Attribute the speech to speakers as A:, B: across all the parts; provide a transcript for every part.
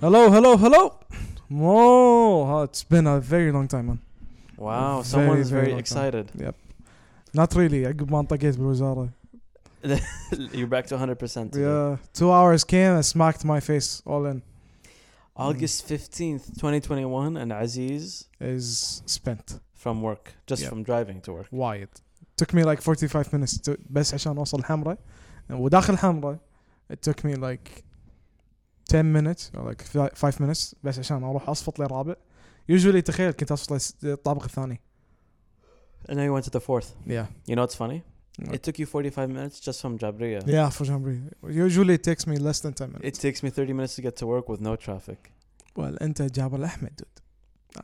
A: Hello, hello, hello. Whoa, oh, it's been a very long time, man.
B: Wow,
A: Very,
B: someone's
A: very
B: very,
A: long time.
B: excited.
A: Not really. عقب ما انطقيت بالوزارة.
B: You're back to 100%. today.
A: Yeah, two hours came and smacked my face all in.
B: August 15th, 2021, and Aziz
A: Is spent.
B: from work, just
A: Yeah.
B: from driving to work.
A: Wyatt. Took me like 45 minutes to بس عشان اوصل حمرة. وداخل حمرة it took me like 10 minutes or like 5 minutes بس عشان اروح اصفط لي رابع. Usually تخيل كنت اصفط لي الطابق الثاني.
B: And now you went to the fourth.
A: Yeah.
B: You know what's funny?
A: What?
B: It took you 45 minutes just from Jabriya.
A: Yeah, for some reason. Usually it takes me less than 10 minutes.
B: It takes me 30 minutes to get to work with no traffic.
A: Well, انت جابر احمد dude.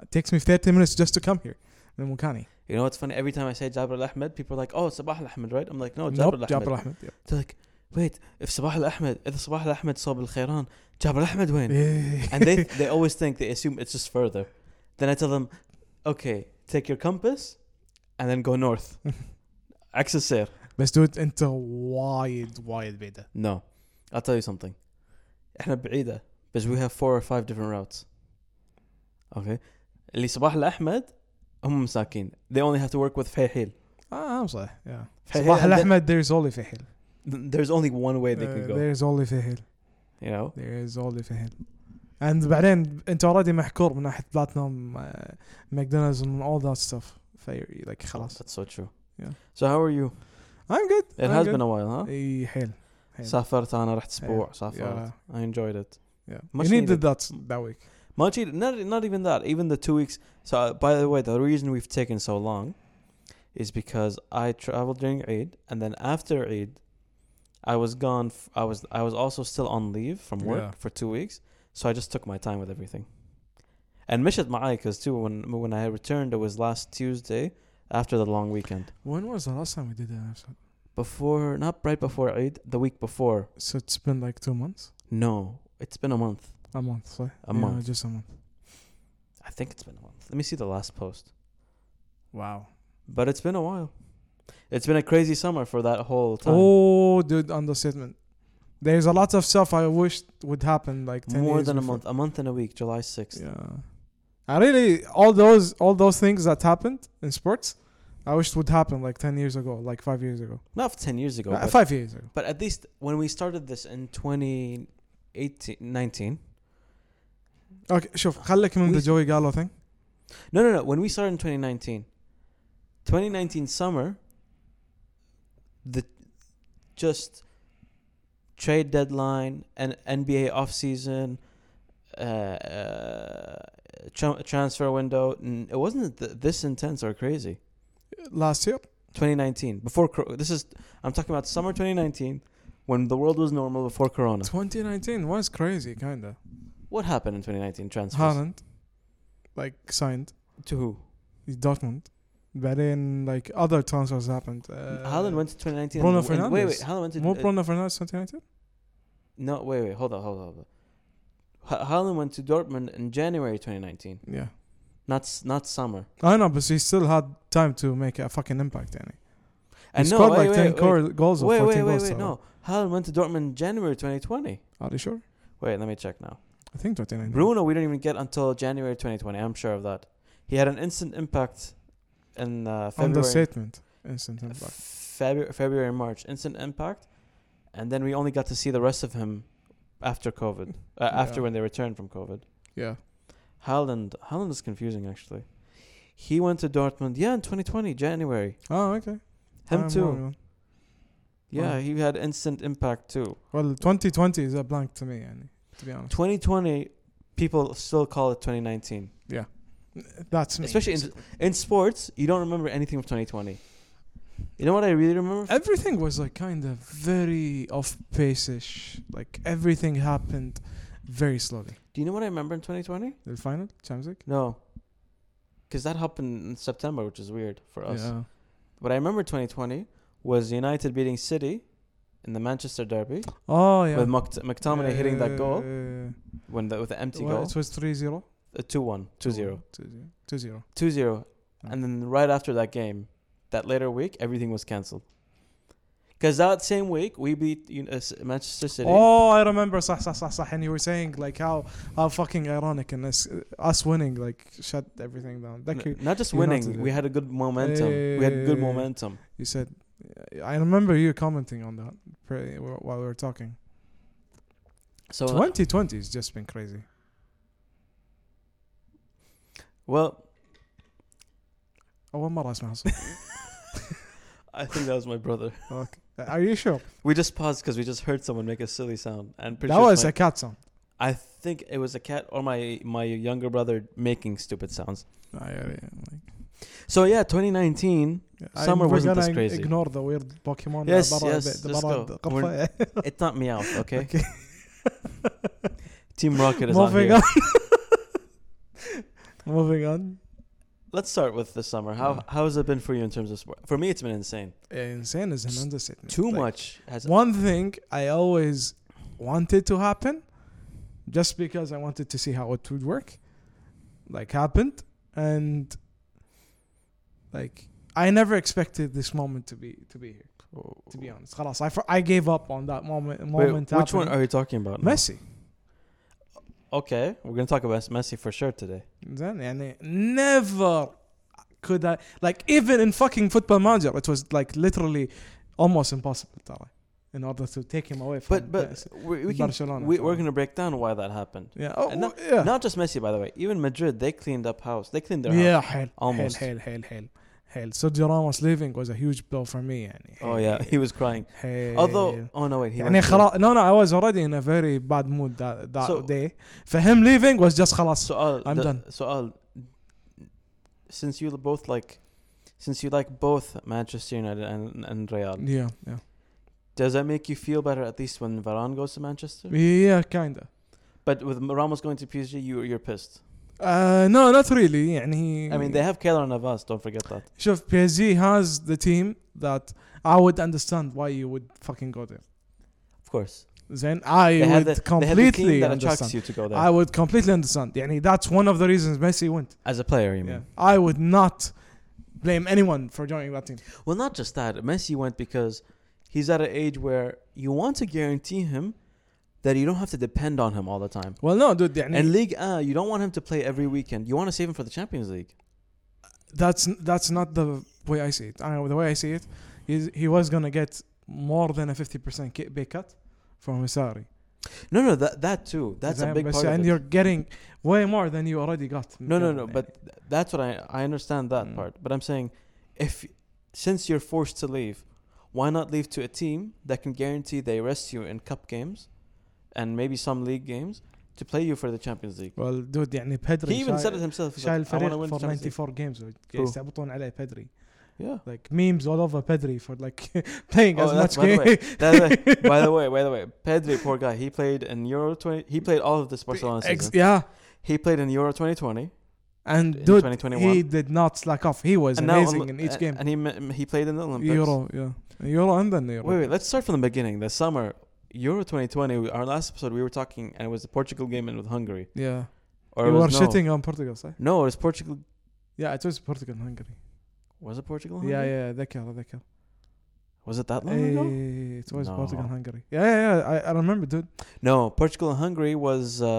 A: It takes me 30 minutes just to come here من مكاني.
B: You know what's funny? Every time I say Jabir Al Ahmed, people are like, oh, Sabah Al Ahmed, right? I'm like, no, Jabir
A: Nope,
B: Al
A: جابر
B: Ahmed.
A: احمد. Yep.
B: They're like, wait, if Sabah Al Ahmed, if Sabah Al Ahmed صوب الخيران, Jabir Al Ahmed وين? and they they always think they assume it's just further. Then I tell them, okay, take your compass, and then go north. Accessor.
A: بس dude انت وايد وايد بعيدة.
B: No, I'll tell you something. احنا بعيدة, but we have four or five different routes. Okay, اللي صباح الأحمد هم مساكين. They only have to work with فيحيل.
A: اه صح. Yeah.
B: فيحيل
A: صباح
B: and
A: الاحمد there is only فهيل.
B: then- There's only one way they can go.
A: There is only فهيل.
B: You know.
A: There is only فهيل. And بعدين انت already محكور من ناحية بلاتنوم آه، ماكدونالدز and all that stuff. في like خلاص.
B: That's so true.
A: Yeah.
B: So how are you?
A: I'm good.
B: It
A: I'm
B: has
A: good.
B: been a while, huh?
A: اي حيل. حيل.
B: سافرت أنا رحت أسبوع سافرت.
A: Yeah.
B: I enjoyed it.
A: Yeah.
B: Much
A: You needed
B: needed.
A: that that week.
B: Much either, not not even that. Even the two weeks. So uh, by the way, the reason we've taken so long is because I traveled during Eid, and then after Eid, I was gone. F- I was I was also still on leave from work
A: Yeah.
B: for two weeks. So I just took my time with everything. And Mishat Ma'aikas too. When when I returned, it was last Tuesday after the long weekend.
A: When was the last time we did an episode?
B: Before, not right before Eid, the week before.
A: So it's been like two months?
B: No, it's been a month.
A: A month, sorry.
B: A month.
A: Just a month.
B: I think it's been a month. Let me see the last post.
A: Wow.
B: But it's been a while. It's been a crazy summer for that whole time.
A: Oh, dude, understatement. There's a lot of stuff I wished would happen like 10
B: More
A: years
B: than a
A: before.
B: month. A month and a week, July 6th.
A: Yeah. I really all those all those things that happened in sports, I wished would happen like 10 years ago, like 5 years ago.
B: Not 10 years ago.
A: Uh,
B: but,
A: 5 years ago.
B: but at least when we started this in 2018, 19.
A: Okay, شوف خليك من
B: We-
A: the Joey Gallo thing.
B: No, no, no. When we started in 2019, 2019 summer, the just trade deadline and NBA offseason, uh, uh, tra- transfer window, n- it wasn't th- this intense or crazy.
A: Last year,
B: 2019 before cor- this is I'm talking about summer 2019 when the world was normal before corona
A: 2019 was crazy kinda.
B: what happened in 2019 transfers
A: Haaland like signed
B: to who
A: Dortmund. بعدين like other transfers happened. Uh,
B: Haaland went to 2019
A: Bruno
B: and- and- wait wait
A: Fernandes.
B: Haaland went to
A: More
B: uh,
A: Bruno Fernandes 2019?
B: no wait wait hold on hold on, hold on. Ha- Haaland went to Dortmund in January 2019
A: Yeah.
B: not s- not summer
A: I know, but he still had time to make a fucking impact, يعني. He
B: and
A: scored
B: no
A: like
B: wait,
A: 10
B: wait,
A: cor- goals
B: wait,
A: or 14
B: wait wait wait
A: goals.
B: wait
A: so-
B: no Haaland went to Dortmund in January 2020
A: Are you sure?
B: wait let me check now
A: I think 2019.
B: Bruno we didn't even get until January 2020 I'm sure of that he had an instant impact in uh, February
A: Understatement. Instant impact.
B: February, February, March, instant impact, and then we only got to see the rest of him after COVID, uh, after
A: Yeah.
B: when they returned from COVID.
A: Yeah.
B: Haaland, Haaland is confusing actually. He went to Dortmund, yeah, in 2020 January.
A: Oh, okay.
B: Him
A: I'm
B: too.
A: wrong, man.
B: Yeah, he had instant impact too.
A: Well, 2020 is a blank to me, يعني, to be honest.
B: 2020, people still call it 2019.
A: That's me.
B: Especially in in sports, you don't remember anything of 2020. You know what I really remember?
A: everything was like kind of very off pace ish. Like everything happened very slowly.
B: Do you know what I remember in 2020?
A: The final, Champions League?
B: No. Because that happened in September, which is weird for us.
A: Yeah.
B: What I remember 2020 was United beating City in the Manchester Derby
A: Oh, yeah.
B: with Mc- McTominay hitting that goal
A: Uh,
B: when the, with the empty
A: well,
B: goal.
A: It was 3 0.
B: Uh, 2 1, 2 0.
A: 2 0.
B: 2 0.
A: Mm.
B: And then right after that game, that later week, everything was cancelled. Because that same week we beat you know, uh, S- Manchester City.
A: Oh, I remember. صح صح صح صح. And you were saying like how how fucking ironic and us, uh, us winning like shut everything down.
B: N-
A: Like you,
B: not just
A: you
B: winning,
A: noted
B: we
A: it.
B: had a good momentum. we had good
A: Yeah.
B: momentum.
A: you said, I remember you commenting on that pre- while we were talking.
B: So uh,
A: 2020 has just been crazy.
B: well,
A: أول مرة أسمع
B: I think that was my brother.
A: Okay. Are you sure?
B: We just paused because we just heard someone make a silly sound, and pretty
A: That
B: sure it's
A: was
B: my-
A: a cat sound.
B: I think it was a cat or my my younger brother making stupid sounds.
A: I, I,
B: So yeah, 2019.
A: I-
B: Summer
A: we're
B: wasn't
A: gonna
B: this crazy.
A: Ignore the weird Pokemon.
B: Yes,
A: برا-
B: yes,
A: برا
B: let's go.
A: الغرفة.
B: We're- It's not me out, okay?
A: Okay.
B: Team Rocket is on
A: Moving
B: here.
A: on. Moving on.
B: Let's start with the summer. How
A: Yeah.
B: how has it been for you in terms of sport? For me, it's been insane.
A: Insane is an understatement.
B: Too
A: Like,
B: much has
A: One thing I always wanted to happen, just because I wanted to see how it would work, like happened, and like I never expected this moment to be to be here. To be honest, خلاص, I, fr- I gave up on that moment.
B: Oh. Wait,
A: moment
B: which one
A: happening.
B: are you talking about? now?
A: Messi.
B: Okay, we're gonna talk about Messi for sure today.
A: Then يعني never could I like even in fucking football manager it was like literally almost impossible ترى in order to take him away from
B: But but
A: Messi.
B: we, we can
A: Barcelona,
B: we,
A: sorry.
B: we're gonna break down why that happened.
A: yeah oh,
B: and not-
A: yeah
B: Not just Messi, by the way. Even Madrid, they cleaned up house. They cleaned their
A: yeah
B: house.
A: حيل
B: Almost.
A: حيل حيل حيل حيل Sergio Ramos leaving was a huge blow for me يعني
B: Oh yeah, he was crying.
A: حيل.
B: Although, oh no, wait, he
A: يعني
B: went to-
A: خلاص no no I was already in a very bad mood that, that
B: So-
A: day for him leaving was just خلاص
B: So I'll,
A: I'm
B: the-
A: done.
B: So I'll, since you both like, since you like both Manchester United and, and Real,
A: yeah yeah
B: does that make you feel better at least when Varane goes to Manchester?
A: yeah kinda
B: But with Ramos going to PSG, you you're pissed.
A: uh, no not really يعني
B: I mean, they have Keylor Navas. Don't forget that.
A: شوف بي اس جي هاز ذا تيم ذات I would understand why you would fucking go there.
B: Of course,
A: Then I
B: they have
A: would
B: the, they have the
A: completely
B: team that attracts
A: understand.
B: you to go there
A: I would completely understand. يعني that's one of the reasons Messi went.
B: as a player. You mean?
A: Yeah. I would not blame anyone for joining that team.
B: Well, not just that. Messi went because he's at an age where you want to guarantee him that you don't have to depend on him all the time.
A: Well, no, dude. يعني
B: And League A, you don't want him to play every weekend. You want to save him for the Champions League.
A: that's that's not the way I see it. I the way I see it is he was gonna get more than a 50% ca- pay cut from his salary.
B: No, no, that that too. That's a
A: Then-
B: big
A: but-
B: part.
A: And
B: Of it.
A: you're getting way more than you already got.
B: No, no, no. But th- that's what I I understand that
A: Mm.
B: part. But I'm saying, if since you're forced to leave, why not leave to a team that can guarantee they rest you in cup games, and maybe some league games to play you for the Champions League?
A: well, dude, يعني Pedri
B: He even
A: شايل-
B: said it himself. He's
A: شايل
B: like, I want
A: الفريق
B: to win the
A: for
B: Champions League.
A: 94 games
B: Who?
A: يستعبطون عليه بيدري
B: Yeah.
A: like memes all over Pedri for like playing
B: Oh,
A: as
B: that's
A: much
B: by the way.
A: game
B: That- that- by the way, by the way, Pedri, poor guy, he played in Euro 20. He played all of this Barcelona
A: Ex-
B: season.
A: yeah
B: He played in Euro 2020.
A: and
B: In
A: dude
B: 2021.
A: he did not slack off he was
B: now-
A: amazing in each
B: and-
A: game
B: And he ma- he played in the Olympics.
A: Euro yeah Euro and then Euro
B: Wait, wait, let's start from the beginning. The summer, Euro 2020, we- our last episode, we were talking, and it was the Portugal game and with Hungary.
A: yeah
B: Or it
A: you were
B: was no,
A: shitting on Portugal صح
B: No, it was Portugal.
A: yeah it was Portugal and Hungary
B: Was it Portugal?
A: yeah
B: Hungary?
A: yeah ذكر ذكر
B: Was it that long ago?
A: Eh, it was
B: Oh, No.
A: Portugal and Hungary yeah yeah, yeah I, I remember dude
B: No, Portugal and Hungary was. Uh,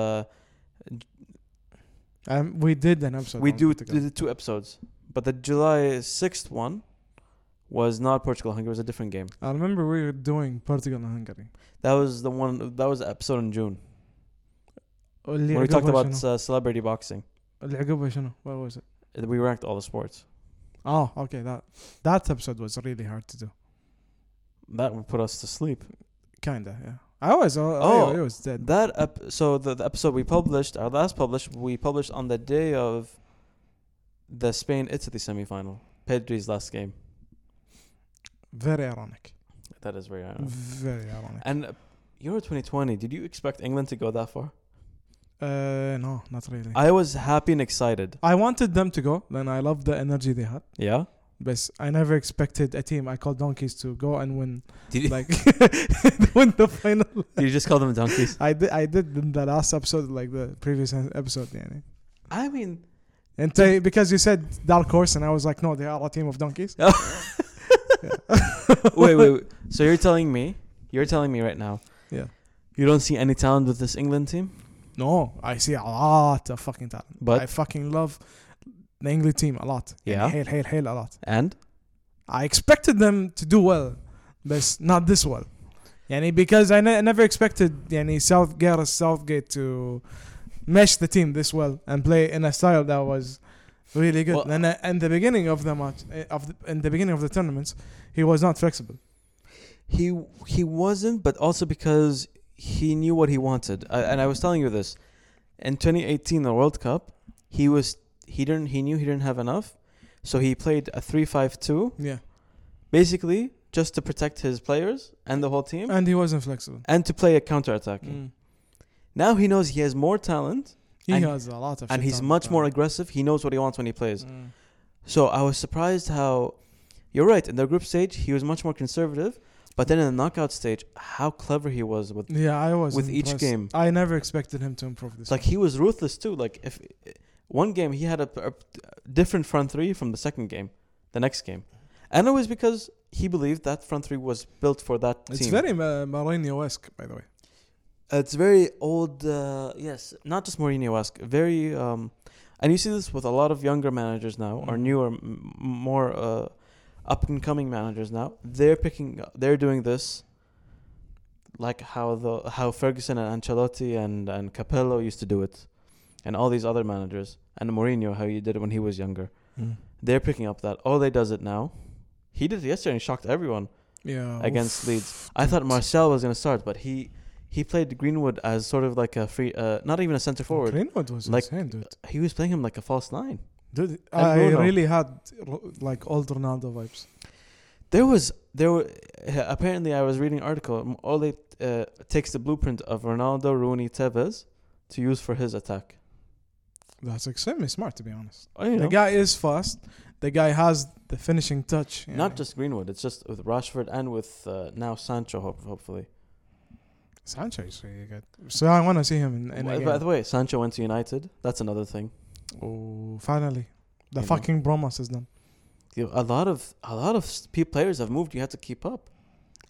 A: um, we did an episode
B: we
A: on
B: do
A: Portugal.
B: did two episodes, but the July 6th one was not Portugal and Hungary. It was a different game.
A: I remember we were doing Portugal and Hungary
B: That was the one. That was the episode in June
A: when
B: when we talked about uh, celebrity boxing.
A: اللي عقبها شنو what was it
B: We ranked all the sports.
A: Oh, okay. That that episode was really hard to do.
B: That would put us to sleep.
A: Kinda, yeah. I was, oh,
B: Oh.
A: I, I was dead.
B: That ep- so the, the episode we published, our last published, we published on the day of the Spain Italy semifinal, Pedri's last game.
A: Very ironic.
B: That is very ironic.
A: Very ironic.
B: And uh, Euro 2020, did you expect England to go that far?
A: Uh, no, not really. I,
B: I was happy and excited.
A: wanted them to go. Then I loved the energy they had.
B: Yeah.
A: But I never expected a team I called donkeys to go and win,
B: Did you,
A: like win the final.
B: did you just call them donkeys?
A: I did. I did in the last episode, like the previous e, episode, يعني.
B: I mean,
A: And they- because you said dark horse, and I was like, no, they are a team of donkeys.
B: Oh. wait, wait, wait. So you're telling me, you're telling me right now.
A: Yeah.
B: You don't see any talent with this England team?
A: No, I see a lot of fucking talent.
B: But-
A: I fucking love the England team a lot.
B: Yeah.
A: Hail, hail, hail a lot.
B: And
A: I expected them to do well, but not this well. Yani because I ne- never expected yani South Gareth Southgate to mesh the team this well and play in a style that was really good.
B: Well-
A: and uh, in the beginning of the match, eh, of the, in the beginning of the tournaments, he was not flexible.
B: he he wasn't, but also because he knew what he wanted. I, and I was telling you this. In 2018 the World Cup, he was he didn't he knew he didn't have enough. So he played a 3-5-2
A: Yeah,
B: basically just to protect his players and the whole team
A: and he wasn't flexible.
B: and to play a counter-attack.
A: Uh, Mm.
B: Now he knows he has more talent
A: He
B: And-
A: has a lot of.
B: and
A: shit
B: he's
A: on
B: much
A: the
B: more
A: talent.
B: aggressive. He knows what he wants when he plays.
A: Mm.
B: So I was surprised how you're right. In the group stage, he was much more conservative, but then in the knockout stage, how clever he was with
A: Yeah, I was
B: with each
A: impressed.
B: game.
A: I never expected him to improve this.
B: like he was ruthless too. Like if one game he had a, a different front three from the second game, the next game, and it was because he believed that front three was built for that
A: much. it's
B: team.
A: very Ma- Mourinho-esque, by the way.
B: Uh, it's very old. Uh, yes, not just Mourinho-esque. Very, um, and you see this with a lot of younger managers now, or
A: Mhm.
B: newer, m- more uh, up-and-coming managers now. They're picking. They're doing this. Like how the how Ferguson and Ancelotti and and Capello used to do it, and all these other managers, and Mourinho how he did it when he was younger. They're picking up that. Oh, they does it now. He did it yesterday and shocked everyone
A: Yeah.
B: against
A: oof.
B: Leeds. I thought Marcel was going to start, but he he played Greenwood as sort of like a free, uh, not even a center forward.
A: Greenwood was
B: Like- uh,
A: insane, dude.
B: He was playing him like a false nine.
A: Dude,
B: And
A: I
B: Bruno.
A: really had ro- like old Ronaldo vibes.
B: There was there were uh, apparently I was reading an article. Ole uh, takes the blueprint of Ronaldo, Rooney, Tevez to use for his attack.
A: That's extremely smart, to be honest.
B: Oh, you
A: The
B: know,
A: guy is fast. The guy has the finishing touch. you
B: not
A: know.
B: just Greenwood. It's just with Rashford and with uh, now Sancho. Hope, hopefully,
A: Sancho is really good. So I want to see him in, in a
B: by, by the
A: game.
B: way, Sancho went to United. That's another thing.
A: Oh, finally, the
B: You know.
A: fucking promise is done.
B: You- A lot of a lot of s- pe- players have moved. You have to keep up.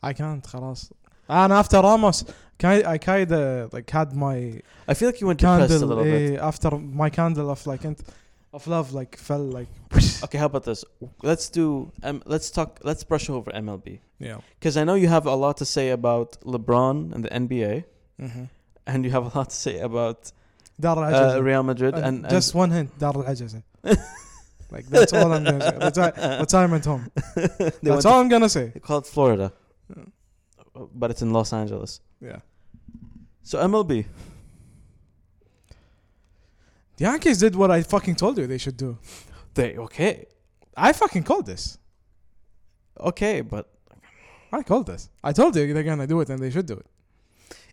A: I can't, خلاص. And after Ramos, ki- I kind of like had my
B: I feel like you went depressed a
A: candle
B: little bit.
A: eh, after my candle of like int- of love like fell like
B: Okay, how about this? Let's do. Um, let's talk. Let's brush over MLB
A: yeah.
B: because I know you have a lot to say about LeBron and the NBA,
A: Mm-hmm.
B: and you have a lot to say about
A: Dar al
B: uh,
A: Ajaz.
B: Real Madrid and, and
A: just one hint, Dar al Ajaz. like that's all I'm gonna say. Reti- retirement home.
B: they
A: that's
B: went
A: all I'm gonna say.
B: to- call it Florida,
A: Yeah.
B: but it's in Los Angeles.
A: Yeah.
B: So MLB,
A: The Yankees did what I fucking told you they should do.
B: they okay,
A: I fucking called this.
B: okay, but
A: I called this. I told you they're gonna do it and they should do it.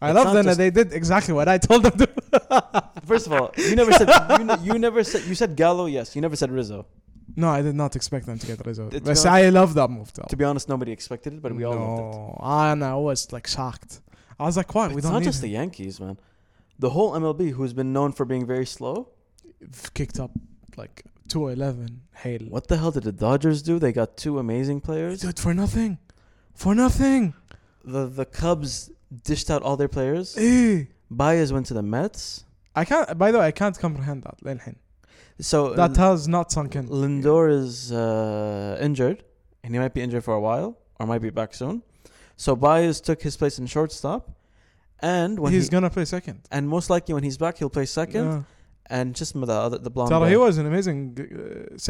A: I
B: It's
A: love
B: not
A: them that
B: just-
A: they did exactly what I told them to.
B: first of all, you never said you, ne- you never said you said Gallo. Yes, you never said Rizzo.
A: No, I did not expect them to get Rizzo.
B: It's
A: But
B: not-
A: I love that move though.
B: To be honest, nobody expected it, but we all loved it.
A: no, and I was like shocked. I was like, "What? we
B: it's
A: don't
B: not
A: need
B: just the
A: him.
B: Yankees, man. The whole MLB, who's been known for being very slow.
A: kicked up like 211 hail.
B: What the hell did the Dodgers do? They got two amazing players.
A: Dude, for nothing. For nothing.
B: The the Cubs dished out all their players.
A: Eh.
B: Baez went to the Mets.
A: I can't. By the way, I can't comprehend that. للحين.
B: So
A: That
B: L-
A: has not sunk in.
B: Lindor is uh, injured, and he might be injured for a while, or might be back soon. So Baez took his place in shortstop, and when
A: He's
B: he,
A: gonna play second.
B: and most likely when he's back, he'll play second. Oh,
A: Yeah.
B: And just the other the blonde.
A: Tara,
B: guy.
A: he was an amazing uh,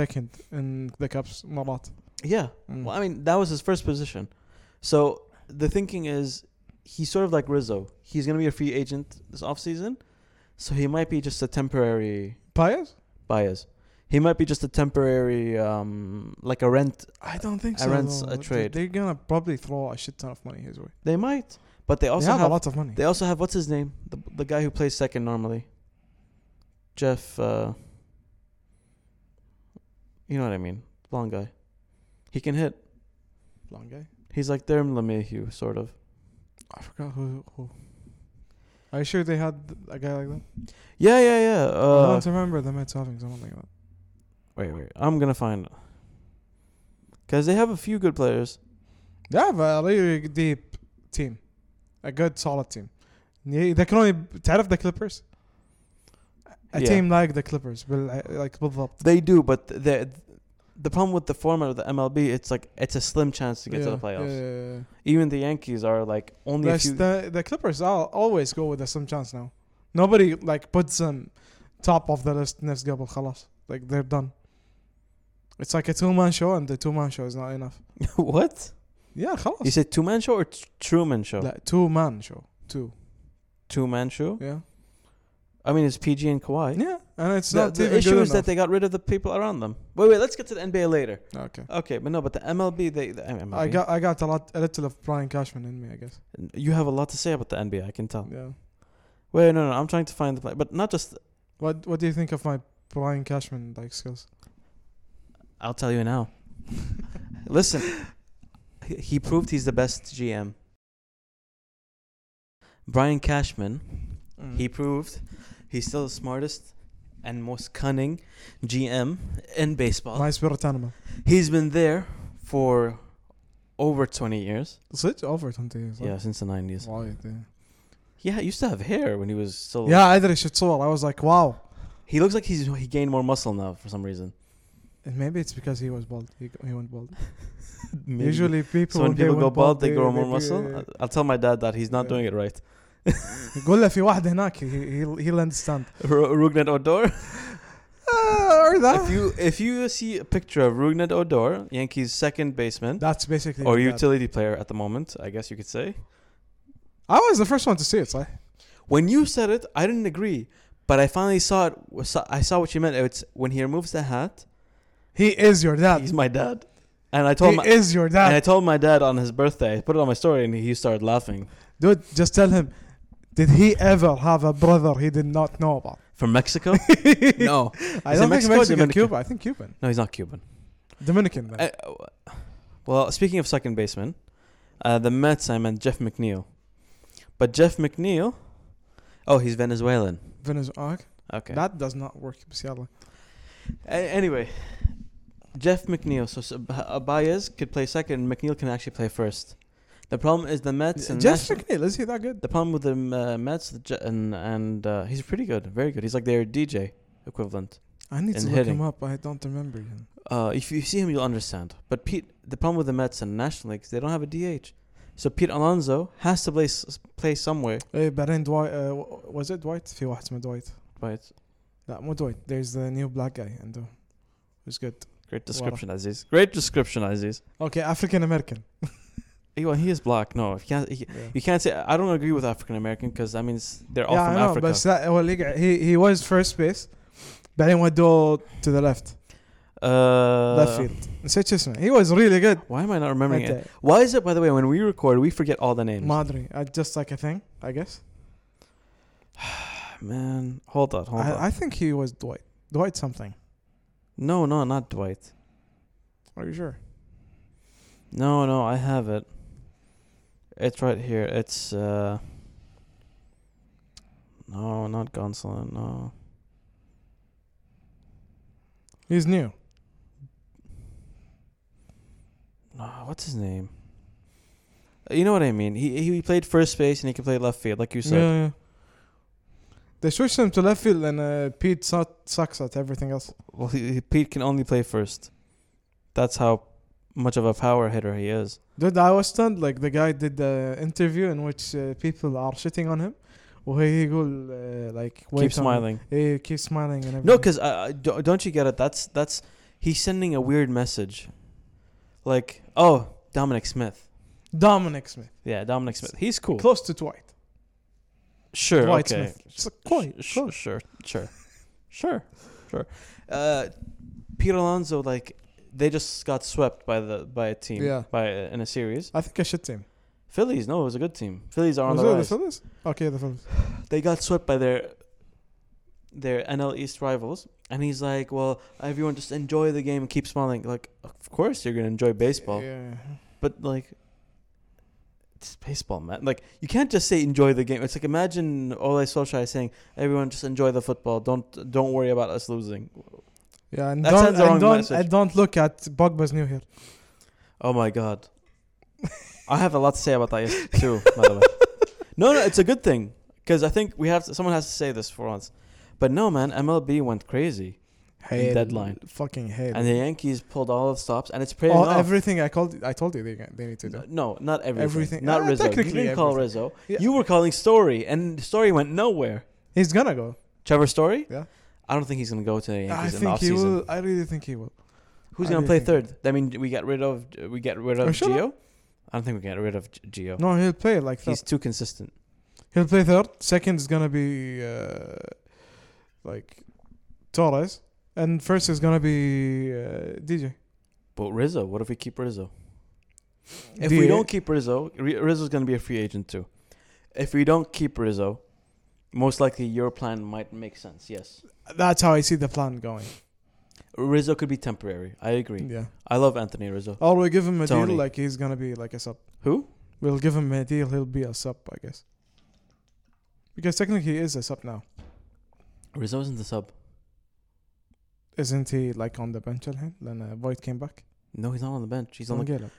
A: second in the Cups. Mm. مرات.
B: yeah,
A: Hmm.
B: Well, I mean, that was his first position. So the thinking is he's sort of like Rizzo. He's going to be a free agent this offseason. So he might be just a temporary
A: Pius?
B: bias. He might be just a temporary, um, like a rent.
A: I don't think
B: I
A: so.
B: rents
A: though.
B: a
A: They-
B: trade.
A: They're gonna probably throw a shit ton of money his way.
B: They might, but they also
A: they have,
B: have,
A: a lot of money.
B: they also have what's his name, the the guy who plays second normally, Jeff. Uh, you know what I mean, blonde guy. He can hit.
A: Long guy.
B: He's like Derm LeMahieu, sort of.
A: I forgot who. who. Are you sure they had a guy like that?
B: Yeah, yeah, yeah. Uh,
A: I don't remember the Mets having someone like that.
B: Wait, wait. I'm gonna find. Cause they have a few good players.
A: They have a really deep team, a good solid team. They they can only تعرف the Clippers. A
B: Yeah.
A: team like the Clippers, بال- like بالضبط.
B: They do, but the the problem with the format of the MLB, it's like it's a slim chance to get to the
A: Yeah,
B: playoffs.
A: yeah, yeah, yeah.
B: Even the Yankees are like only a
A: Plus,
B: few.
A: the the Clippers al always go with a some chance now. Nobody like puts them top of the list next قبل خلاص. Like they're done. It's like a two man show and the two man show is not enough.
B: what
A: Yeah,
B: you
A: خلاص.
B: said? Two man show or t- Truman show?
A: لا two man show. Two.
B: Two man show.
A: Yeah.
B: I mean, it's PG and Kawhi.
A: Yeah. And it's
B: The,
A: not
B: the
A: even
B: issue
A: good
B: is that
A: enough.
B: they got rid of the people around them. Wait, wait. Let's get to the NBA later.
A: okay.
B: Okay, but no, but the MLB, they the MLB.
A: I got I got a lot a little of Brian Cashman in me, I guess.
B: You have a lot to say about the NBA. I can tell.
A: Yeah.
B: Wait, no, no. I'm trying to find the play, but not just.
A: What What do you think of my Brian Cashman like skills?
B: I'll tell you now. Listen, he- he proved he's the best GM. Brian Cashman, he
A: Hmm.
B: proved he's still the smartest and most cunning GM in baseball.
A: my spirit animal.
B: he's been there for over 20 years.
A: Switch over 20 years.
B: Yeah, since the 90s.
A: Why, yeah.
B: Yeah, he used to have hair when he was still.
A: yeah, I did should saw. I was like, wow.
B: He looks like he's he gained more muscle now for some reason.
A: And maybe it's because he was bald. He, he went bald.
B: Maybe.
A: Usually people
B: So when
A: they
B: people
A: went
B: go bald, they grow
A: they- uh,
B: more
A: they-
B: muscle. I- I'll tell my dad that he's not
A: Yeah.
B: doing it right.
A: يقول له في واحد هناك he, he'll, he'll understand.
B: Ru- Rugnet Odor.
A: Uh, or
B: if
A: that.
B: you if you see a picture of Rugnet Odor, Yankees second baseman
A: That's basically
B: or
A: my dad.
B: utility player at the moment, I guess you could say.
A: I was the first one to see it. صح?
B: When you said it, I didn't agree, but I finally saw it. was- saw- I saw what you meant. It's when he removes the hat.
A: He is your dad.
B: He's my dad, and I told
A: He
B: my
A: is your
B: and
A: dad.
B: I told my dad on his birthday. I put it on my story, and he started laughing
A: Dude, just tell him. Did he ever have a brother he did not know about?
B: from Mexico. no,
A: I
B: Is it
A: don't think
B: Mexico or
A: Mexican,
B: Dominican? Uh,
A: Cuba. I think Cuban.
B: no, he's not Cuban.
A: Dominican. Then.
B: I, well, speaking of second baseman, uh, the Mets, I meant Jeff McNeil. But Jeff McNeil, oh, he's Venezuelan.
A: Venezuela. Okay.
B: Okay.
A: That does not work. بس يلا.
B: A- anyway, Jeff McNeil. So, so Ba- uh, Baez could play second, McNeil can actually play first. The problem is the Mets and
A: Jeff
B: National-
A: McNeil, is he that good?
B: the problem with the uh, Mets the Je- and and uh, he's pretty good, very good. He's like their DJ equivalent.
A: I need to
B: in
A: look
B: hitting.
A: him up. I don't remember him.
B: Uh, if you see him, you'll understand. But Pete, the problem with the Mets and National League is they don't have a DH. So Pete Alonso has to play s- play somewhere.
A: Eh, بعدين Dwight, uh, was it Dwight? في واحد اسمه Dwight.
B: Right.
A: لا مو Dwight. There's the new black guy عنده. Who's good.
B: Great description, Aziz. Great description, Aziz.
A: Okay, African American.
B: He- Well, he is black. No, he can't. He,
A: Yeah,
B: you can't say. I don't agree with African American because that means they're all
A: Yeah,
B: from
A: I know,
B: Africa.
A: بس لا هو اللي قاعد- he, he was first base. بعدين ودوه to the left.
B: Uh,
A: left field. نسيت شو اسمه. He was really good. uh,
B: Why am I not remembering it?
A: Okay.
B: Why is it, by the way, when we record, we forget all the names?
A: ما ادري. I- uh, Just like a thing, I guess.
B: Ah, Man, hold on, hold on.
A: I, I think he was Dwight. Dwight something.
B: no, no, not Dwight.
A: Are you sure?
B: No, no, I have it. It's right here. It's uh. No, not Gonsolin. No,
A: He's new.
B: no. What's his name? You know what I mean. He he played first base and he can play left field, like you said.
A: yeah, yeah. They switched him to left field and uh, Pete su- sucks at everything else.
B: Well, he, he- Pete can only play first. That's how much of a power hitter he is.
A: Dude, I was stunned. Like the guy did the interview in which uh, people are shitting on him. وهي يقول uh, like wait
B: Keep smiling.
A: He keep smiling and everything.
B: No, because uh, do- don't you get it? That's that's he's sending a weird message, like oh Dominic Smith.
A: Dominic Smith
B: Yeah, Dominic Smith. He's cool.
A: close to Dwight.
B: Sure.
A: Dwight
B: okay.
A: Smith. It's like quite
B: Sh- sh-
A: close.
B: Sure. Sure. Sure. Sure. Uh, Pete Alonso, like they just got swept by the by a team.
A: Yeah.
B: By in a series.
A: I think I shit him.
B: Phillies. No, it was a good team. Phillies are on
A: Was
B: the
A: it the
B: rise.
A: Phillies? Okay, the Phillies.
B: they got swept by their their NL East rivals, and he's like, "Well, everyone just enjoy the game and keep smiling." Like, of course you're gonna enjoy baseball,
A: Yeah.
B: but like, it's baseball, man. Like, you can't just say enjoy the game. It's like imagine Ole Solskjaer saying, "Everyone just enjoy the football. Don't don't worry about us losing."
A: Yeah, and
B: That
A: don't,
B: sends the
A: and
B: wrong
A: don't,
B: message.
A: and don't look at Bogba's new here.
B: Oh my God, I have a lot to say about that yes- too, by the way. No, no, it's a good thing because I think we have to, someone has to say this for once. But no, man, MLB went crazy,
A: Hail,
B: deadline.
A: Fucking hail.
B: and the Yankees pulled all of the stops, and it's paying
A: all,
B: off.
A: everything I called, I told you they, they need to do.
B: no, not everything.
A: Everything.
B: Not
A: Ah,
B: Rizzo. You didn't
A: technically
B: call
A: everything.
B: Rizzo.
A: Yeah.
B: You were calling Story, and Story went nowhere.
A: He's gonna go.
B: Trevor Story?
A: Yeah.
B: I don't think he's going to go to the
A: I
B: Yankees in the
A: think he
B: offseason.
A: will. I really think he will.
B: Who's
A: I
B: going to
A: do
B: play
A: think he will.
B: third? I mean, we got rid of we get rid
A: Oh,
B: of
A: shut up.
B: Gio. I don't think we get rid of G- Gio.
A: No, he'll play like
B: He's
A: that.
B: too consistent.
A: He'll play third. Second is gonna be uh, like Torres, and first is gonna be uh, DJ.
B: But Rizzo, what if we keep Rizzo? If
A: Do
B: we
A: you-
B: don't keep Rizzo, Ri- Rizzo's going to be a free agent too. If we don't keep Rizzo, most likely your plan might make sense. Yes,
A: that's how I see the plan going.
B: Rizzo could be temporary. I agree.
A: Yeah.
B: I love Anthony Rizzo.
A: Or we give him a
B: Tony.
A: deal like he's gonna be like a sub.
B: Who?
A: We'll give him a deal. He'll be a sub, I guess. Because technically, he is a sub now,
B: Rizzo isn't the sub.
A: isn't he? Like on the bench الحين Then uh, Void came back.
B: No, he's not on the bench. He's on the. Uh,
A: Mangala.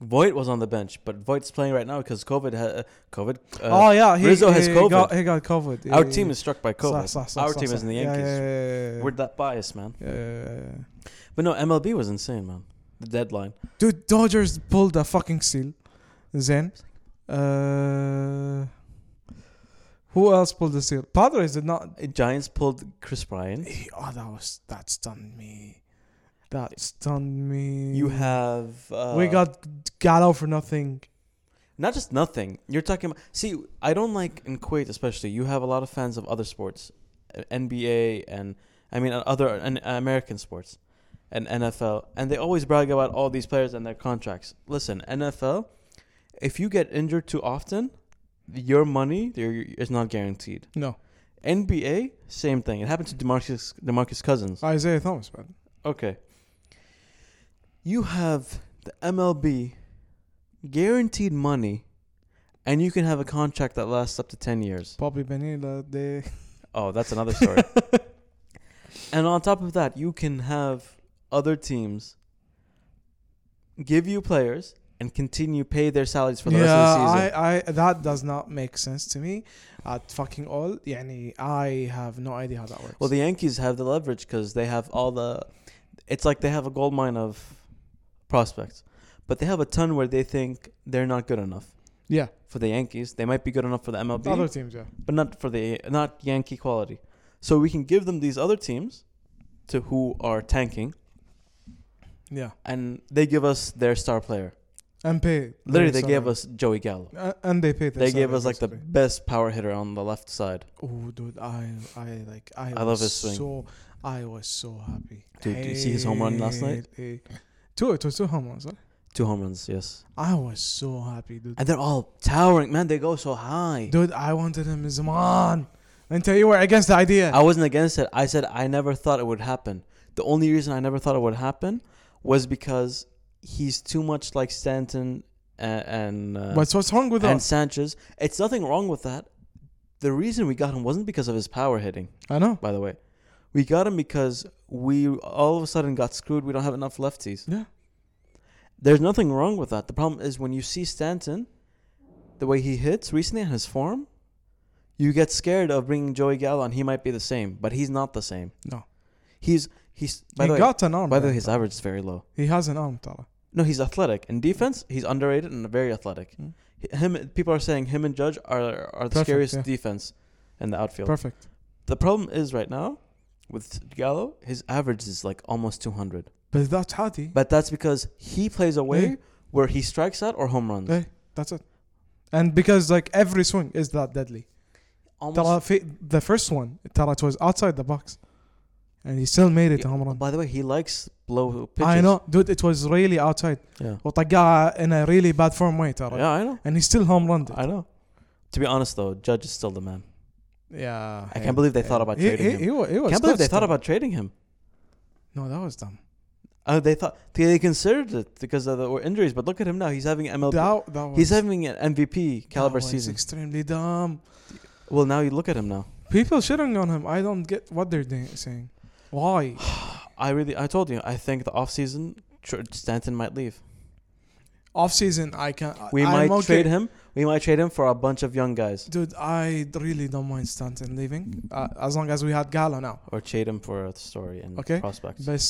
B: Voigt was on the bench, but Voigt's playing right now because COVID. Ha- uh, COVID. Uh,
A: oh yeah, he,
B: Rizzo
A: he
B: has
A: Got, he got COVID.
B: Our
A: Yeah,
B: team
A: yeah.
B: is struck by
A: صح,
B: COVID.
A: صح, صح,
B: Our
A: صح,
B: team
A: صح.
B: is in the
A: Yeah,
B: Yankees.
A: yeah, yeah, yeah.
B: We're that biased, man.
A: Yeah, yeah, yeah.
B: But no, MLB was insane, man. The deadline.
A: Dude, Dodgers pulled a fucking seal. Then, uh, who else pulled a seal? Padres did not.
B: Uh, Giants pulled Chris Bryant.
A: Eh, Oh, that was that stunned me. That stunned me.
B: You have. Uh,
A: we got Gallo for nothing.
B: Not just nothing. You're talking about. See, I don't like in Kuwait, especially. You have a lot of fans of other sports, uh, NBA and I mean uh, other and uh, American sports, and NFL, and they always brag about all these players and their contracts. Listen, NFL, if you get injured too often, your money your, is not guaranteed.
A: No,
B: NBA, same thing. It happened to Demarcus Demarcus Cousins.
A: Isaiah Thomas, man.
B: Okay. You have the MLB guaranteed money, and you can have a contract that lasts up to 10 years.
A: Bobby Benilla, they.
B: Oh, that's another story. and on top of that, you can have other teams give you players and continue pay their salaries for the
A: yeah,
B: rest of the season.
A: I, I, that does not make sense to me at fucking all. Yani, I have no idea how that works.
B: well, the Yankees have the leverage because they have all the. It's like they have a gold mine of prospects, but they have a ton where they think they're not good enough.
A: yeah,
B: for the Yankees. They might be good enough for the MLB,
A: other teams, yeah.
B: but not for the not Yankee quality. So we can give them these other teams to who are tanking,
A: Yeah.
B: and they give us their star player.
A: And pay.
B: Literally, they
A: their
B: gave
A: salary.
B: us Joey Gallo.
A: Uh, and they paid.
B: They gave us like the best power hitter on the left side.
A: Oh, dude, I, I like, I,
B: I love
A: was
B: his swing.
A: So, I was so happy.
B: Dude, did you see his home run last night?
A: Hey, hey. Two, it was two home runs. Right?
B: Two home runs, yes,
A: I was so happy, dude.
B: and they're all towering. Man, they go so high.
A: Dude, I wanted him as a man. Until you were against the idea.
B: I wasn't against it. I said I never thought it would happen. The only reason I never thought it would happen was because he's too much like Stanton and, and uh,
A: What's what's wrong with
B: and
A: us?
B: Sanchez. It's nothing wrong with that. The reason we got him wasn't because of his power hitting,
A: I know.
B: by the way. We got him because we all of a sudden got screwed. We don't have enough lefties.
A: Yeah.
B: There's nothing wrong with that. The problem is when you see Stanton, the way he hits recently and his form, you get scared of bringing Joey Gallo, and he might be the same, but he's not the same.
A: No.
B: He's he's by
A: he
B: the way,
A: got an arm.
B: by the
A: man.
B: way, his average is very low.
A: he has an arm, Tala.
B: No, he's athletic. In defense, he's underrated and very athletic.
A: Mm.
B: H Him, people are saying him and Judge are are the
A: Perfect,
B: scariest
A: yeah.
B: defense in the outfield.
A: Perfect.
B: The problem is right now with Gallo, his average is like almost 200.
A: But that's Hadi.
B: But that's because he plays a way
A: Yeah.
B: where he strikes out or home runs.
A: Yeah. That's it. And because like every swing is that deadly.
B: Almost.
A: Tala, fi- the first one, Tala, it was outside the box, and he still made it a home run.
B: By the way, he likes blow pitches.
A: I know, dude. It was really outside.
B: Yeah,
A: وطقعها in a really bad form way ترى.
B: yeah I know.
A: And he still home run it.
B: I know. To be honest though, Judge is still the man.
A: Yeah.
B: I can't believe they thought about
A: he,
B: trading
A: he,
B: him.
A: He, wa- he was
B: Can't believe
A: Oh, tough
B: they thought
A: though.
B: about trading him.
A: No, that was dumb.
B: Oh, they thought they considered it because of the were injuries, but look at him now. He's having MLB.
A: That, that was,
B: He's having an MVP caliber
A: that was
B: season.
A: Oh, extremely dumb.
B: Well, now you look at him now.
A: People shitting on him. I don't get what they're doing, saying. Why?
B: I really, I told you, I think the offseason, tr- Stanton might leave.
A: off season, I can. I-
B: We
A: I'm
B: might
A: okay.
B: trade him. We might trade him for a bunch of young guys,
A: Dude, I really don't mind Stanton leaving uh, as long as we had Gallo now.
B: or trade him for a story and
A: Okay,
B: prospects.
A: But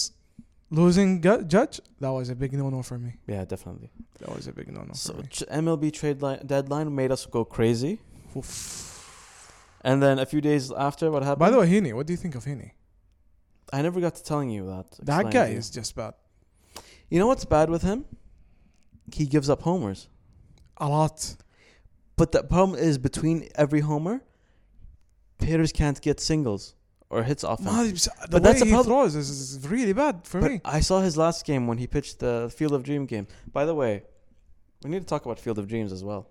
A: losing Gu- Judge, that was a big no-no for me.
B: yeah, definitely.
A: That was a big no-no
B: So
A: for me.
B: ch- MLB trade line, deadline made us go crazy,
A: Oof.
B: and then a few days after, what happened?
A: By the way, Heaney, what do you think of Heaney?
B: I never got to telling you that.
A: That
B: explaining
A: guy
B: to you.
A: is just bad.
B: You know what's bad with him? He gives up homers.
A: A lot.
B: But the problem is between every homer, hitters can't get singles or hits off him.
A: No, it's- the
B: But
A: way
B: that's the
A: he
B: problem.
A: throws is, is really bad for
B: but
A: me.
B: I saw his last game when he pitched the Field of Dream game. By the way, we need to talk about Field of Dreams as well.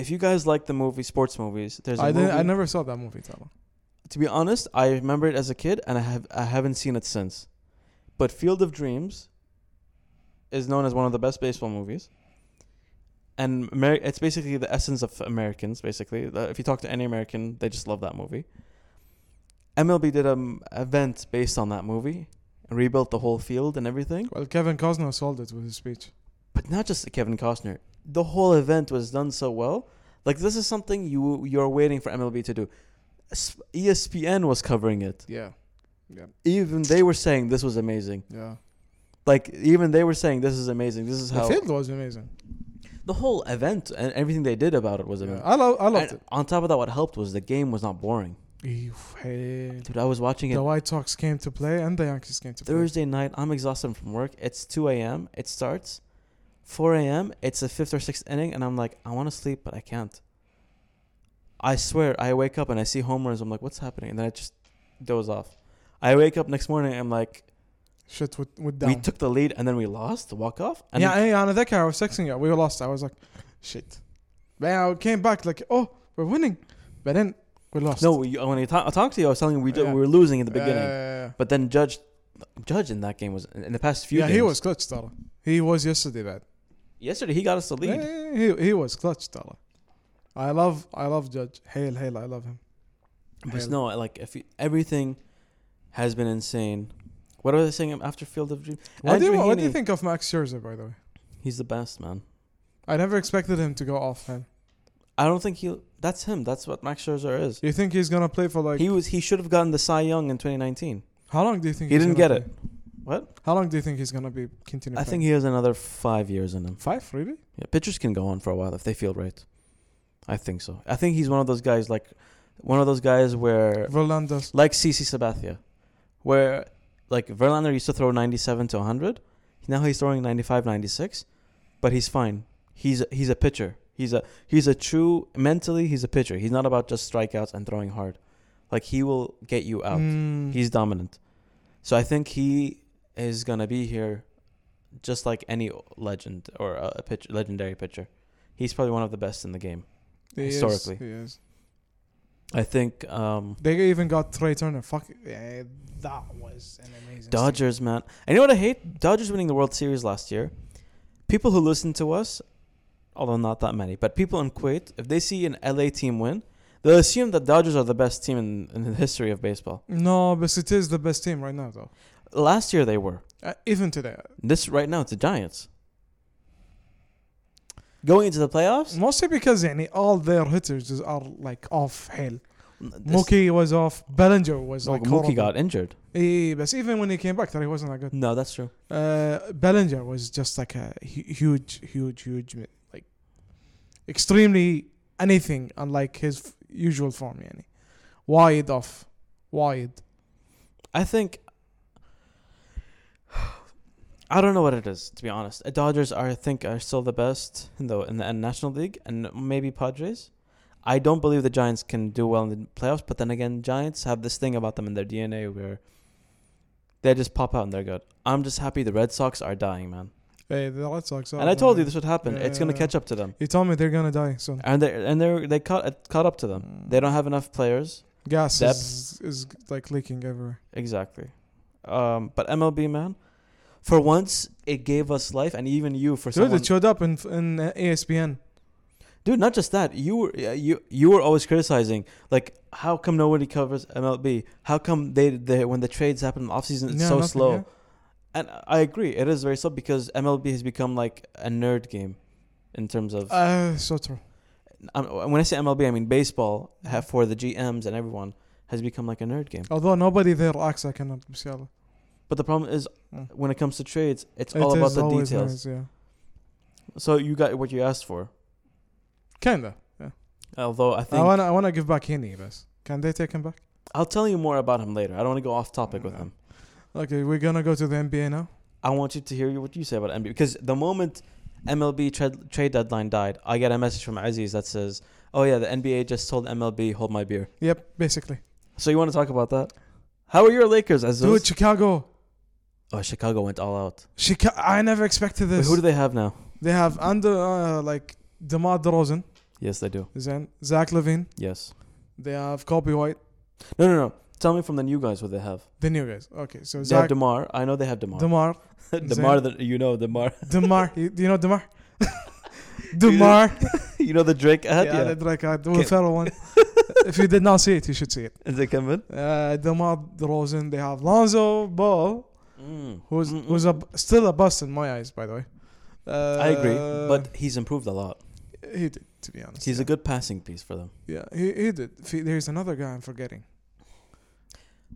B: If you guys like the movie, sports movies, there's a
A: I
B: movie.
A: didn't. I never saw that movie. Tyler.
B: to be honest, I remember it as a kid, and I have I haven't seen it since. But Field of Dreams is known as one of the best baseball movies, and Amer- it's basically the essence of Americans. Basically, The- if you talk to any American, they just love that movie. MLB did an event based on that movie and rebuilt the whole field and everything.
A: Well, Kevin Costner sold it with his speech.
B: But not just Kevin Costner. The whole event was done so well. Like this is something you you're waiting for MLB to do. S- ESPN was covering it
A: Yeah,
B: even they were saying this was amazing.
A: yeah.
B: Like even they were saying this is amazing. This is
A: The
B: how
A: field was amazing.
B: the whole event and everything they did about it was
A: Yeah.
B: amazing.
A: I love. I loved
B: And on top of that, what helped was the game was not boring.
A: it. Eef, hey.
B: Dude, I was watching
A: The
B: it
A: White Sox came to play and the Yankees came to play.
B: Thursday night. I'm exhausted from work. It's 2 a.m. It starts 4 a.m. It's the fifth or sixth inning, and I'm like, I want to sleep, but I can't. I swear, I wake up and I see home runs. I'm like, what's happening? And then I just doze off. I wake up next morning. I'm like,
A: Shit with with
B: we
A: down.
B: took the lead and then we lost the walk off. And
A: yeah, yeah, on that guy, I was texting you. We lost. I was like, shit. But I came back like, oh, we're winning, but then we lost.
B: No, you, when I ta- I talked to you, I was telling you we, ju-
A: Oh, Yeah.
B: we were losing in the
A: Yeah,
B: beginning.
A: yeah, yeah, yeah.
B: But then Judge, Judge in that game was in the past few.
A: Yeah,
B: games,
A: he was clutch, Tyler. He was yesterday bad.
B: yesterday. He got us the lead.
A: Yeah, he, he was clutch, Tyler. I love, I love Judge. Hail, hail, I love him.
B: But no, like if you, everything has been insane. What are they saying after Field of Dreams?
A: What do, you,
B: Andrew
A: what do you
B: Heaney.
A: think of Max Scherzer, by the way?
B: He's the best man.
A: I never expected him to go off him.
B: I don't think he. That's him. That's what Max Scherzer is.
A: You think he's gonna play for like?
B: he was. He should have gotten the Cy Young in 2019.
A: how long do you think
B: He
A: he's
B: didn't
A: gonna
B: get it.
A: play?
B: What?
A: How long do you think he's gonna be continuing?
B: I think he has another five years in him.
A: five, really.
B: Yeah, pitchers can go on for a while if they feel right. I think so. I think he's one of those guys like one of those guys where
A: Verlander
B: like CC Sabathia, where like Verlander used to throw 97 to 100, now he's throwing 95, 96, but he's fine. He's he's a pitcher. He's a he's a true mentally he's a pitcher. He's not about just strikeouts and throwing hard. Like he will get you out.
A: Mm,
B: He's dominant. So I think he is going to be here just like any legend or a a pitch, legendary pitcher. He's probably one of the best in the game.
A: he is,
B: historically.
A: he is.
B: I think um,
A: They even got Trey Turner. Fuck, yeah, that was an amazing.
B: Dodgers, man. And you know what I hate? Dodgers winning the World Series last year. People who listen to us, although not that many, but people in Kuwait, if they see an LA team win, they'll assume that Dodgers are the best team in, in the history of baseball.
A: Team. No, but it is the best team right now, though.
B: Last year they were.
A: Uh, even today,
B: This right now it's the Giants. Going into the playoffs,
A: mostly because yani, all their hitters is- are like off hell.
B: This-
A: Mookie was off. Bellinger was
B: Well,
A: like
B: oh,
A: horrible.
B: Mookie got injured.
A: Eh, but even when he came back, that he wasn't that good.
B: No, that's true.
A: Uh, Bellinger was just like a hu- huge, huge, huge, mi- like extremely anything unlike his f- usual form. Yani. Wide off, wide.
B: I think I don't know what it is to be honest. Uh, Dodgers are I think are still the best in the in the National League and maybe Padres. I don't believe the Giants can do well in the playoffs, but then again, Giants have this thing about them in their DNA where they just pop out and they're good. I'm just happy the Red Sox are dying, man.
A: Hey, the Red Sox. are
B: and I told you
A: dying.
B: this would happen.
A: Yeah,
B: it's
A: yeah,
B: gonna
A: yeah.
B: catch up to them,
A: You told me they're gonna die soon. Mm.
B: and they and they they caught it caught up to them. They don't have enough players.
A: Gas
B: Depth.
A: is, is like leaking everywhere.
B: Exactly. Um, but MLB man, for once it gave us life, and even you for
A: Dude,
B: someone,
A: it showed up in in uh, ESPN.
B: dude. Not just that, you were yeah, you you were always criticizing like how come nobody covers MLB? How come they, they when the trades happen in the offseason it's
A: Yeah,
B: so
A: nothing,
B: slow?
A: yeah.
B: and I agree, it is very sub because MLB has become like a nerd game, in terms of.
A: Uh, so true.
B: I'm, when I say MLB, I mean baseball ha for the GMs and everyone has become like a nerd game.
A: Although nobody there acts like a nerd بسيارة.
B: But the problem is,
A: Mm.
B: when it comes to trades, it's
A: It
B: all about
A: is
B: the
A: always
B: details.
A: nerds, yeah.
B: So you got what you asked for.
A: Kinda. Yeah.
B: Although I think
A: I wanna I wanna give back Henny بس. Can they take him back?
B: I'll tell you more about him later. I don't want to go off topic with
A: Yeah.
B: him.
A: Okay, we're gonna go to the NBA now.
B: I want you to hear what you say about MLB because the moment MLB trade, trade deadline died, I get a message from Aziz that says, "Oh yeah, the NBA just told MLB hold my beer."
A: Yep, basically.
B: So you want to talk about that? How are your Lakers,
A: Dude,
B: Aziz?
A: Chicago.
B: Oh, Chicago went all out.
A: Chicago. I never expected
B: Wait,
A: this.
B: who do they have now?
A: they have under uh, like DeMar DeRozan,
B: Yes, they do.
A: then Zach Levine.
B: Yes.
A: They have Kobe White.
B: No, no, no. Tell me from the new guys what they have.
A: The new guys. Okay, so
B: They have
A: Zach
B: Demar. I know they have Demar.
A: DeMar,
B: Demar, the, you know Demar.
A: DeMar. you, you know DeMar? DeMar.
B: you know the Drake ad.
A: yeah,
B: Yeah.
A: that's like a Will
B: Okay.
A: Ferrell one. if you did not see it, you should see it.
B: Is they come in?
A: Uh, DeMar DeRozan. They have Lonzo Ball,
B: Mm.
A: who's
B: Mm-mm.
A: who's a, still a bust in my eyes, by the way. Uh,
B: I agree, but he's improved a lot.
A: he did, to be honest.
B: He's
A: yeah.
B: a good passing piece for them.
A: Yeah, he, he did. F- There's another guy I'm forgetting.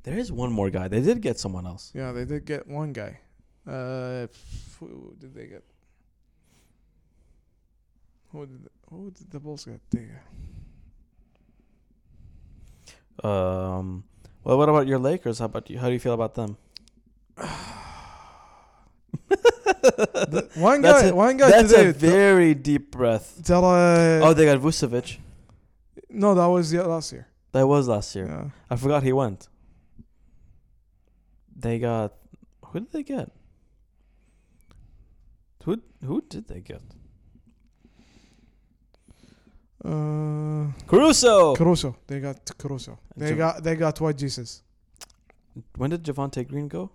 B: There is one more guy. They did get someone else.
A: Yeah, they did get one guy. Uh, f- who did they get? Who did who did the Bulls get? They
B: Um. Well, what about your Lakers? How about you? How do you feel about them?
A: The- one
B: That's
A: guy.
B: a-
A: one guy
B: That's
A: today.
B: a very deep breath.
A: Tara,
B: Oh, they got Vucevic.
A: no, that was yeah, last year.
B: That was last year.
A: Yeah.
B: I forgot he went. They got. Who did they get? Who Who did they get?
A: Uh,
B: Caruso.
A: Caruso. They got Caruso. They
B: Jav-
A: got they got White Jesus.
B: when did Javante Green go?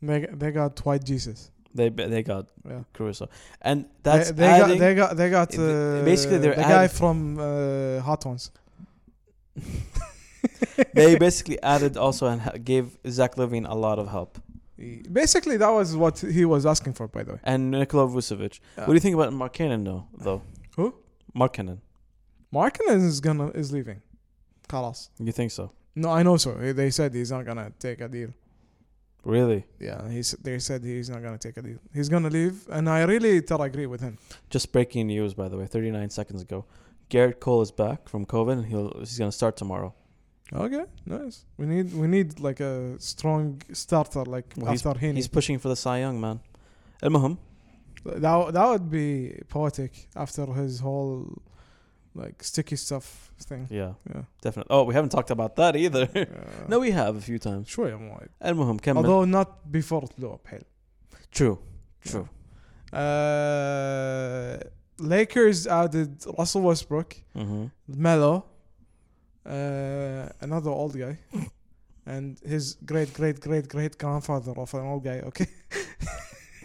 A: They got- they got White Jesus.
B: They they got
A: Yeah.
B: Caruso, and
A: They-
B: that's
A: they,
B: adding,
A: got they got they got
B: It- it-
A: uh,
B: basically they're
A: the guy
B: adding-
A: from uh, Hot Ones.
B: they basically added also and ha- gave Zach Levine a lot of help
A: Basically, that was what he was asking for. By the way,
B: and Nikola Vucevic.
A: Yeah.
B: What do you think about Mark Cannon though? Though
A: Who?
B: Mark Cannon.
A: Markkinen is gonna is leaving. Carlos.
B: You think so?
A: No, I know so. They said he's not gonna take a deal.
B: Really?
A: Yeah, he s- they said he's not gonna take a deal. He's gonna leave, and I really totally agree with him.
B: Just breaking news by the way. Thirty nine seconds ago, Garrett Cole is back from COVID and he'll he's gonna start tomorrow.
A: Okay, nice. We need we need like a strong starter like
B: Well, he's-
A: after Heaney.
B: He's pushing for the Cy Young man. المهم
A: That w- that would be poetic after his whole like sticky stuff thing.
B: yeah,
A: Yeah.
B: definitely. Oh, we haven't talked about that either.
A: Uh,
B: no, we have a few times.
A: شوية موعد.
B: المهم كمل.
A: Although not before طلوع بحيل.
B: True. True.
A: Uh, Lakers added Russell Westbrook,
B: Mm-hmm.
A: Melo, uh, another old guy, and his great great great great grandfather of an old guy. Okay,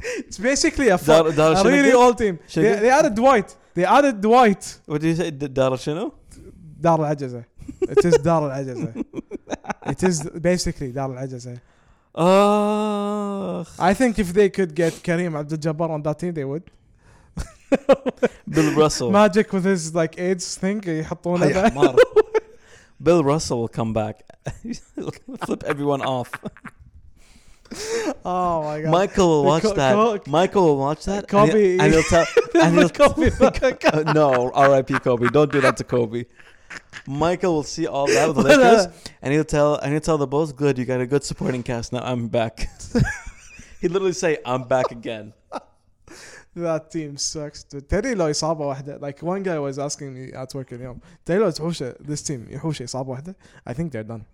A: it's basically a, fu-
B: Dar- Dar-
A: a really old team. They,
B: Shaggy?
A: they added Dwight. They added Dwight.
B: What do you say? D- Dar Shino?
A: Dar al Ajazah. It is Dar al Ajazah. It is basically Dar al Ajazah.
B: Ugh.
A: I think if they could get Kareem Abdul-Jabbar on that team, they would.
B: Bill Russell.
A: ماجيك with his like AIDS thing يحطونه
B: Hey,
A: ذا.
B: Ahmar. Bill Russell will come back. He'll Flip everyone off.
A: Oh my god.
B: Michael will
A: The
B: watch
A: co-
B: that.
A: co-
B: Michael will watch that. and
A: Kobe-
B: he- And he'll tell. and he'll-
A: Kobe.
B: Uh, no, R.I.P. Kobe. Don't do that to Kobe. Michael will see all that with the
A: uh,
B: Lakers, and he'll tell and he'll tell the Bulls, "Good, you got a good supporting cast. Now I'm back." He'd literally say, "I'm back again."
A: That team sucks. dude. تدري لو اصابه واحده like one guy was asking me at work اليوم تدري لو تحوشه this team يحوشه اصابه واحده I think they're done.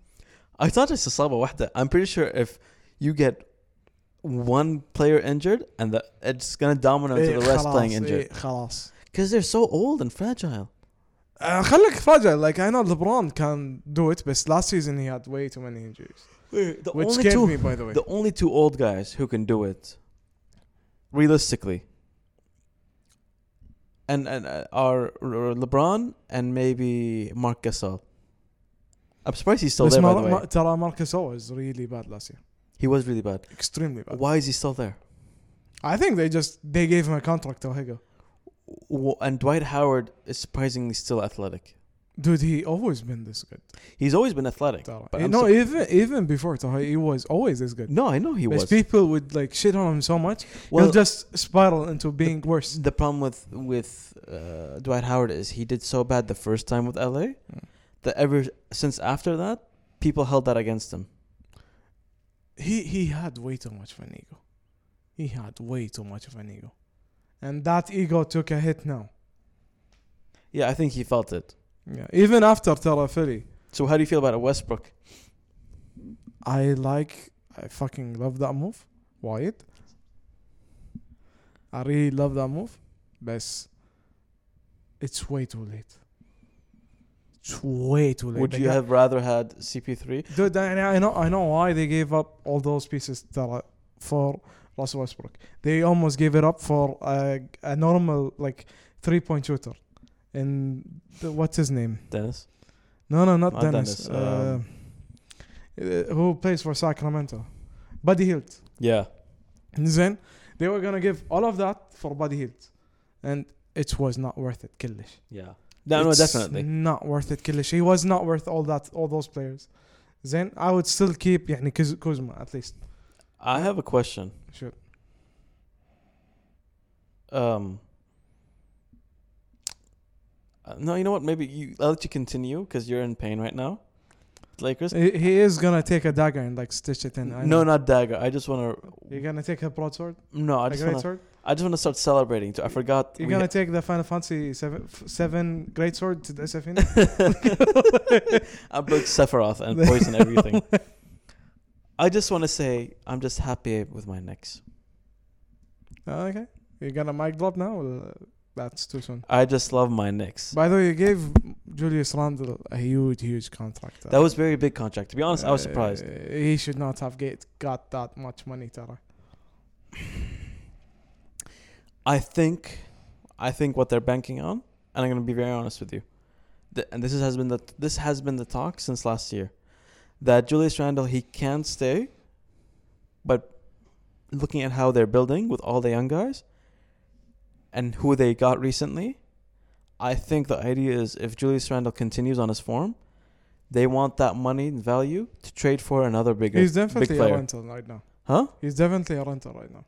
B: I thought it's Asaba Wahda. I'm pretty sure if you get one player injured, and the, it's gonna domino to
A: إيه،
B: the rest
A: Eh, خلاص،
B: playing
A: إيه،
B: injured
A: خلاص.
B: because they're so old and fragile.
A: آه، خليك فاجئ like I know LeBron can do it but last season he had way too many injuries
B: The
A: which
B: only
A: scared
B: two,
A: me by the way.
B: the only two old guys who can do it, realistically, and and uh, are R- LeBron and maybe Mark Gasol. I'm surprised he's still
A: بس
B: there. By
A: ما-
B: the way,
A: ما- ترى ماركس is really bad last year.
B: He was really bad.
A: extremely bad.
B: Why is he still there?
A: I think they just they gave him a contract to Higo.
B: W- And Dwight Howard is surprisingly still athletic.
A: Dude, he always been this good.
B: He's always been athletic.
A: Tara.
B: But
A: Eh,
B: I'm
A: no,
B: sur-
A: even even before Taha, he was always this good.
B: no, I know he
A: but
B: was.
A: people would like shit on him so much,
B: Well,
A: he'll just spiral into being worse.
B: the problem with with uh, Dwight Howard is he did so bad the first time with LA
A: Hmm.
B: that ever since after that people held that against him.
A: He he had way too much of an ego. He had way too much of an ego, and that ego took a hit now.
B: Yeah, I think he felt it.
A: Yeah, even after Tara Philly,
B: So how do you feel about it, Westbrook?
A: I like, I fucking love that move. Wyatt. I really love that move. But it's way too late. It's way too late.
B: Would
A: They
B: you
A: got-
B: have rather had CP3?
A: Dude, I I know, I know why they gave up all those pieces ترى for Russell Westbrook. They almost gave it up for a, a normal like three point shooter. And the, what's his name?
B: Dennis.
A: No, no, not
B: Not
A: Dennis.
B: Dennis, um,
A: Uh, uh, who plays for Sacramento? Buddy Hield.
B: Yeah.
A: Then they were gonna give all of that for Buddy Hield, and it was not worth it. Killish.
B: Yeah. No,
A: It's
B: no, definitely.
A: not worth it. Killish. He was not worth all that, all those players. Then I would still keep يعني Kuz- Kuzma at least.
B: I have a question.
A: Sure.
B: Um uh, No, you know what? Maybe you I'll let you continue cuz you're in pain right now. Lakers.
A: He, he is gonna take a dagger and like stitch it in. I know.
B: No, not dagger. I just want
A: You're
B: to
A: gonna take a broadsword,
B: No, I
A: a
B: just
A: great
B: want to
A: sword.
B: I just want to start celebrating. too. I forgot.
A: You're
B: we
A: gonna
B: ha-
A: take the Final Fantasy seven, f- seven great sword to the SFN.
B: I broke Sephiroth and poison everything. I just want to say I'm just happy with my Knicks.
A: Ah, Okay. You're gonna mic drop now? Or that's too soon.
B: I just love my Knicks.
A: By the way, you gave Julius Randle a huge, huge contract.
B: That was very big contract. To be honest, I was surprised.
A: Uh, he should not have get, got that much money, Tara.
B: I think, I think what they're banking on, and I'm gonna be very honest with you, th- and this is, has been the this has been the talk since last year, that Julius Randle he can stay, but looking at how they're building with all the young guys, and who they got recently, I think the idea is if Julius Randle continues on his form, they want that money and value to trade for another bigger
A: He's
B: big
A: definitely a
B: player,
A: rental right now.
B: huh?
A: He's definitely a rental right now.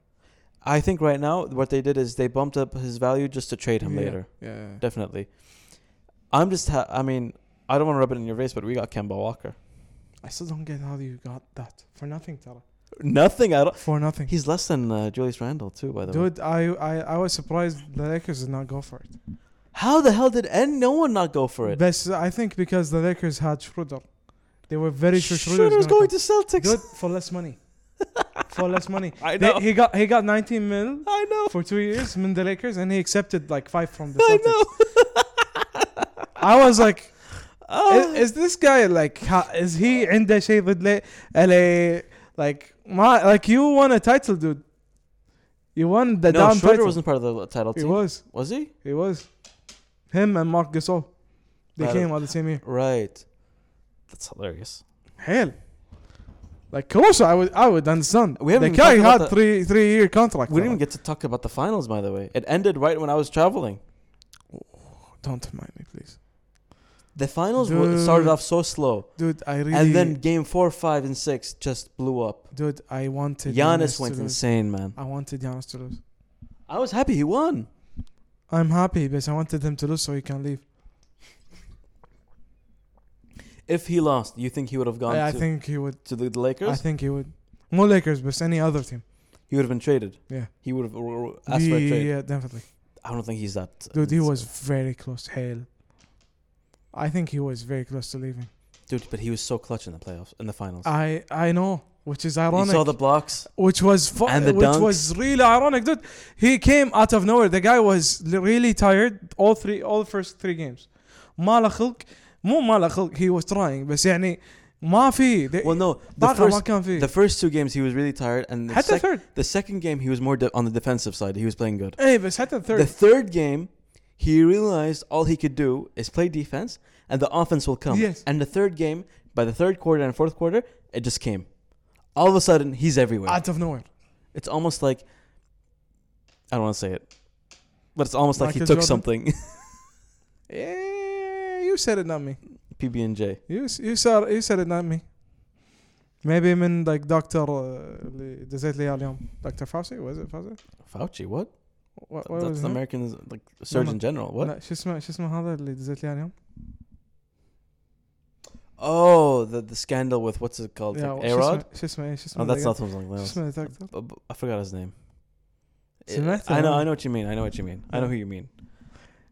B: I think right now what they did is they bumped up his value just to trade him
A: Yeah.
B: later.
A: Yeah.
B: Definitely. I'm just. Ha- I mean, I don't want to rub it in your face, but we got Kemba Walker.
A: I still don't get how you got that. For nothing, Tara.
B: Nothing at all.
A: For nothing.
B: He's less than uh, Julius Randle too, by the way.
A: Dude, I, I, I was surprised the Lakers did not go for it.
B: How the hell did and no one not go for it?
A: But I think because the Lakers had Schroeder. They were very sure Schroeder
B: Schroeder's
A: was
B: going to Celtics.
A: Good for less money. for less money.
B: I
A: They,
B: know.
A: he got he got 19 mil
B: I know.
A: for two years from the Lakers, and he accepted like five from the
B: I
A: Celtics.
B: know.
A: I was like, is,
B: oh.
A: is this guy like ha, is he عنده شيء ضد LA like my like you won a title, dude. You won the
B: no,
A: damn
B: Schroeder
A: title.
B: wasn't part of the title
A: He
B: team. Was,
A: was.
B: he?
A: He was. Him and Mark Gasol. They
B: Right.
A: came out the same year.
B: Right. That's hilarious.
A: Hell. Like Caruso, I would I would understand. the
B: We haven't even
A: guy
B: talked about
A: had
B: the-
A: three three year contract.
B: We didn't even get to talk about the finals, by the way. It ended right when I was traveling.
A: Don't mind me, please.
B: The finals were, started
A: Dude.
B: off so slow,
A: Dude, I really
B: and then game four, five, and six just blew up.
A: dude, I wanted
B: Giannis went
A: to lose.
B: insane, man.
A: I wanted Giannis to lose.
B: I was happy he won.
A: I'm happy, but I wanted him to lose so he can leave.
B: If he lost, you think he would have gone
A: I, I
B: to,
A: think he would.
B: to the
A: I
B: Lakers?
A: think he would. More Lakers, but any other team.
B: he would have been traded.
A: Yeah.
B: He would have r- r- asked for a
A: yeah,
B: trade.
A: yeah, definitely.
B: I don't think he's that. uh,
A: Dude, he was very close. Hell, I think he was very close to leaving.
B: Dude, but he was so clutch in the playoffs, in the finals.
A: I I know, which is
B: you
A: Ah, ironic.
B: saw the blocks.
A: which was fu-
B: And the
A: which
B: dunks.
A: was really ironic, dude. He came out of nowhere. The guy was li- really tired. All three, all first three games. ما له خلق مو ما له خلق. He was trying, بس يعني ما في. They-
B: Well, no, the
A: طاقة ما
B: first,
A: كان في.
B: the first two games he was really tired, and the,
A: حتى
B: sec-
A: third.
B: the second game he was more de- on the defensive side. He was playing good.
A: ايه بس حتى
B: The
A: third.
B: third game, he realized all he could do is play defense, and the offense will come.
A: Yes.
B: And the third game, by the third quarter and fourth quarter, it just came. all of a sudden he's everywhere.
A: out of nowhere.
B: it's almost like I don't want to say it, but it's almost like he
A: Michael
B: took
A: Jordan?
B: something.
A: Yeah, you said it, not me.
B: PB and J.
A: You s- you said you said it, not me. Maybe من like doctor uh, اللي دزيت لي إياه اليوم Dr. Fauci was it Fauci?
B: Fauci, what?
A: What, what
B: That's
A: was
B: the
A: his name?
B: American like Surgeon General. What?
A: لا شو اسمه شو اسمه هذا اللي دزيت لي إياه اليوم؟
B: Oh, the the scandal with what's it called?
A: Yeah,
B: Like
A: شو
B: Arod.
A: اسمه- شو اسمه إيه، شو اسمه
B: Oh, that's
A: ذا
B: not
A: guy؟
B: something
A: شو
B: else.
A: اسمه ذا doctor؟
B: I forgot his name.
A: It's an actor,
B: I know,
A: huh?
B: I know what you mean. I know what you mean. I know who you mean.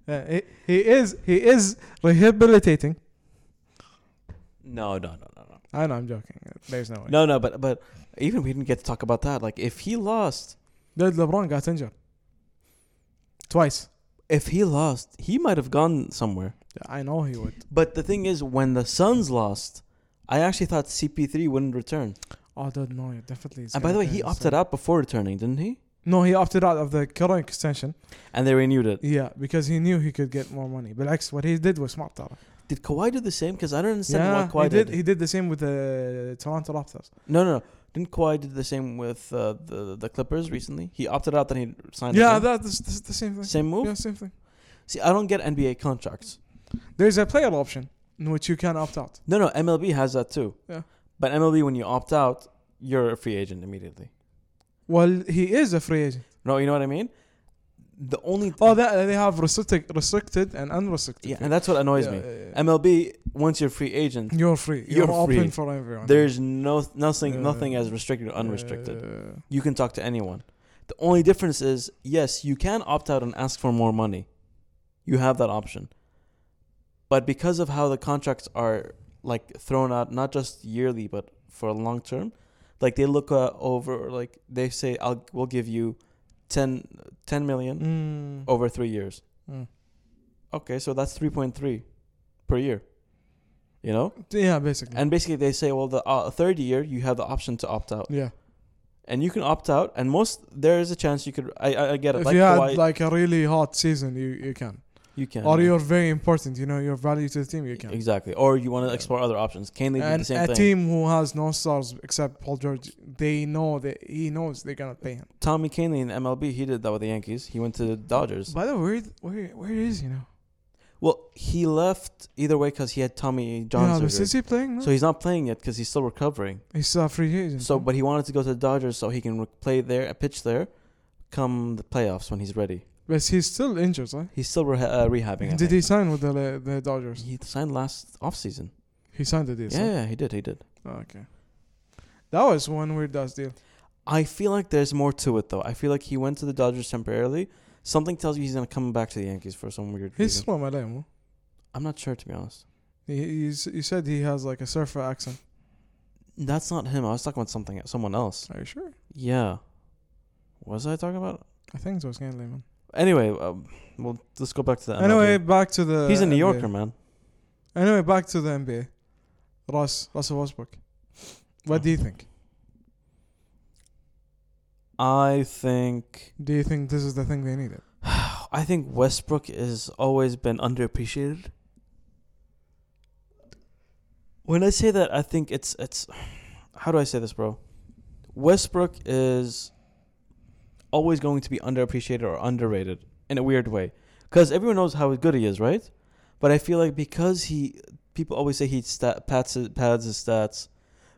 A: Yeah, he, he is he is rehabilitating.
B: No, no, no, no, no.
A: I know I'm joking. There's no way.
B: No, no, but but even we didn't get to talk about that. Like if he lost,
A: Dude, LeBron got injured twice.
B: if he lost, he might have gone somewhere.
A: I know he would.
B: But the thing is when the Suns lost, I actually thought CP3 wouldn't return.
A: Oh, dude, no, he definitely. is
B: And by the way,
A: gonna
B: he
A: play this
B: opted
A: year.
B: out before returning, didn't he?
A: No, he opted out of the current extension.
B: And they renewed it.
A: Yeah, because he knew he could get more money. But actually, what he did was smart. Tara.
B: Did Kawhi do the same? Because I don't understand
A: Yeah,
B: why Kawhi
A: he
B: did.
A: did. He did the same with the Toronto Raptors.
B: No, no, no. Didn't Kawhi do the same with uh, the the Clippers recently? He opted out, then he signed.
A: Yeah,
B: again.
A: that's, that's the same thing.
B: same move.
A: Yeah, same thing.
B: See, I don't get NBA contracts.
A: There's a player option in which you can opt out.
B: No, no, MLB has that too.
A: Yeah.
B: But MLB, when you opt out, you're a free agent immediately.
A: Well, he is a free agent.
B: No, you know what I mean. The only th-
A: Oh, that they have restricted, restricted and unrestricted.
B: yeah, and that's what annoys me. MLB, once you're free agent,
A: You're free.
B: You're
A: You're,
B: free.
A: open for everyone.
B: there's no nothing,
A: Yeah.
B: nothing as restricted or unrestricted.
A: Uh,
B: You can talk to anyone. The only difference is, yes, you can opt out and ask for more money. You have that option. But because of how the contracts are like thrown out, not just yearly, but for a long term, like they look uh, over, like they say, I'll, we'll give you 10, 10 million
A: mm,
B: over three years.
A: Mm.
B: Okay, so that's 3.3 per year, you know?
A: yeah, basically.
B: And basically they say, well, the uh, third year, you have the option to opt out
A: yeah.
B: and you can opt out. And most there is a chance you could. I I, I get it.
A: If
B: like
A: you had
B: Kawhi,
A: like a really hot season, you, you can.
B: you can.
A: Or you're very important. You know, your value to the team, you can.
B: exactly. Or you want to
A: Yeah.
B: explore other options. Can they do the
A: And
B: same
A: a
B: thing?
A: team who has no stars except Paul George, they know that he knows they're gonna pay him.
B: Tommy Canley in MLB, he did that with the Yankees. He went to the Dodgers.
A: By the way, where where, where is he now?
B: Well, he left either way because he had Tommy
A: yeah,
B: John
A: but
B: surgery.
A: is he playing? now?
B: So he's not playing yet because he's still recovering.
A: he's still a free agent.
B: So,
A: huh?
B: but he wanted to go to the Dodgers so he can re- play there, uh, pitch there, come the playoffs when he's ready.
A: but he's still injured, right?
B: He's still reha uh, rehabbing. I
A: Did
B: think.
A: he sign with the the Dodgers?
B: He signed last offseason.
A: He signed the deal.
B: Yeah, yeah, he did. He did.
A: so- okay. That was one weird ass deal.
B: I feel like there's more to it though. I feel like he went to the Dodgers temporarily. Something tells you he's gonna come back to the Yankees for some weird
A: He's
B: reason.
A: from LA. mo.
B: I'm not sure to be honest.
A: He he's, he said he has like a surfer accent.
B: That's not him. I was talking about something uh, someone else.
A: Are you sure?
B: Yeah. Was I talking about?
A: I think it was Ganley, man.
B: Anyway, um, well, let's go back to the.
A: Anyway, uh,
B: MLB.
A: back to the.
B: he's a New
A: NBA.
B: Yorker, man.
A: Anyway, back to the NBA. Russ, Russell Westbrook. What do you think?
B: I think.
A: Do you think this is the thing they needed?
B: I think Westbrook has always been underappreciated. When I say that, I think it's it's how do I say this, bro? Westbrook is always going to be underappreciated or underrated in a weird way because everyone knows how good he is, right? But I feel like because he people always say he stat, pads his- pads his stats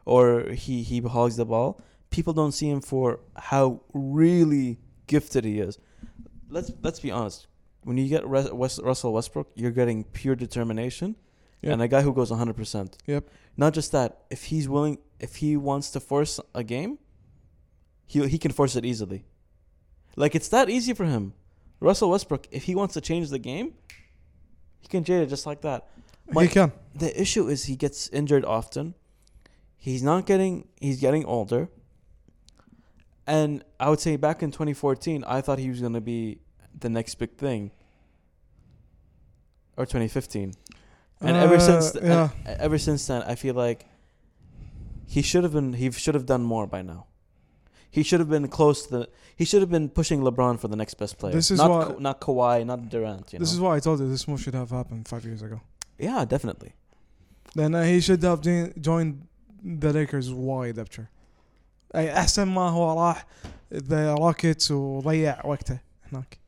B: or he he hogs the ball, people don't see him for how really gifted he is. Let's let's be honest. When you get Res- West, Russell Westbrook, you're getting pure determination
A: Yep.
B: and a guy who goes 100%.
A: Yep.
B: Not just that, if he's willing if he wants to force a game, he he can force it easily. Like it's that easy for him. Russell Westbrook, if he wants to change the game, he can change it just like that.
A: he
B: Mike-
A: can.
B: The issue is he gets injured often. He's not getting. He's getting older. And I would say back in 2014, I thought he was going to be the next big thing. Or 2015. And ever
A: Uh,
B: since, th-
A: yeah.
B: and ever since then, I feel like he should have been. He should have done more by now. He should have been close to the. He should have been pushing LeBron for the next best player.
A: This is
B: not
A: why-
B: Ka- not Kawhi, not Durant. You
A: this
B: know?
A: is why I told you this move should have happened five years ago.
B: yeah, definitely.
A: Then uh, he should have join- joined the Lakers wide aperture. أي احسن ما هو راح ذا روكيتس وضيع وقته هناك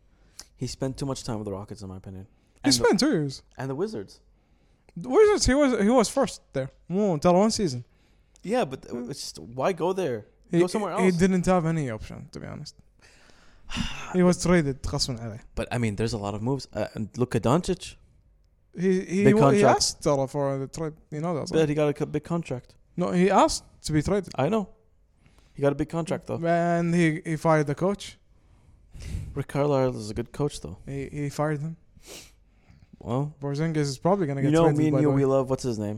B: He spent too much time with the Rockets, in my opinion.
A: he
B: And, the,
A: spent two years
B: and the Wizards.
A: Wizards he was he was first there مو ترى one season
B: Yeah, but th- it's just, why go there?
A: he,
B: Go somewhere
A: he
B: else.
A: didn't have any option to be honest he was traded غصبا عليه
B: But I mean, there's a lot of moves. Uh, and look at Doncic.
A: he he,
B: Big
A: he
B: contract.
A: asked ترى for the trade you know that
B: But
A: right?
B: he got a co- big contract.
A: no he asked to be traded
B: I know. He got a big contract though.
A: and he he fired the coach
B: Rick Carlisle is a good coach though.
A: he he fired him
B: Well,
A: Porzingis is probably gonna get
B: you know
A: traded
B: me and
A: by
B: you,
A: the way.
B: we love what's his name,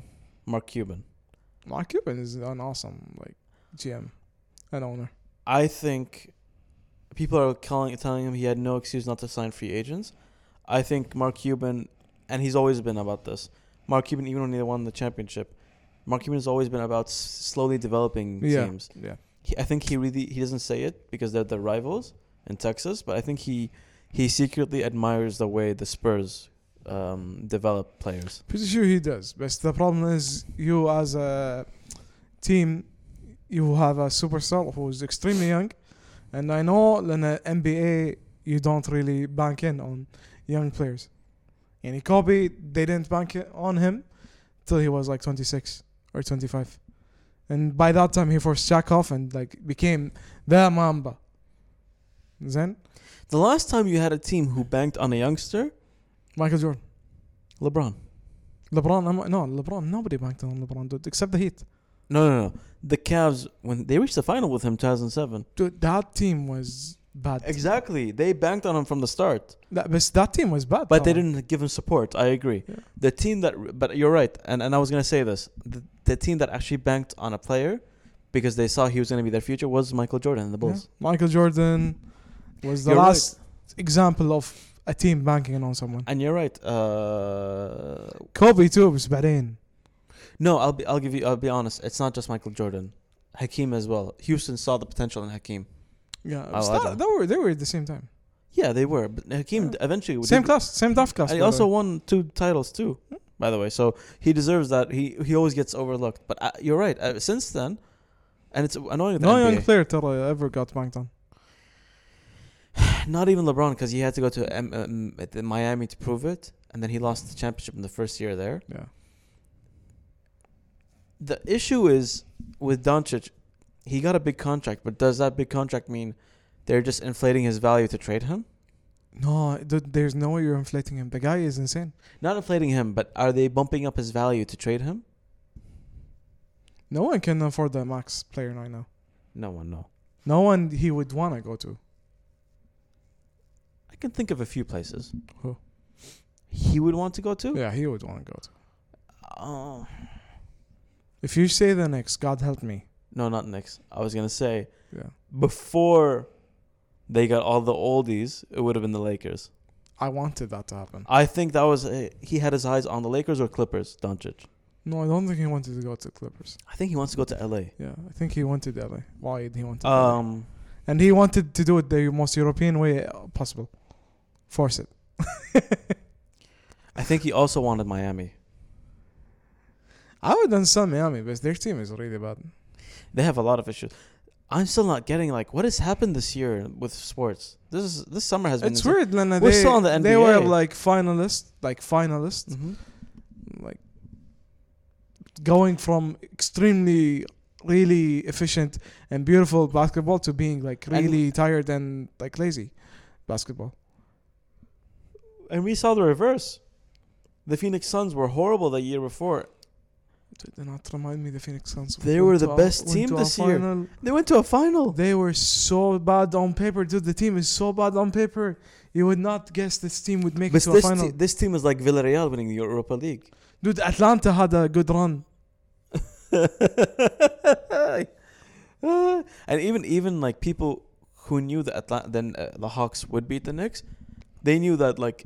B: Mark Cuban.
A: Mark Cuban is an awesome like GM and owner.
B: I think people are calling telling him he had no excuse not to sign free agents. I think Mark Cuban, and he's always been about this. Mark Cuban, even when they won the championship, Mark Cuban has always been about s- slowly developing
A: Yeah.
B: teams.
A: Yeah.
B: he, I think he really he doesn't say it because they're the rivals in Texas, but I think he he secretly admires the way the Spurs um, develop players.
A: Pretty sure he does. But the problem is you as a team you have a superstar who's extremely young and I know in the NBA you don't really bank in on young players. And Kobe they didn't bank it on him till he was like 26 or 25. And by that time he forced Shaq off and like became the Mamba. Then
B: The last time you had a team who banked on a youngster,
A: Michael Jordan
B: LeBron.
A: LeBron, I'm, no, LeBron, nobody banked on LeBron, dude, except the Heat.
B: No, no, no. The Cavs when they reached the final with him, 2007.
A: Dude, that team was bad.
B: Exactly, they banked on him from the start,
A: That, but that team was bad.
B: but they
A: طبعاً.
B: didn't give him support. I agree.
A: Oh. Yeah.
B: The team that, but you're right, and and I was gonna say this: the, the team that actually banked on a player because they saw he was gonna be their future was Michael Jordan and the Bulls.
A: Yeah. Michael Jordan was the
B: You're
A: last example of a team banking on someone.
B: And you're right. Uh,
A: Kobe too was بعدين.
B: no, I'll be I'll give you I'll be honest. It's not just Michael Jordan, Hakeem as well. Houston saw the potential in Hakeem.
A: Yeah,
B: Oh, I
A: was
B: like
A: that,
B: him.
A: they were they were at the same time.
B: Yeah, they were, but Hakeem
A: Yeah.
B: eventually would-
A: Same class, same draft class.
B: And he
A: by the
B: also
A: way.
B: won two titles too, by the way. So he deserves that. He he always gets overlooked. But uh, you're right. Uh, since then, and it's annoying. with the
A: no young
B: NBA.
A: player ترى ever got banked on.
B: Not even LeBron, because he had to go to M- um, at the Miami to prove it, and then he lost the championship in the first year there.
A: Yeah,
B: the issue is with Doncic, he got a big contract, but does that big contract mean they're just inflating his value to trade him?
A: no, dude, there's no way you're inflating him. The guy is insane.
B: Not inflating him, but are they bumping up his value to trade him?
A: No one can afford the max player right now.
B: No one, no.
A: No one he would wanna go to.
B: I can think of a few places.
A: Who?
B: He would want to go to?
A: Yeah, he would wanna go to.
B: Oh.
A: If you say the next, God help me.
B: No, not Knicks. I was going to say,
A: Yeah.
B: before they got all the oldies, it would have been the Lakers.
A: I wanted that to happen.
B: I think that was, a, he had his eyes on the Lakers or Clippers, Doncic.
A: No, I don't think he wanted to go to Clippers.
B: I think he wants to go to LA.
A: Yeah, I think he wanted LA. Why did he want LA?
B: Um,
A: And he wanted to do it the most European way uh, possible. Force it.
B: I think he also wanted Miami.
A: I would understand Miami, but their team is really bad.
B: They have a lot of issues. I'm still not getting like what has happened this year with sports. This is this summer has been
A: It's
B: insane.
A: weird, Lena.
B: We're
A: they,
B: still on the
A: They were
B: NBA.
A: like finalists, like finalists,
B: Mhm.
A: like going from extremely, really efficient and beautiful basketball to being like really tired and like lazy basketball.
B: And we saw the reverse. The Phoenix Suns were horrible the year before.
A: Dude, do not remind me the Phoenix Suns.
B: They
A: went
B: were
A: to
B: the
A: our-
B: best
A: went
B: team
A: to our
B: this year.
A: final.
B: They went to a final.
A: They were so bad on paper, dude. The team is so bad on paper. You would not guess this team would make
B: But
A: it to a
B: this,
A: final.
B: te- this team is like Villarreal winning the Europa League.
A: dude, Atlanta had a good run.
B: Ah, and even even like people who knew that Atla- then uh, the Hawks would beat the Knicks, they knew that like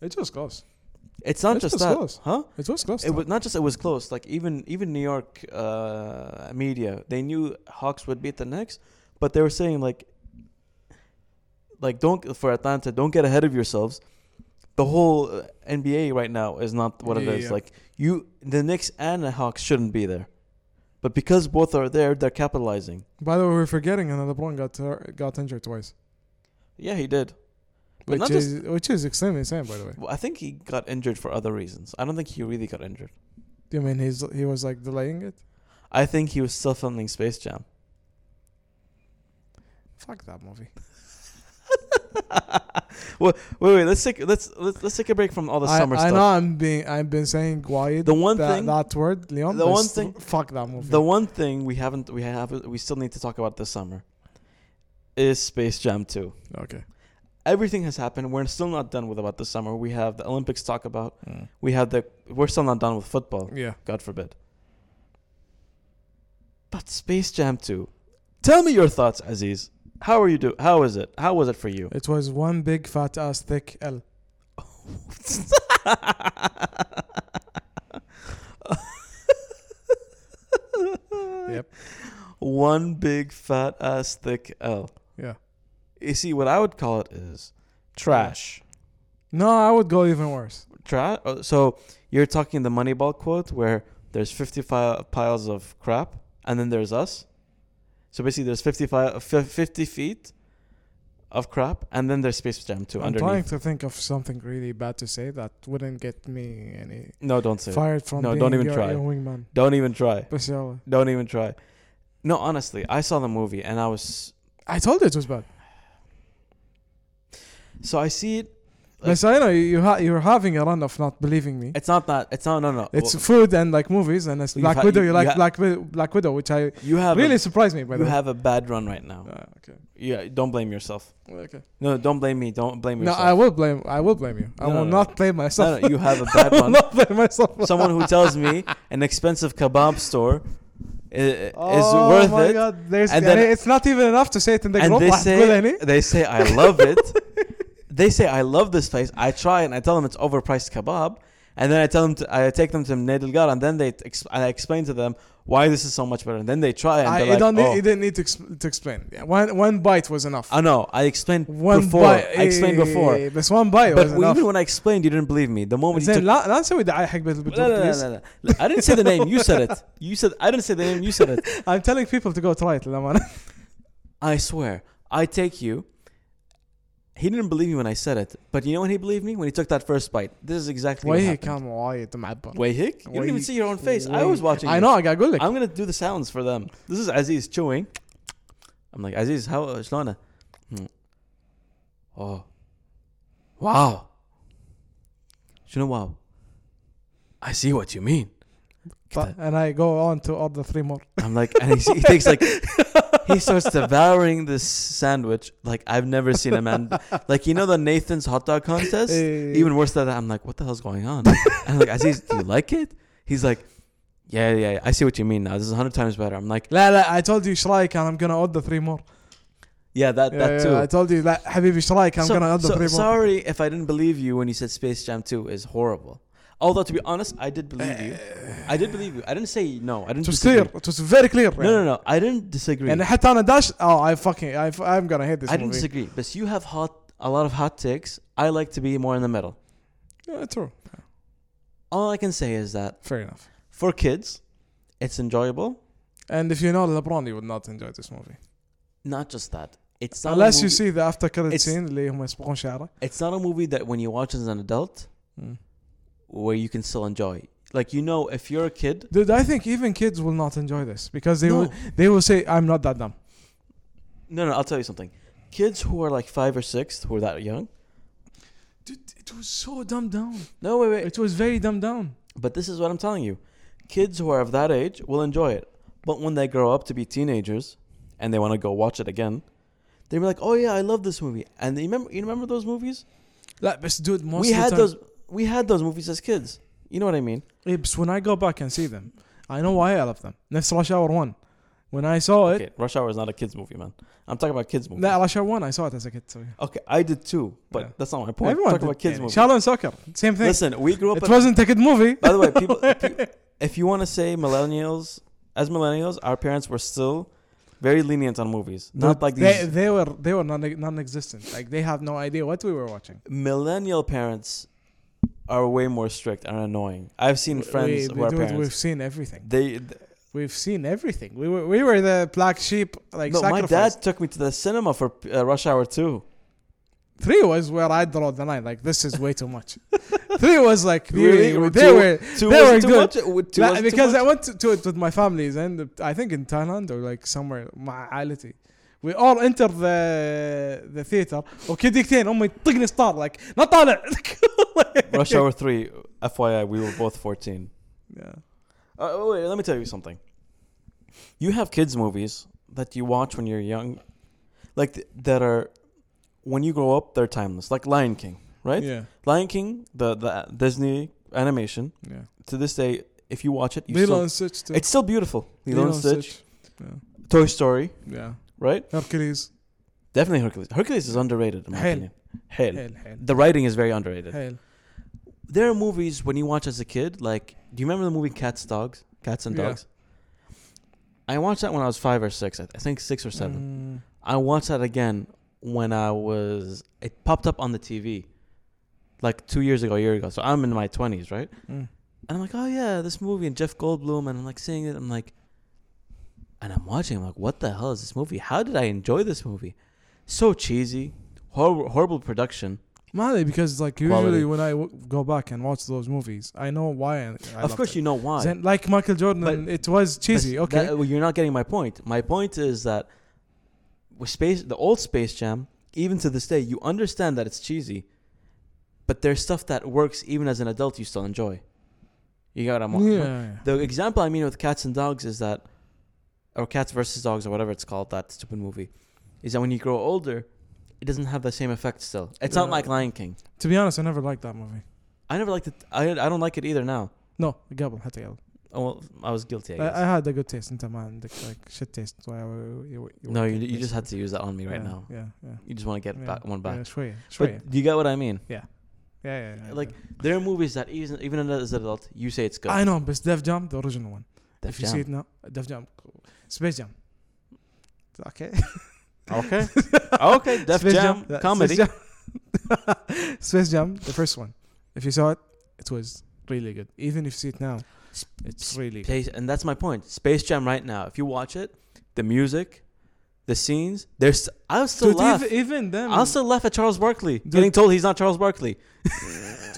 A: It was close.
B: it's not
A: This
B: just
A: was
B: that,
A: close.
B: huh?
A: It was close.
B: It was not just it was close. Like even even New York uh, media, they knew Hawks would beat the Knicks, but they were saying like, like don't for Atlanta, don't get ahead of yourselves. The whole uh, NBA right now is not what it
A: Yeah,
B: is.
A: yeah.
B: Like you, the Knicks and the Hawks shouldn't be there. But because both are there, they're capitalizing.
A: By the way, we're forgetting another LeBron got tur- got injured twice,
B: Yeah, he did. But
A: which
B: not
A: is which is extremely insane. By the way,
B: Well, I think he got injured for other reasons. I don't think he really got injured.
A: do you mean he's he was like delaying it?
B: I think he was still filming Space Jam.
A: Fuck that movie.
B: well, wait, wait. Let's take let's let's let's take a break from all the
A: I,
B: summer
A: I know
B: stuff.
A: I'm being I've been saying quiet
B: The one
A: that,
B: thing,
A: that word Leon.
B: the
A: but
B: one
A: st-
B: thing-
A: Fuck that movie.
B: the one thing we haven't we have we still need to talk about this summer is Space Jam Two.
A: okay.
B: Everything has happened. We're still not done with about this summer. We have the Olympics to talk about. We have the we're still not done with football.
A: Yeah.
B: God forbid. But Space Jam Two. Tell me your thoughts, Aziz. How are you do? How is it? How was it for you?
A: It was one big fat ass thick L. Yep.
B: One big fat ass thick L.
A: Yeah.
B: You see, what I would call it is trash.
A: No, I would go even worse.
B: Trash. uh, So you're talking the Moneyball quote where there's 50 fi- piles of crap, and then there's us. So basically, there's 50, fi- fi- 50 feet of crap, and then there's Space Jam 2
A: I'm trying
B: underneath.
A: to think of something really bad to say that wouldn't get me any
B: No, don't say. it.
A: fired from
B: No,
A: being
B: don't even
A: your,
B: try.
A: your wingman.
B: Don't even try.
A: Basically.
B: Don't even try. No, honestly, I saw the movie and I was
A: I told you it was bad.
B: so I see it. Like-
A: But I know you you ha- you're having a run of not believing me.
B: It's not that. It's not no no.
A: It's food and like movies and it's
B: You've
A: Black
B: had-
A: Widow. You
B: you-
A: like
B: you ha-
A: Black Wi- Black Widow, which I
B: you have
A: really
B: a,
A: surprised me by
B: you
A: the way.
B: have a bad run right now.
A: Ah, okay.
B: Yeah, don't blame yourself.
A: Okay.
B: No, don't blame me. Don't blame
A: No,
B: yourself.
A: I will blame. I will blame you. I
B: No,
A: will
B: no, no.
A: not blame myself.
B: No, no, you have a
A: I
B: bad
A: will
B: one.
A: not blame myself.
B: Someone who tells me an expensive kebab store i- is,
A: oh
B: worth
A: my
B: it,
A: God. There's,
B: And
A: and
B: then-
A: it's not even enough to say it in the
B: and
A: group.
B: they
A: واحد يقول
B: say
A: هني.
B: they say I love it. they say I love this place. I try and I tell them it's overpriced kebab, and then I tell them to, I take them to Nedelgar, and then they ex- I explain to them why this is so much better, and then they try and
A: I,
B: they're
A: you
B: like,
A: don't
B: oh,
A: need, you didn't need to, exp- to explain. Yeah, One one bite was enough.
B: I know. I explained
A: one
B: before.
A: bite.
B: I explained before.
A: إيه، بس one bite
B: but
A: was
B: we-
A: enough.
B: even when I explained, you didn't believe me. The moment you
A: زين
B: took
A: لا لا نسوي دعاية حق بيت
B: no, no,
A: البتول
B: no,
A: please.
B: no, no. I didn't say the name. You said it. You said I didn't say the name. You said it.
A: I'm telling people to go try it للأمانة.
B: I swear. I take you. He didn't believe me when I said it, but you know when he believed me when he took that first bite. This is exactly what
A: وجهي
B: happened.
A: كان وايد معبر.
B: Wayhik? You didn't even
A: Wayhik.
B: see your own face. I was watching.
A: I
B: you.
A: know I قاعد أقول لك.
B: I'm gonna do the sounds for them. This is Aziz chewing. I'm like Aziz, how Shlana? Oh, wow. You know, wow. I see what you mean.
A: But- And I go on to order three more.
B: I'm like, and he, he takes like, he starts devouring this sandwich like I've never seen a man. Like you know the Nathan's hot dog contest.
A: Eh.
B: Even worse than that, I'm like, what the hell's going on? And I'm like, Aziz, do you like it? He's like, yeah, yeah, yeah. I see what you mean now. This is hundred times better. I'm like,
A: لا لا I told you ايش رايك I'm gonna order three more.
B: yeah, that
A: Yeah,
B: that
A: yeah,
B: too.
A: I told you لا حبيبي ايش رايك I'm
B: So-
A: gonna order
B: so-
A: three more.
B: sorry if I didn't believe you when you said Space Jam 2 is horrible. Although to be honest, I did believe you. I did believe you. I didn't say no. I
A: It
B: didn't.
A: was
B: disagree.
A: clear. It was very clear.
B: No, no, no. I didn't disagree.
A: يعني حتى انا داش oh I fucking I, I'm gonna hate this
B: I didn't
A: movie.
B: disagree. But you have hot a lot of hot takes. I like to be more in the middle.
A: Yeah, true.
B: All I can say is that
A: Fair enough.
B: for kids, it's enjoyable.
A: And if you know LeBron, you would not enjoy this movie.
B: Not just that. It's not a
A: Unless you see
B: movie-
A: the after credit
B: It's-
A: scene اللي هم يسبقون شعره.
B: It's not a movie that when you watch as an adult,
A: Hmm.
B: where you can still enjoy. Like you know, if you're a kid,
A: Dude, I think even kids will not enjoy this because they
B: no.
A: will they will say I'm not that dumb.
B: No, no, I'll tell you something. Kids who are like five or six, who are that young.
A: Dude, it was so dumbed down.
B: No, wait, wait.
A: It was very dumbed down.
B: But this is what I'm telling you. Kids who are of that age will enjoy it. But when they grow up to be teenagers and they want to go watch it again, they'll be like, oh yeah, I love this movie. And you remember, you remember those movies?
A: لا بس dude most
B: we
A: of the
B: had
A: time-
B: those. We had those movies as kids. You know what I mean?
A: إيه, بس when I go back and see them, I know why I love them. نفس Rush Hour 1. When I saw it,
B: Okay, Rush Hour is not a kids movie, man. I'm talking about kids movies.
A: لا Rush Hour 1 I saw it as a kid. So.
B: Okay, I did too, but
A: Yeah.
B: that's not my point. I'm
A: Everyone
B: talking about kids movies.
A: Shallow and Soccer, same thing.
B: Listen, we grew up.
A: it
B: in-
A: wasn't a kid movie.
B: By the way, people, if, you want to say millennials, as millennials, our parents were still very lenient on movies. Not
A: Dude,
B: like
A: they,
B: these
A: they were they were non- non-existent. Like they have no idea what we were watching.
B: millennial parents are way more strict and annoying. I've seen friends
A: we,
B: who are
A: dude,
B: parents.
A: we've seen everything.
B: They th-
A: We've seen everything. We were we were the black sheep. Like
B: no, my
A: sacrificed.
B: dad took me to the cinema for uh, Rush Hour 2.
A: Three was where I draw the line. Like this is way too much. Three was like
B: Really?
A: really,
B: Or
A: they
B: two-
A: were
B: 2
A: They
B: was
A: were
B: too
A: good.
B: much? Uh, w- two
A: Nah,
B: was too
A: because
B: much?
A: I went to, to it with my families and I think in Thailand or like somewhere مع عائلتي. We all enter the the theater وكي دقيقتين امي تطقني ستار لايك نطالع
B: Rush Hour 3, FYI, we were both 14.
A: Yeah.
B: Uh, oh, wait, let me tell you something. You have kids' movies that you watch when you're young, like th- that are when you grow up, they're timeless. Like Lion King, right?
A: Yeah.
B: Lion King, the the Disney animation.
A: Yeah.
B: To this day, if you watch it, you
A: Lilo
B: still,
A: and Stitch too.
B: it's still beautiful. Lilo, and Stitch,
A: Yeah.
B: Toy Story,
A: Yeah.
B: right?
A: Hercules.
B: Definitely Hercules. Hercules is underrated in my
A: Hell.
B: opinion. Hell.
A: Hail hail.
B: The writing is very underrated.
A: Hail.
B: there are movies when you watch as a kid, like do you remember the movie Cats Dogs? Cats and
A: Yeah.
B: Dogs? I watched that when I was five or six. I th- I think six or
A: Mm.
B: seven. I watched that again when I was it popped up on the TV. Like two years ago, a year ago. So I'm in my twenties, right?
A: Mm.
B: And I'm like, Oh yeah, this movie and Jeff Goldblum and I'm like seeing it, I'm like and I'm watching, I'm like, what the hell is this movie? How did I enjoy this movie? So cheesy, horrible, horrible production.
A: Mainly because like usually
B: Quality.
A: when I w- go back and watch those movies, I know why. I, I
B: of course, you know why.
A: Then, like Michael Jordan,
B: But-
A: it was cheesy.
B: That's-
A: Okay.
B: that- well, you're not getting my point. My point is that with space, the old Space Jam, even to this day, you understand that it's cheesy, but there's stuff that works even as an adult you still enjoy. You got what I'm
A: yeah.
B: The example I mean with Cats and Dogs is that, or Cats versus Dogs or whatever it's called, that stupid movie, is that when you grow older, it doesn't have the same effect still. It's not
A: Yeah.
B: like Lion King.
A: To be honest, I never liked that movie.
B: I never liked it. I, I don't like it either now.
A: No, قبل حتى قبل.
B: Oh, well, I was guilty. I guess.
A: I, I had a good taste. أنت ما عندك like shit taste. So I, you, you,
B: no, you, you just had to use that on me
A: yeah,
B: right now.
A: Yeah, yeah.
B: You just want to get
A: yeah,
B: back one back.
A: Yeah, شوية, شوية.
B: But do you get what I mean?
A: yeah, yeah, yeah,
B: Like
A: yeah.
B: there are movies that even even as an adult you say it's good.
A: I know, but Def Jam, the original one.
B: Def
A: if you
B: Jam.
A: see it now, Def Jam, Space Jam. Okay.
B: Okay. okay. Def
A: Space
B: Jam
A: yeah,
B: comedy.
A: Space Jam. Space Jam, the first one. If you saw it, it was really good. Even if you see it now,
B: Sp-
A: it's really good.
B: Space, and that's my point. Space Jam right now. If you watch it, the music, the scenes, there's I'll still
A: Dude,
B: laugh.
A: even, even them.
B: I'll still laugh at Charles Barkley
A: Dude.
B: getting told he's not Charles Barkley.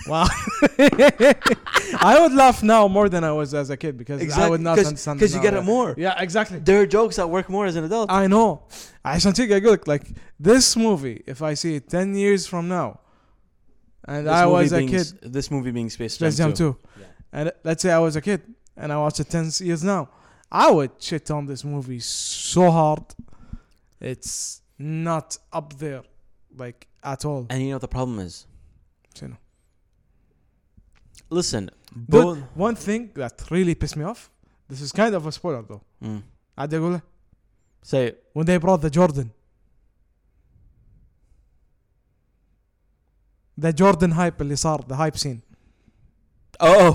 A: Wow. I would laugh now more than I was as a kid because I would not understand
B: because you
A: now.
B: get it more.
A: Yeah, exactly.
B: There are jokes that work more as an adult.
A: I know. عشان كذا اقول لك like this movie if I see it 10 years from now and
B: This
A: I
B: movie
A: was a
B: being
A: kid
B: s- This movie being Space Jam,
A: Space Jam
B: 2.
A: 2
B: Yeah.
A: and let's say I was a kid and I watched it 10 years now I would shit on this movie so hard it's not up there like at all
B: And you know what the problem is?
A: شنو
B: Listen,
A: Dude,
B: both.
A: one thing that really pissed me off this is kind of a spoiler though
B: Mm.
A: عاد اقول لك
B: Say it.
A: when they brought the Jordan. The Jordan hype اللي صار the hype scene.
B: Oh,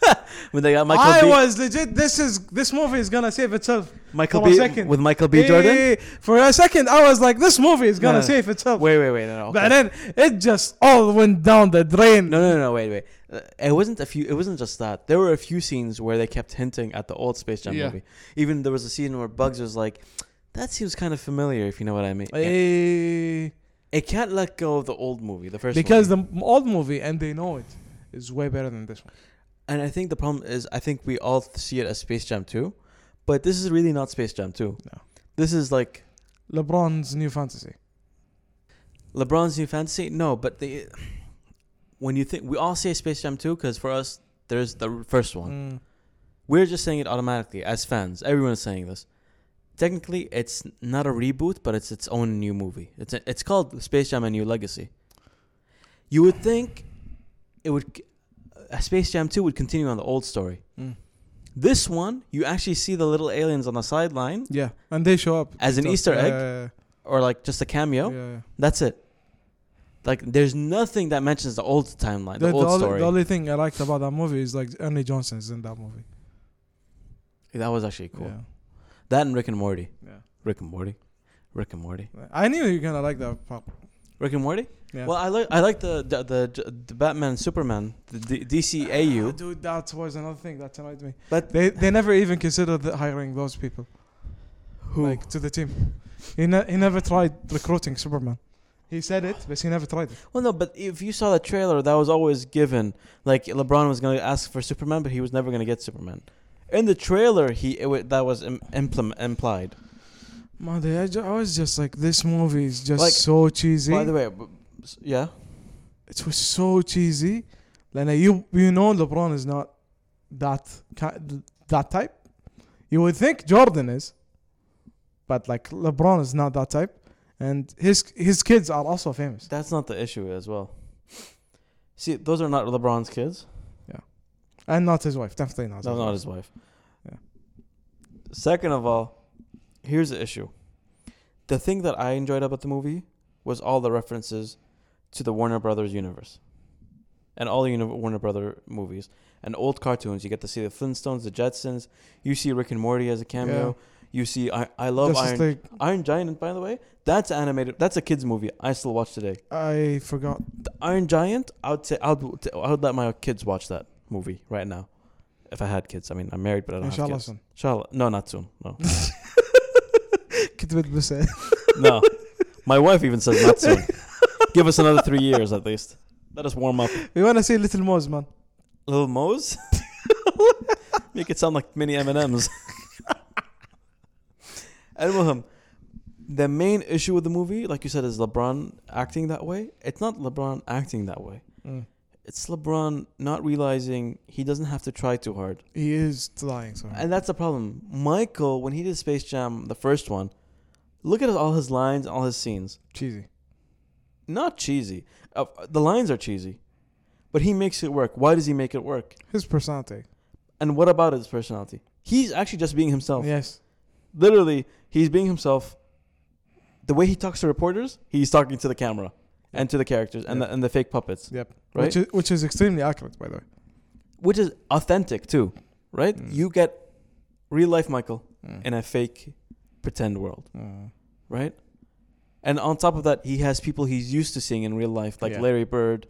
B: when they got Michael
A: I
B: B.
A: was legit. This is this movie is gonna save itself.
B: Michael
A: for a
B: B.
A: second.
B: with Michael B. Jordan.
A: Eh, For a second, I was like, this movie is gonna
B: No.
A: save itself.
B: Wait, wait, wait, no, no.
A: But
B: okay.
A: then it just all went down the drain.
B: No, no, no, no, wait, wait. Uh, It wasn't a few. It wasn't just that. There were a few scenes where they kept hinting at the old Space Jam
A: Yeah.
B: movie. Even there was a scene where Bugs was like, "That seems kind of familiar," if you know what I mean.
A: Oh,
B: It,
A: Eh,
B: it can't let go of the old movie, the first.
A: because
B: movie.
A: the old movie and they know it is way better than this one.
B: and I think the problem is, I think we all see it as Space Jam 2, but this is really not Space Jam 2.
A: No.
B: This is like
A: LeBron's new fantasy.
B: LeBron's new fantasy? No, but the when you think we all say Space Jam 2 because for us there's the first one.
A: Mm.
B: We're just saying it automatically as fans. Everyone's saying this. Technically, it's not a reboot, but it's its own new movie. It's a, it's called Space Jam: A New Legacy. You would think it would c- uh, Space Jam 2 would continue on the old story.
A: Mm.
B: This one, you actually see the little aliens on the sideline
A: Yeah, and they show up
B: as an Easter egg
A: Uh,
B: or like just a cameo.
A: yeah.
B: That's it. Like, there's nothing that mentions the old timeline, the,
A: The, the
B: old
A: only,
B: story.
A: the only thing I liked about that movie is like Ernie Johnson is in that movie.
B: that was actually cool.
A: Yeah.
B: That and Rick and Morty.
A: yeah.
B: Rick and Morty. Rick and Morty.
A: I knew you were gonna like that part.
B: Rick and Morty.
A: Yeah.
B: Well, I like I like the the, the the Batman Superman the D-
A: Ah,
B: DCAU.
A: dude, that was another thing that annoyed me.
B: But
A: They they never even considered th- hiring those people
B: who?
A: like to the team. He ne- he never tried recruiting Superman. He said it, but he never tried it.
B: well, no. But if you saw the trailer, that was always given. Like LeBron was gonna ask for Superman, but he was never gonna get Superman. In the trailer, he it, wa- that was Im- implem- implied.
A: Man, I, ju- I was just like, this movie is just
B: Like,
A: so cheesy.
B: By the way, b- s- yeah.
A: it was so cheesy. Like you you know LeBron is not that ki- that type. You would think Jordan is, but like LeBron is not that type, and his his kids are also famous.
B: That's not the issue as well. See, those are not LeBron's kids.
A: And not his wife, definitely not.
B: That's not his wife.
A: Yeah.
B: Second of all, here's the issue. The thing that I enjoyed about the movie was all the references to the Warner Brothers universe and all the uni- Warner Brother movies and old cartoons. You get to see the Flintstones, the Jetsons. You see Rick and Morty as a cameo. You see I, I love
A: Justice
B: Iron
A: League,
B: Iron Giant. By the way, that's animated. That's a kids movie. I still watch today.
A: I forgot.
B: The Iron Giant, I would say I would, I would let my kids watch that movie right now. If I had kids, I mean, I'm married, but I don't have
A: Inshallah
B: kids.
A: soon.
B: Inshallah. No, not soon. No,
A: كنت بتبسط.
B: no. My wife even says not soon. Give us another three years at least. Let us warm up.
A: We want to see Little Mo's man.
B: Little Moe's? Make it sound like mini M&Ms. المهم the main issue with the movie, like you said, is LeBron acting that way. It's not LeBron acting that way. It's LeBron not realizing he doesn't have to try too hard.
A: He is lying. Sorry.
B: And that's the problem. Michael, when he did Space Jam, the first one, look at all his lines, all his scenes.
A: cheesy.
B: Not cheesy. Uh, the lines are cheesy, but he makes it work. Why does he make it work?
A: His personality.
B: And what about his personality? He's actually just being himself.
A: Yes.
B: Literally, he's being himself. The way he talks to reporters, he's talking to the camera and to the characters and,
A: Yeah.
B: the, and the fake puppets,
A: Yep.
B: Right?
A: Which is which is extremely accurate, by the way.
B: which is authentic too, right?
A: Mm.
B: You get real life Michael
A: Mm.
B: in a fake pretend world.
A: Mm.
B: right? And on top of that, he has people he's used to seeing in real life, like
A: Yeah.
B: Larry Bird,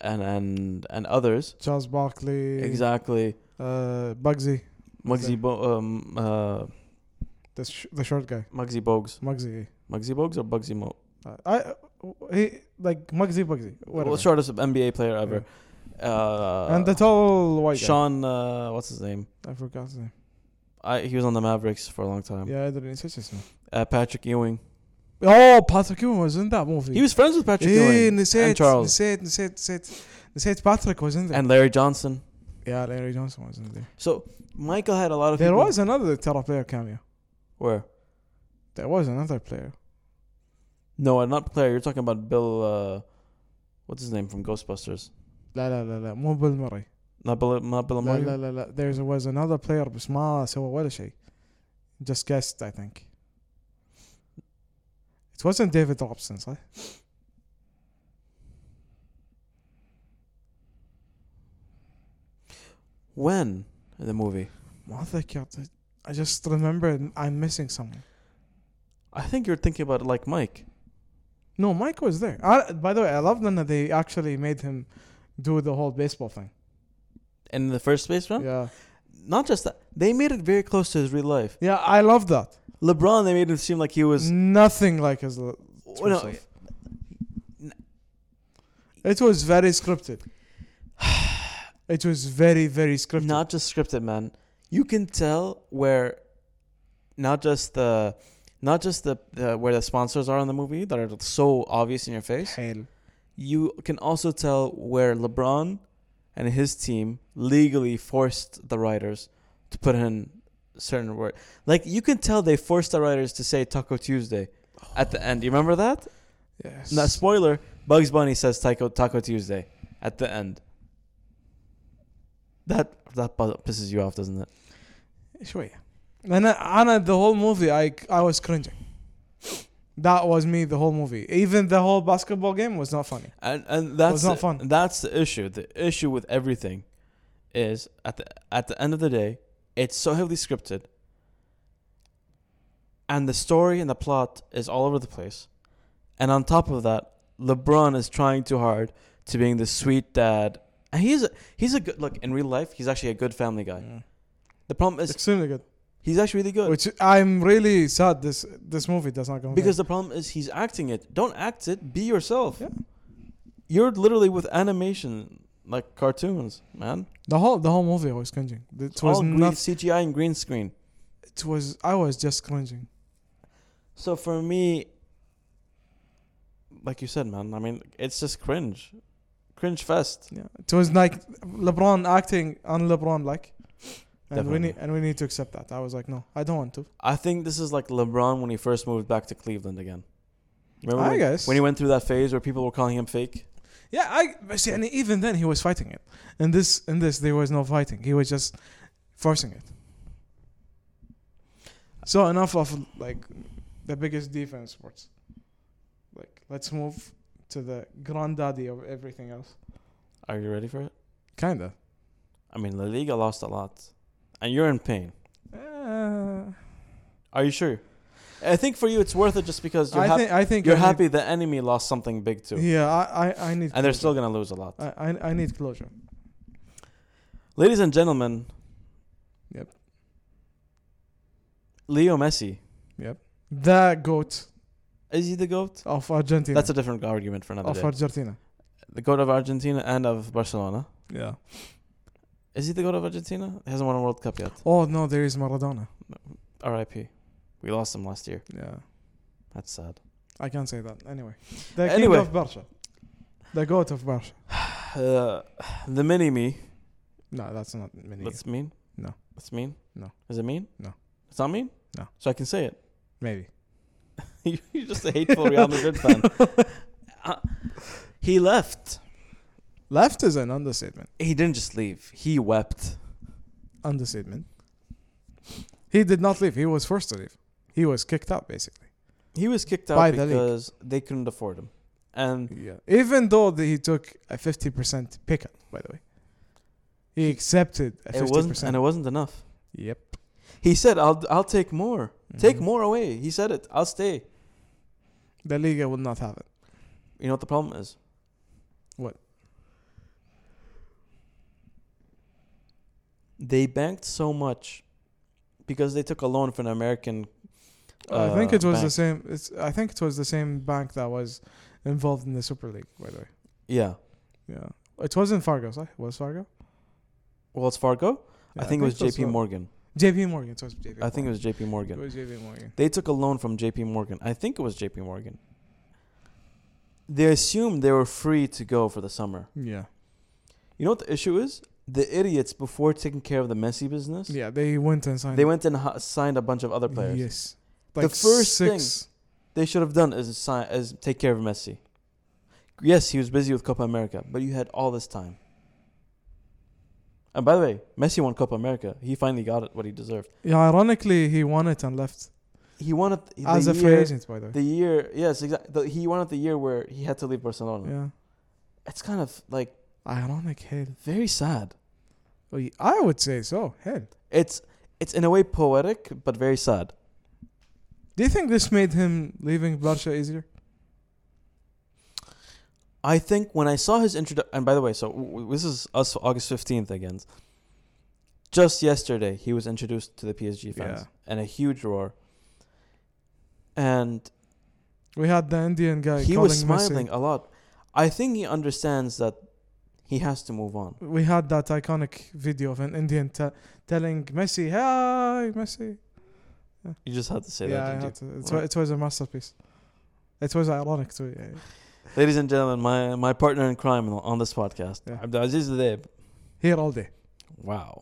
B: and and and others.
A: Charles Barkley.
B: Exactly,
A: Uh, Bugsy.
B: Muggsy Bo- um, uh,
A: The, sh- the short guy,
B: Muggsy Bogues,
A: Muggsy.
B: Muggsy Bogues or Bugsy Mo,
A: Uh, I he like Muggsy Bugsy. Whatever.
B: well, shortest NBA player ever. Uh,
A: and the tall white
B: Sean, uh, what's his name?
A: guy. I forgot his name.
B: I, he was on the Mavericks for a long time.
A: Yeah, I didn't such his name.
B: Uh, Patrick Ewing.
A: Oh, Patrick Ewing was in that movie.
B: He was friends with Patrick
A: إيه،
B: Ewing and
A: نسيت
B: Charles
A: نسيت نسيت نسيت نسيت Patrick was in there.
B: and Larry Johnson.
A: yeah, Larry Johnson was in there.
B: So Michael had a lot of.
A: There
B: people-
A: was another Terra player cameo.
B: where?
A: There was another player.
B: No, not Claire. You're talking about Bill. Uh, what's his name from Ghostbusters?
A: لا لا لا لا مو بيل ماري.
B: Not Bill. Not Bill.
A: لا
B: Murray?
A: لا لا لا there was another player بس ما سوى ولا شيء. Just guessed I think. It wasn't David Robson eh? صح؟
B: When in the movie?
A: ما اتذكرت I just remember I'm missing someone.
B: I think you're thinking about it like Mike.
A: No, Mike was there. I, by the way, I love that they actually made him do the whole baseball thing.
B: In the first space run?
A: Yeah.
B: Not just that. They made it very close to his real life.
A: Yeah, I love that.
B: LeBron, they made him seem like he
A: Mm.
B: was.
A: Nothing like his l-
B: Oh,
A: true
B: no,
A: self. It was very scripted. It was very, very scripted.
B: not just scripted, man. You can tell where, not just the, not just the, the where the sponsors are in the movie that are so obvious in your face.
A: Hell.
B: you can also tell where LeBron and his team legally forced the writers to put in certain word. Like you can tell they forced the writers to say Taco Tuesday at the end. You remember that?
A: Yes.
B: No spoiler. Bugs Bunny says Taco Taco Tuesday at the end. That that bu- pisses you off, doesn't it?
A: شوية. أنا أنا the whole movie I I was cringing. That was me the whole movie. Even the whole basketball game was not funny.
B: And and that's
A: not fun.
B: That's the issue. The issue with everything is at the at the end of the day, it's so heavily scripted, and the story and the plot is all over the place, and on top of that, LeBron is trying too hard to being the sweet dad. And he's a, he's a good look in real life. He's actually a good family guy.
A: Yeah.
B: The problem is
A: Mm. Extremely good.
B: he's actually really good
A: Which I'm really sad this this movie does not come
B: because the problem is he's acting it. Don't act it. Be yourself.
A: Yeah.
B: You're literally with animation like cartoons, man.
A: the whole the whole movie I was cringing. It
B: It's
A: was
B: all green,
A: not.
B: CGI and green screen.
A: It was I was just cringing.
B: So for me, like you said, man. I mean, it's just cringe, cringe fest.
A: Yeah, it was like LeBron acting on LeBron like, and we
B: Definitely.
A: need and we need to accept that. I was like, no, I don't want to.
B: I think this is like LeBron when he first moved back to Cleveland again. Remember
A: I
B: when,
A: guess.
B: when he went through that phase where people were calling him fake?
A: Yeah, I but see, and even then he was fighting it. In this, in this, there was no fighting. He was just forcing it. So enough of like the biggest defense sports. Like, let's move to the granddaddy of everything else.
B: Are you ready for it?
A: Kinda.
B: I mean, La Liga lost a lot, and you're in pain.
A: Uh,
B: Are you sure? I think for you it's worth it just because you're,
A: I
B: hap-
A: think I think
B: you're
A: I need-
B: happy the enemy lost something big too,
A: Yeah, I I, I need.
B: and they're
A: closure.
B: still gonna lose a lot.
A: I, I I need closure.
B: Ladies and gentlemen.
A: Yep.
B: Leo Messi
A: The goat
B: is he the goat?
A: of Argentina.
B: That's a different argument for another
A: of
B: day.
A: Argentina.
B: the goat of Argentina and of Barcelona.
A: Yeah.
B: Is he the goat of Argentina? He hasn't won a World Cup yet.
A: Oh no, there is Maradona.
B: R.I.P. We lost him last year.
A: Yeah.
B: That's sad.
A: I can't say that. Anyway, the
B: Anyway.
A: king of Barca, the goat of Barca.
B: Uh, the mini me.
A: No, that's not many.
B: That's mean.
A: No.
B: That's mean.
A: No.
B: Is it mean?
A: No.
B: It's not mean.
A: No.
B: So I can say it.
A: Maybe.
B: You're just a hateful Real Madrid fan. Uh, he left.
A: Left is an understatement.
B: He didn't just leave. He wept.
A: Understatement. He did not leave. He was forced to leave. He was kicked out basically.
B: He was kicked out
A: By the league.
B: because they couldn't afford him. And
A: Yeah. Even though the, he took a fifty percent pickup, by the way. He accepted a fifty
B: it wasn't and
A: percent.
B: it wasn't enough.
A: Yep.
B: He said, "I'll I'll take more. Take
A: Mhm.
B: more away." He said it. I'll stay.
A: The Liga will not have it.
B: You know what the problem is?
A: What?
B: They banked so much because they took a loan from an American.
A: I think it
B: uh,
A: was the
B: bank.
A: same. It's I think it was the same bank that was involved in the Super League. By the way,
B: Yeah,
A: yeah, it wasn't Fargo. Sorry, was Fargo?
B: Wells Fargo.
A: Yeah,
B: I think it was J.P.
A: Morgan.
B: Morgan.
A: J.P. uh, Morgan. It was J.P.
B: I think it was J.P.
A: Morgan.
B: Morgan.
A: It was J.P. Morgan.
B: They took a loan from J.P. Morgan. I think it was J.P. Morgan. They assumed they were free to go for the summer.
A: Yeah,
B: You know what the issue is? The idiots before taking care of the Messi business,
A: yeah. They went and signed.
B: they went and ha- signed a bunch of other players.
A: Yes.
B: The first They should have done is sign is take care of Messi. Yes, he was busy with Copa America, but you had all this time. And by the way, Messi won Copa America. He finally got it what he deserved.
A: Yeah, ironically, he won it and left
B: He won it the
A: as a free
B: year,
A: agent. By the way.
B: the year. Yes, exactly. He won it the year where he had to leave Barcelona.
A: yeah.
B: It's kind of like
A: Ironic hell.
B: very sad.
A: Oh, yeah, I would say so. Hell.
B: It's it's in a way poetic, but very sad.
A: Do you think this made him leaving Barca easier?
B: I think when I saw his intro, and by the way, so w- w- this is us August fifteenth again. Just yesterday, he was introduced to the PSG fans,
A: Yeah.
B: and a huge roar. And
A: We had the Indian guy.
B: he
A: Uh, calling
B: was smiling
A: Messi.
B: a lot. I think he understands that he has to move on.
A: we had that iconic video of an Indian te- telling Messi, "Hi, Messi."
B: You just had to say
A: yeah, I
B: that, didn't
A: had to. It, was,
B: Right.
A: it was a masterpiece. It was ironic uh, too. Yeah.
B: you? ladies and gentlemen? My my partner in crime on- on this podcast,
A: Yeah.
B: Abdulaziz Adeb.
A: Here all day.
B: Wow,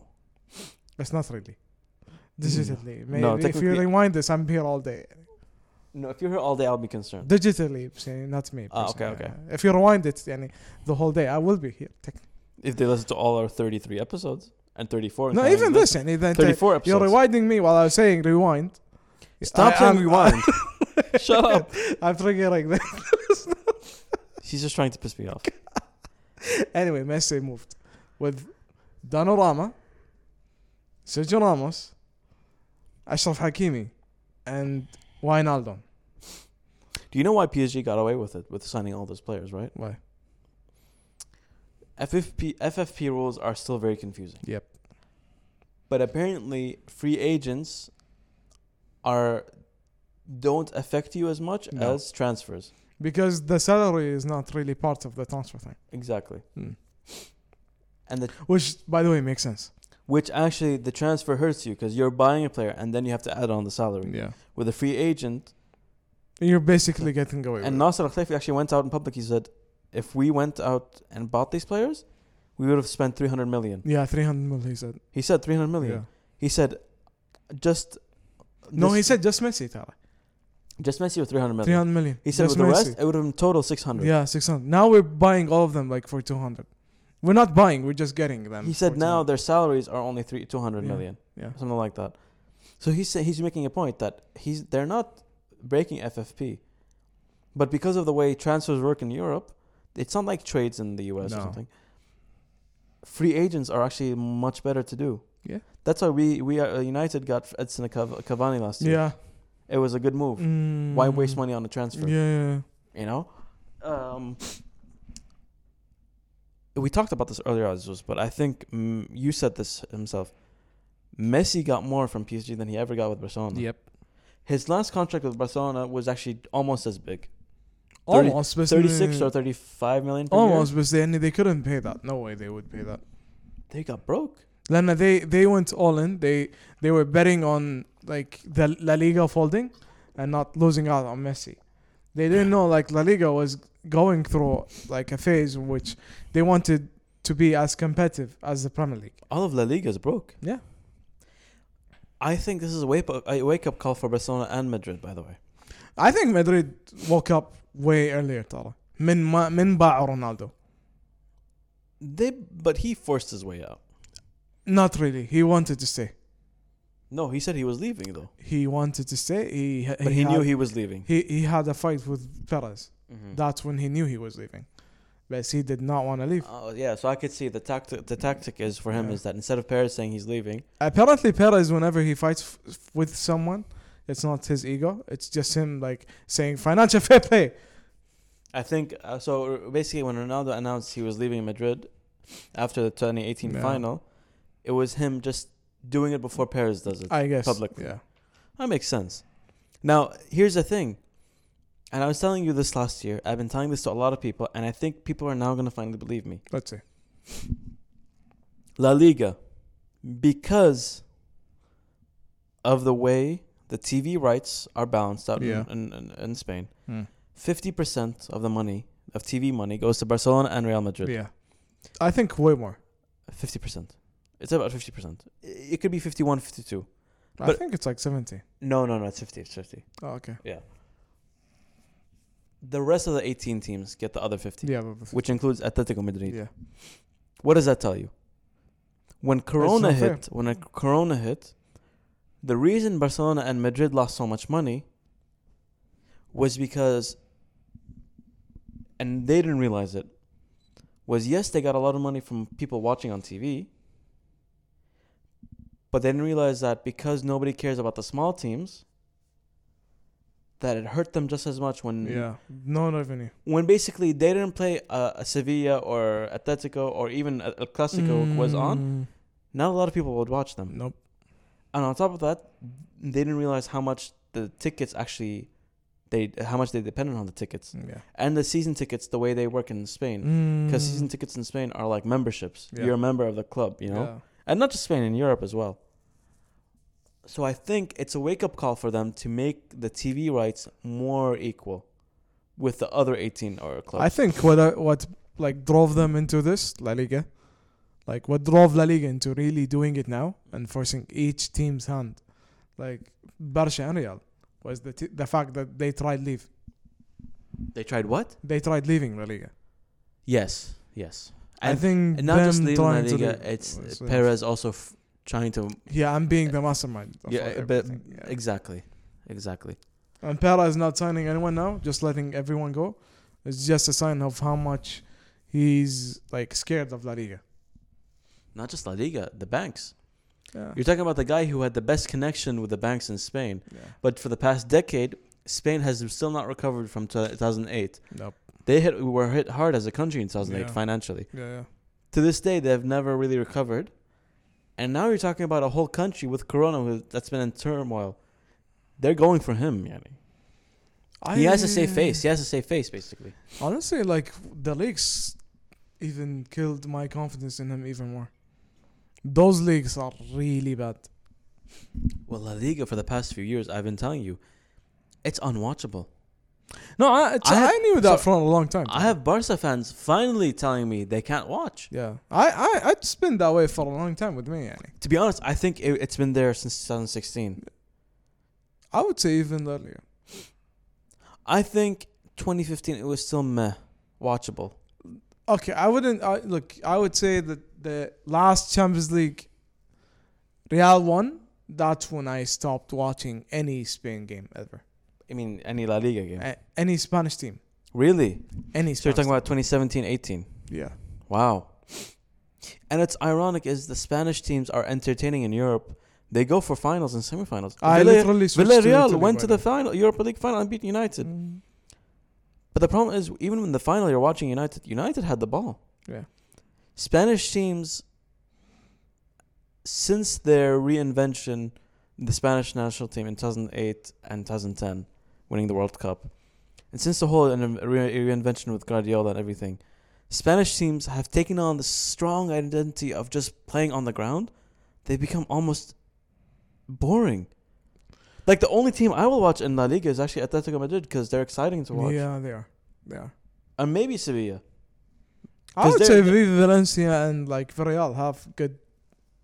A: That's not really. Digitally, maybe
B: No,
A: if you
B: technically-
A: rewind this, I'm here all day.
B: no, if you're here all day, I'll be concerned.
A: Digitally, say, not me.
B: Ah,
A: personally.
B: okay, okay.
A: Yeah. If you rewind it, yani, the whole day, I will be here. Technically.
B: If they listen to all our thirty-three episodes and thirty-four,
A: No,
B: including
A: even this, yani, the entire-
B: thirty-four episodes.
A: you're rewinding me while I was saying rewind.
B: Stop
A: I
B: saying
A: am-
B: rewind. Shut up.
A: I'm triggering that.
B: She's just trying to piss me off.
A: Anyway, Messi moved with Donorama, Sergio Ramos, Ashraf Hakimi, and Wijnaldum.
B: Do you know why PSG got away with it with signing all those players, right?
A: Why?
B: FFP FFP rules are still very confusing.
A: Yep.
B: But apparently, free agents are don't affect you as much
A: No.
B: as transfers.
A: Because the salary is not really part of the transfer thing,
B: Exactly.
A: Hmm.
B: And the
A: which by the way makes sense.
B: which actually the transfer hurts you because you're buying a player and then you have to add on the salary.
A: Yeah.
B: With a free agent,
A: You're basically getting away
B: and
A: with
B: Nasser Al Khelaifi actually went out in public. He said, "If we went out and bought these players, we would have spent 300 million."
A: it. Yeah, 300 mil, he said.
B: He said 300 million.
A: Yeah.
B: He said, "Just
A: No,
B: this-
A: he said just Messi, ترى.
B: just Messi with 300 million."
A: 300 million.
B: He said
A: just
B: with the
A: Messi.
B: rest, it would have been total 600.
A: Yeah, 600. Now we're buying all of them like for 200. We're not buying, we're just getting them.
B: He said
A: for
B: now
A: 200.
B: their salaries are only three two hundred
A: Yeah.
B: million,
A: Yeah.
B: something like that. So he's sa- he's making a point that he's they're not breaking FFP, but because of the way transfers work in Europe, it's not like trades in the US or
A: No.
B: something. Free agents are actually much better to do.
A: Yeah.
B: that's why we we are, United got Edson Cav- Cavani last year.
A: Yeah.
B: it was a good move. Why waste
A: Mm.
B: money on a transfer?
A: Yeah, yeah, yeah.
B: you know um we talked about this earlier Aziz, but i think mm, you said this himself messi got more from psg than he ever got with barcelona
A: Yep.
B: his last contract with barcelona was actually almost as big 30
A: Almost, but
B: 36 or 35 million per
A: almost,
B: year.
A: but they, they couldn't pay that. No way they would pay that.
B: they got broke
A: Lana, they they went all in. They they were betting on like the La Liga folding and not losing out on Messi. They didn't know like La Liga was going through like a phase in which they wanted to be as competitive as the Premier League.
B: all of la liga is broke
A: Yeah.
B: i think this is a wake up, a wake up call for barcelona and madrid by the way
A: I think Madrid woke up way earlier ترى من ما من باع رونالدو.
B: they but he forced his way out
A: Not really. He wanted to stay.
B: no he said he was leaving though
A: He wanted to stay. He
B: but he,
A: had-
B: knew
A: Mm-hmm.
B: he was leaving
A: he he had a fight with Perez.
B: Mhm.
A: That's when he knew he was leaving. But he did not want to leave.
B: Oh yeah, so I could see the tactic. The tactic is for him
A: Yeah.
B: is that instead of Paris saying he's leaving,
A: apparently Perez whenever he fights f- f- with someone it's not his ego it's just him like saying financial fair play
B: I think uh, so. Basically, when Ronaldo announced he was leaving Madrid after the 2018
A: Yeah.
B: final, it was him just doing it before Paris does it.
A: I guess
B: Publicly.
A: yeah
B: that makes sense. Now here's the thing, and I was telling you this last year. I've been telling this to a lot of people, and I think people are now going to finally believe me.
A: let's see
B: La Liga, because of the way the TV rights are balanced out in-
A: Yeah.
B: in, in, in Spain,
A: Hmm.
B: fifty percent of the money of TV money goes to Barcelona and Real Madrid.
A: yeah I think way more
B: Fifty percent. It's about fifty percent. It could be 51, 52.
A: I
B: But-
A: think it's like 70
B: No, no, no. It's fifty. It's fifty.
A: oh okay
B: The rest of the eighteen teams get the other fifty,
A: yeah but- but-
B: which includes Atletico Madrid.
A: yeah
B: What does that tell you? When Corona
A: not
B: hit,
A: fair.
B: when a Corona hit, the reason Barcelona and Madrid lost so much money was because, and they didn't realize it, was yes, they got a lot of money from people watching on TV, but they didn't realize that because nobody cares about the small teams, that it hurt them just as much when
A: yeah no revenue
B: when basically they didn't play uh, a Sevilla or Atletico or even a, a Clasico was
A: Mm.
B: on, not a lot of people would watch them.
A: nope
B: And on top of that, they didn't realize how much the tickets actually they how much they depended on the tickets
A: yeah
B: and the season tickets the way they work in Spain because season tickets in Spain are like memberships.
A: Mm. Yeah.
B: You're a member of the club, you know,
A: yeah.
B: and not just Spain in Europe as well. So I think it's a wake up call for them to make the TV rights more equal with the other 18 or clubs.
A: I think what I- what like drove them into this La Liga, like what drove La Liga into really doing it now and forcing each team's hand, like Barca and Real, was the t- the fact that they tried leave
B: They tried what?
A: they tried leaving La Liga.
B: Yes, yes.
A: I
B: And-
A: think
B: And not just
A: them
B: leaving La
A: trying to
B: Liga,
A: leave
B: it's
A: was- uh,
B: Perez also f- trying to.
A: Yeah, I'm being the mastermind. of
B: Yeah, but
A: everything, yeah.
B: exactly, exactly.
A: And Perez not signing anyone now, just letting everyone go. It's just a sign of how much he's like scared of La Liga.
B: Not just La Liga, the banks.
A: Yeah.
B: You're talking about the guy who had the best connection with the banks in Spain,
A: yeah.
B: but for the past decade, Spain has still not recovered from 2008.
A: Nope.
B: They hit we were hit hard as a country in 2008
A: Yeah.
B: financially.
A: Yeah, yeah.
B: To this day, they have never really recovered. And now you're talking about a whole country with Corona with, that's been in turmoil. They're going for him, yani. He has a safe face. He has a safe face, basically.
A: Honestly, like the leaks even killed my confidence in him even more. Those leaks are really bad.
B: Well, La Liga for the past few years, I've been telling you, it's unwatchable.
A: No, I it's-
B: I
A: I,
B: have-
A: knew that
B: so-
A: for a long time.
B: I have Barca fans finally telling me they can't watch.
A: Yeah, I I it's been that way for a long time with me. يعني.
B: To be honest, I think it, it's been there since 2016.
A: I would say even earlier.
B: I think 2015 it was still meh, watchable.
A: Okay, I wouldn't I, look. I would say that the last Champions League, Real won. That's when I stopped watching any Spain game ever,
B: I mean, any La Liga game.
A: A- any Spanish team,
B: Really?
A: any.
B: So you're
A: Spanish
B: talking about 2017 18.
A: team. yeah.
B: Wow. And it's ironic is the Spanish teams are entertaining in Europe. They go for finals and semifinals.
A: I
B: Villa-
A: literally switched to
B: Villarreal
A: Italy
B: went
A: by
B: to the
A: then.
B: final Europa League final and beat United.
A: Mm.
B: But the problem is, even in the final, you're watching United. United had the ball.
A: Yeah.
B: Spanish teams, since their reinvention, the Spanish national team in 2008 and 2010, winning the World Cup, and since the whole in- re- reinvention with Guardiola and everything, Spanish teams have taken on the strong identity of just playing on the ground. They become almost boring. Like the only team I will watch in La Liga is actually Atletico Madrid because they're exciting to watch
A: Yeah, they are. They are.
B: and maybe Sevilla.
A: I
B: 'Cause
A: would say
B: they're-
A: Viva Valencia and like Villarreal have good,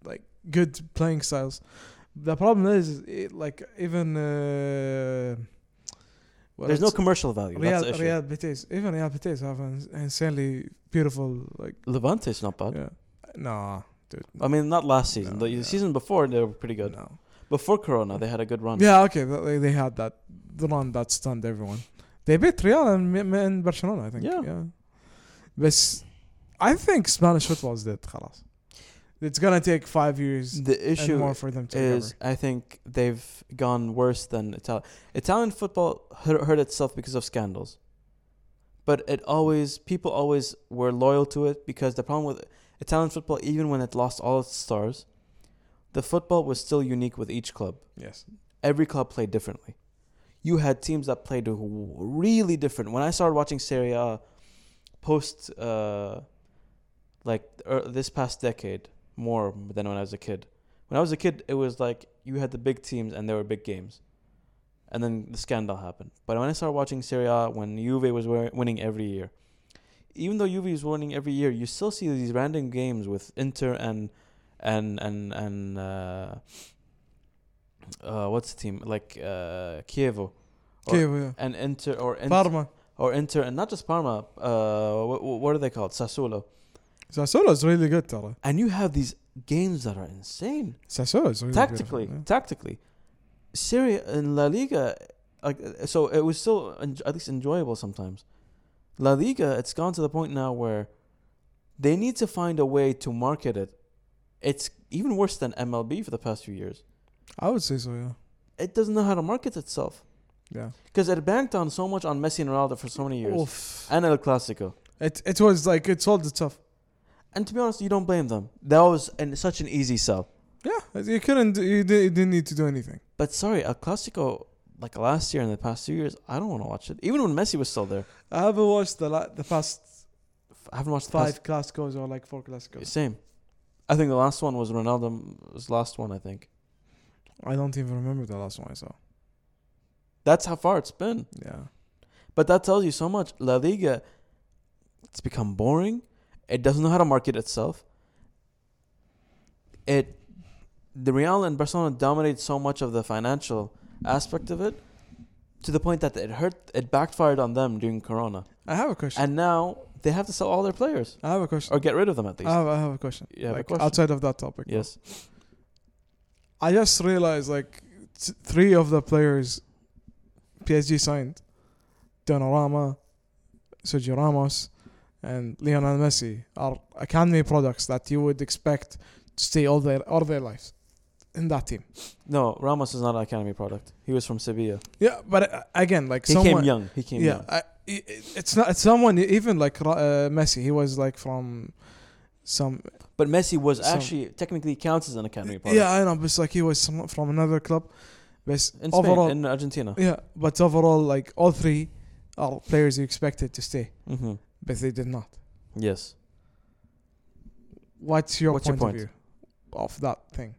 A: like good playing styles. The problem is, it, like even uh, well,
B: There's no
A: it's-
B: commercial value.
A: Real
B: That's the issue.
A: Real Betis. Even Real Betis have an insanely beautiful like.
B: Levante's not bad.
A: Yeah. Nah, dude.
B: I mean, not last season.
A: No,
B: the
A: yeah.
B: season before, they were pretty good.
A: No.
B: Before Corona, they had a good run.
A: Yeah. Okay. th- They, they had that the run that stunned everyone. They beat Real and, M- and Barcelona. I think.
B: Yeah.
A: yeah. But I think Spanish football is dead. خلاص. It's gonna take five years.
B: The
A: and
B: issue
A: more for them to
B: is,
A: recover.
B: I think they've gone worse than Italian. Italian football hurt, hurt itself because of scandals. But it always, people always were loyal to it because the problem with Italian football, even when it lost all its stars, the football was still unique with each club.
A: Yes.
B: every club played differently. You had teams that played w- really different. When I started watching Serie A post, uh, like er, this past decade, more than when I was a kid. When I was a kid, it was like you had the big teams and there were big games, and then the scandal happened. But when I started watching Serie A, when Juve was wi- winning every year, even though Juve was winning every year, you still see these random games with Inter and and and and. Uh, uh, what's the team like uh, Kievo Or-
A: Okay. well,
B: and Inter or
A: yeah.
B: Inter
A: Parma.
B: or Inter and not just Parma. Uh, what, what are they called? Sassuolo.
A: Sassuolo is really good, ترى.
B: And you have these games that are insane
A: Sassuolo is really
B: tactically.
A: Good.
B: Tactically, Serie in La Liga, like uh, so it was still en- at least enjoyable sometimes. La Liga, it's gone to the point now where they need to find a way to market it. It's even worse than MLB for the past few years.
A: I would say so. Yeah.
B: It doesn't know how to market itself.
A: Yeah.
B: Because it banked on so much on Messi and Ronaldo for so many years.
A: Oof.
B: And El Clasico.
A: It it was like it sold itself.
B: And to be honest, you don't blame them. That was an, such an easy sell.
A: Yeah. You couldn't. do- You, di- you didn't need to do anything.
B: But sorry, El Clasico, like last year and the past two years, I don't want to watch it. Even when Messi was still there.
A: I haven't watched the la- the past
B: I haven't watched the
A: five classicos or like four classicos.
B: Past, same. I think the last one was Ronaldo, was last one, I think.
A: I don't even remember the last one I saw.
B: That's how far it's been.
A: Yeah.
B: But that tells you so much. La Liga, it's become boring. It doesn't know how to market itself. It, the Real and Barcelona dominate so much of the financial aspect of it, to the point that it hurt. It backfired on them during Corona,
A: I have a question.
B: and now they have to sell all their players
A: I have a question.
B: or get rid of them at least.
A: I have, I have a question.
B: You have a
A: Like,
B: question?
A: Outside of that topic.
B: yes,
A: I just realized like t- three of the players PSG signed Donnarumma, Sergio Ramos, and Lionel Messi are academy products that you would expect to stay all their all their lives. in that team.
B: No, Ramos is not an academy product. He was from Sevilla.
A: Yeah, but uh, again, like
B: He
A: someone,
B: came young. He came
A: yeah,
B: young.
A: I, it- it's not. It's someone even like Ra- uh, Messi. He was like from some.
B: But Messi was
A: So-
B: actually technically counts as an academy product.
A: Yeah, I know, but it's like he was some, from another club. But
B: In Spain,
A: overall,
B: in Argentina.
A: yeah, but overall, like all three are players you expected to stay,
B: Mm-hmm.
A: but they did not.
B: Yes.
A: What's your,
B: What's your
A: point, of view
B: point?
A: of that thing?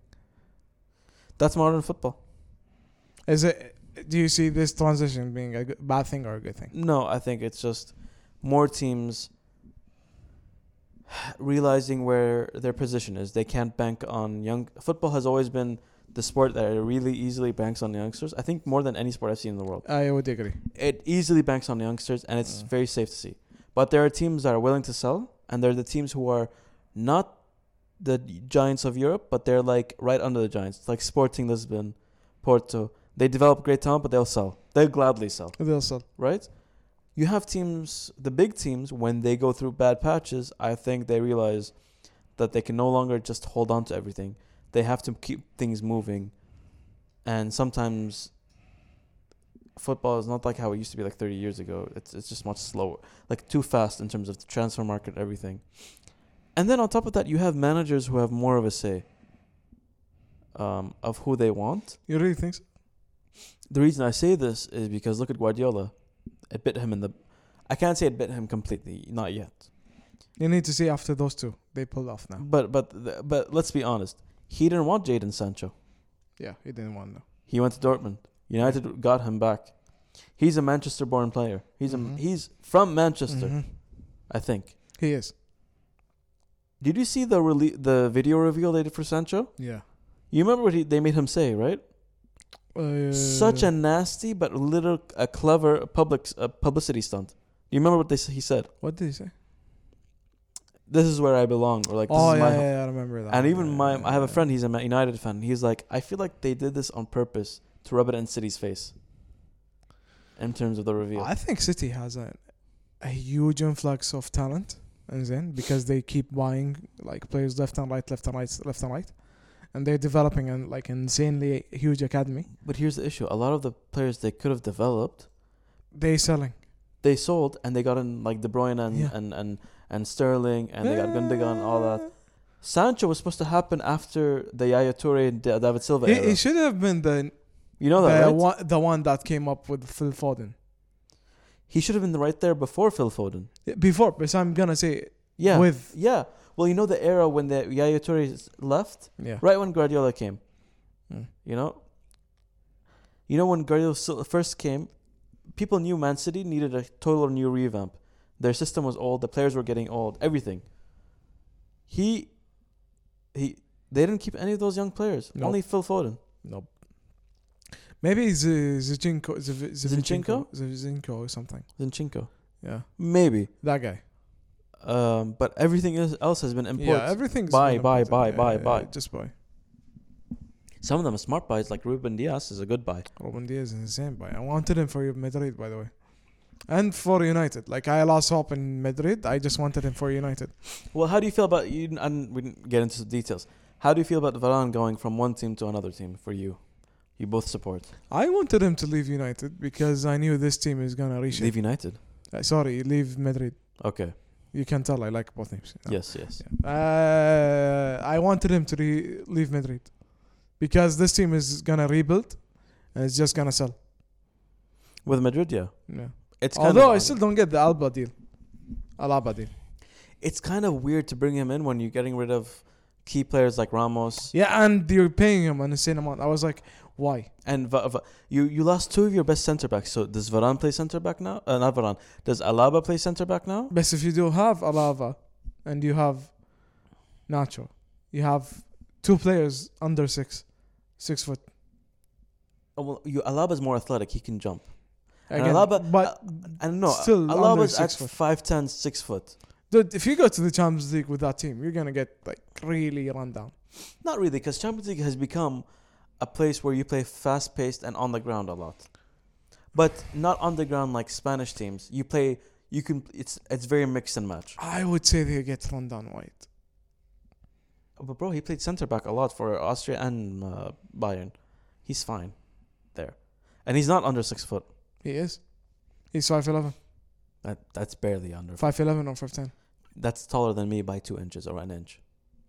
B: That's modern football.
A: Is it? Do you see this transition being a good, bad thing or a good thing?
B: No, I think it's just more teams realizing where their position is. They can't bank on young. Football has always been the sport that really easily banks on youngsters. I think more than any sport I've seen in the world.
A: I would agree.
B: It easily banks on youngsters, and it's
A: Mm.
B: very safe to see. But there are teams that are willing to sell, and they're the teams who are not the giants of Europe, but they're like right under the giants, like Sporting Lisbon, Porto. They develop great talent, but they'll sell. They'll gladly sell
A: They'll sell.
B: right? You have teams, the big teams, when they go through bad patches, I think they realize that they can no longer just hold on to everything. They have to keep things moving. And sometimes football is not like how it used to be like 30 years ago. It's, it's just much slower, like too fast in terms of the transfer market, and everything. And then on top of that, you have managers who have more of a say um, of who they want.
A: You really think so?
B: The reason I say this is because look at Guardiola. It bit him in the. I can't say it bit him completely, not yet.
A: You need to see after those two they pulled off now.
B: But but the- but let's be honest. He didn't want Jadon Sancho.
A: Yeah, he didn't want to.
B: He went to Dortmund. United got him back. He's a Manchester-born player. He's
A: Mhm.
B: a he's from Manchester,
A: Mhm.
B: I think.
A: He is.
B: Did you see the rele- the video reveal they did for Sancho?
A: Yeah.
B: You remember what he, they made him say, right?
A: Uh,
B: Such a nasty but little a clever public uh, publicity stunt. You remember what they s- he said?
A: What did he say?
B: This is where I belong, or like this
A: oh
B: is
A: yeah,
B: my
A: yeah, yeah, I remember that.
B: And even
A: Yeah,
B: my,
A: yeah,
B: I have a
A: yeah.
B: friend. He's a Man United fan. He's like, I feel like they did this on purpose to rub it in City's face. In terms of the reveal,
A: I think City has a, a huge influx of talent, and then because they keep buying like players left and right, left and right, left and right, and they're developing an like insanely huge academy.
B: but here's the issue: a lot of the players they could have developed,
A: They selling.
B: they sold, and they got in like De Bruyne and
A: Yeah.
B: and, and and Sterling, and they got Gundogan and all that. Sancho was supposed to happen after the Yaya Toure and Da- David Silva
A: He,
B: era.
A: he should have been the
B: you know that,
A: the,
B: right?
A: one, the one that came up with Phil Foden
B: he should have been right there before Phil Foden.
A: before. But I'm gonna say
B: Yeah,
A: with
B: yeah. Well, you know the era when the Yaya Toure left,
A: yeah.
B: right when Guardiola came.
A: Mm.
B: You know, you know when Guardiola still- first came, people knew Man City needed a total new revamp. Their system was old. The players were getting old. Everything. He, he. They didn't keep any of those young players.
A: Nope.
B: Only Phil Foden.
A: Nope. Maybe Z- Zinchenko, Z-
B: Zinchenko?
A: Zinchenko, Zinchenko or something.
B: Zinchenko.
A: Yeah,
B: Maybe.
A: that guy.
B: Um, but everything is, else has been imported.
A: Yeah, everything's
B: Buy,
A: been
B: buy,
A: imported.
B: buy,
A: Yeah,
B: buy,
A: yeah,
B: buy.
A: yeah, Just buy.
B: Some of them are smart buys, like Ruben Diaz is a good buy.
A: Robin Diaz is insane buy. I wanted him for Madrid, by the way, and for United. Like I lost hope in Madrid. I just wanted him for United.
B: Well, how do you feel about you? didn't- And we didn't get into the details. How do you feel about Varane going from one team to another team for you? You both support.
A: I wanted him to leave United because I knew this team is gonna reach.
B: Leave United.
A: Uh, sorry, leave Madrid.
B: Okay.
A: You can tell I like both teams. you know.
B: Yes. Yes.
A: Uh, I wanted him to re- leave Madrid because this team is gonna rebuild and it's just gonna sell.
B: With Madrid, yeah.
A: Yeah.
B: It's kind
A: Although
B: of
A: I still don't get the Alba deal, Alaba deal.
B: it's kind of weird to bring him in when you're getting rid of key players like Ramos
A: Yeah, and you're paying him an insane amount. I was like, why?
B: and Va- Va- you you lost two of your best center backs. So does Varane play center back now? Uh, not Varane. Does Alaba play center back now?
A: But if you do have Alava and you have Nacho, you have two players under six, six foot.
B: Oh, well, you Alaba's more athletic. He can jump. And
A: Again,
B: Alaba-
A: but
B: I don't know.
A: Still under
B: Alaba's at
A: six foot.
B: 5'10", 6 foot.
A: dude, if you go to the Champions League with that team, you're gonna get like really run down.
B: Not really, because Champions League has become a place where you play fast paced and on the ground a lot, but not on the ground like Spanish teams. You play, you can. It's it's very mix and match.
A: I would say they get run down wide.
B: But bro, he played center back a lot for Austria and uh, Bayern. He's fine there, and he's not under six foot.
A: He is. He's 5'11.
B: That that's barely under.
A: 5'11 or 5'10.
B: That's taller than me by two inches or an inch.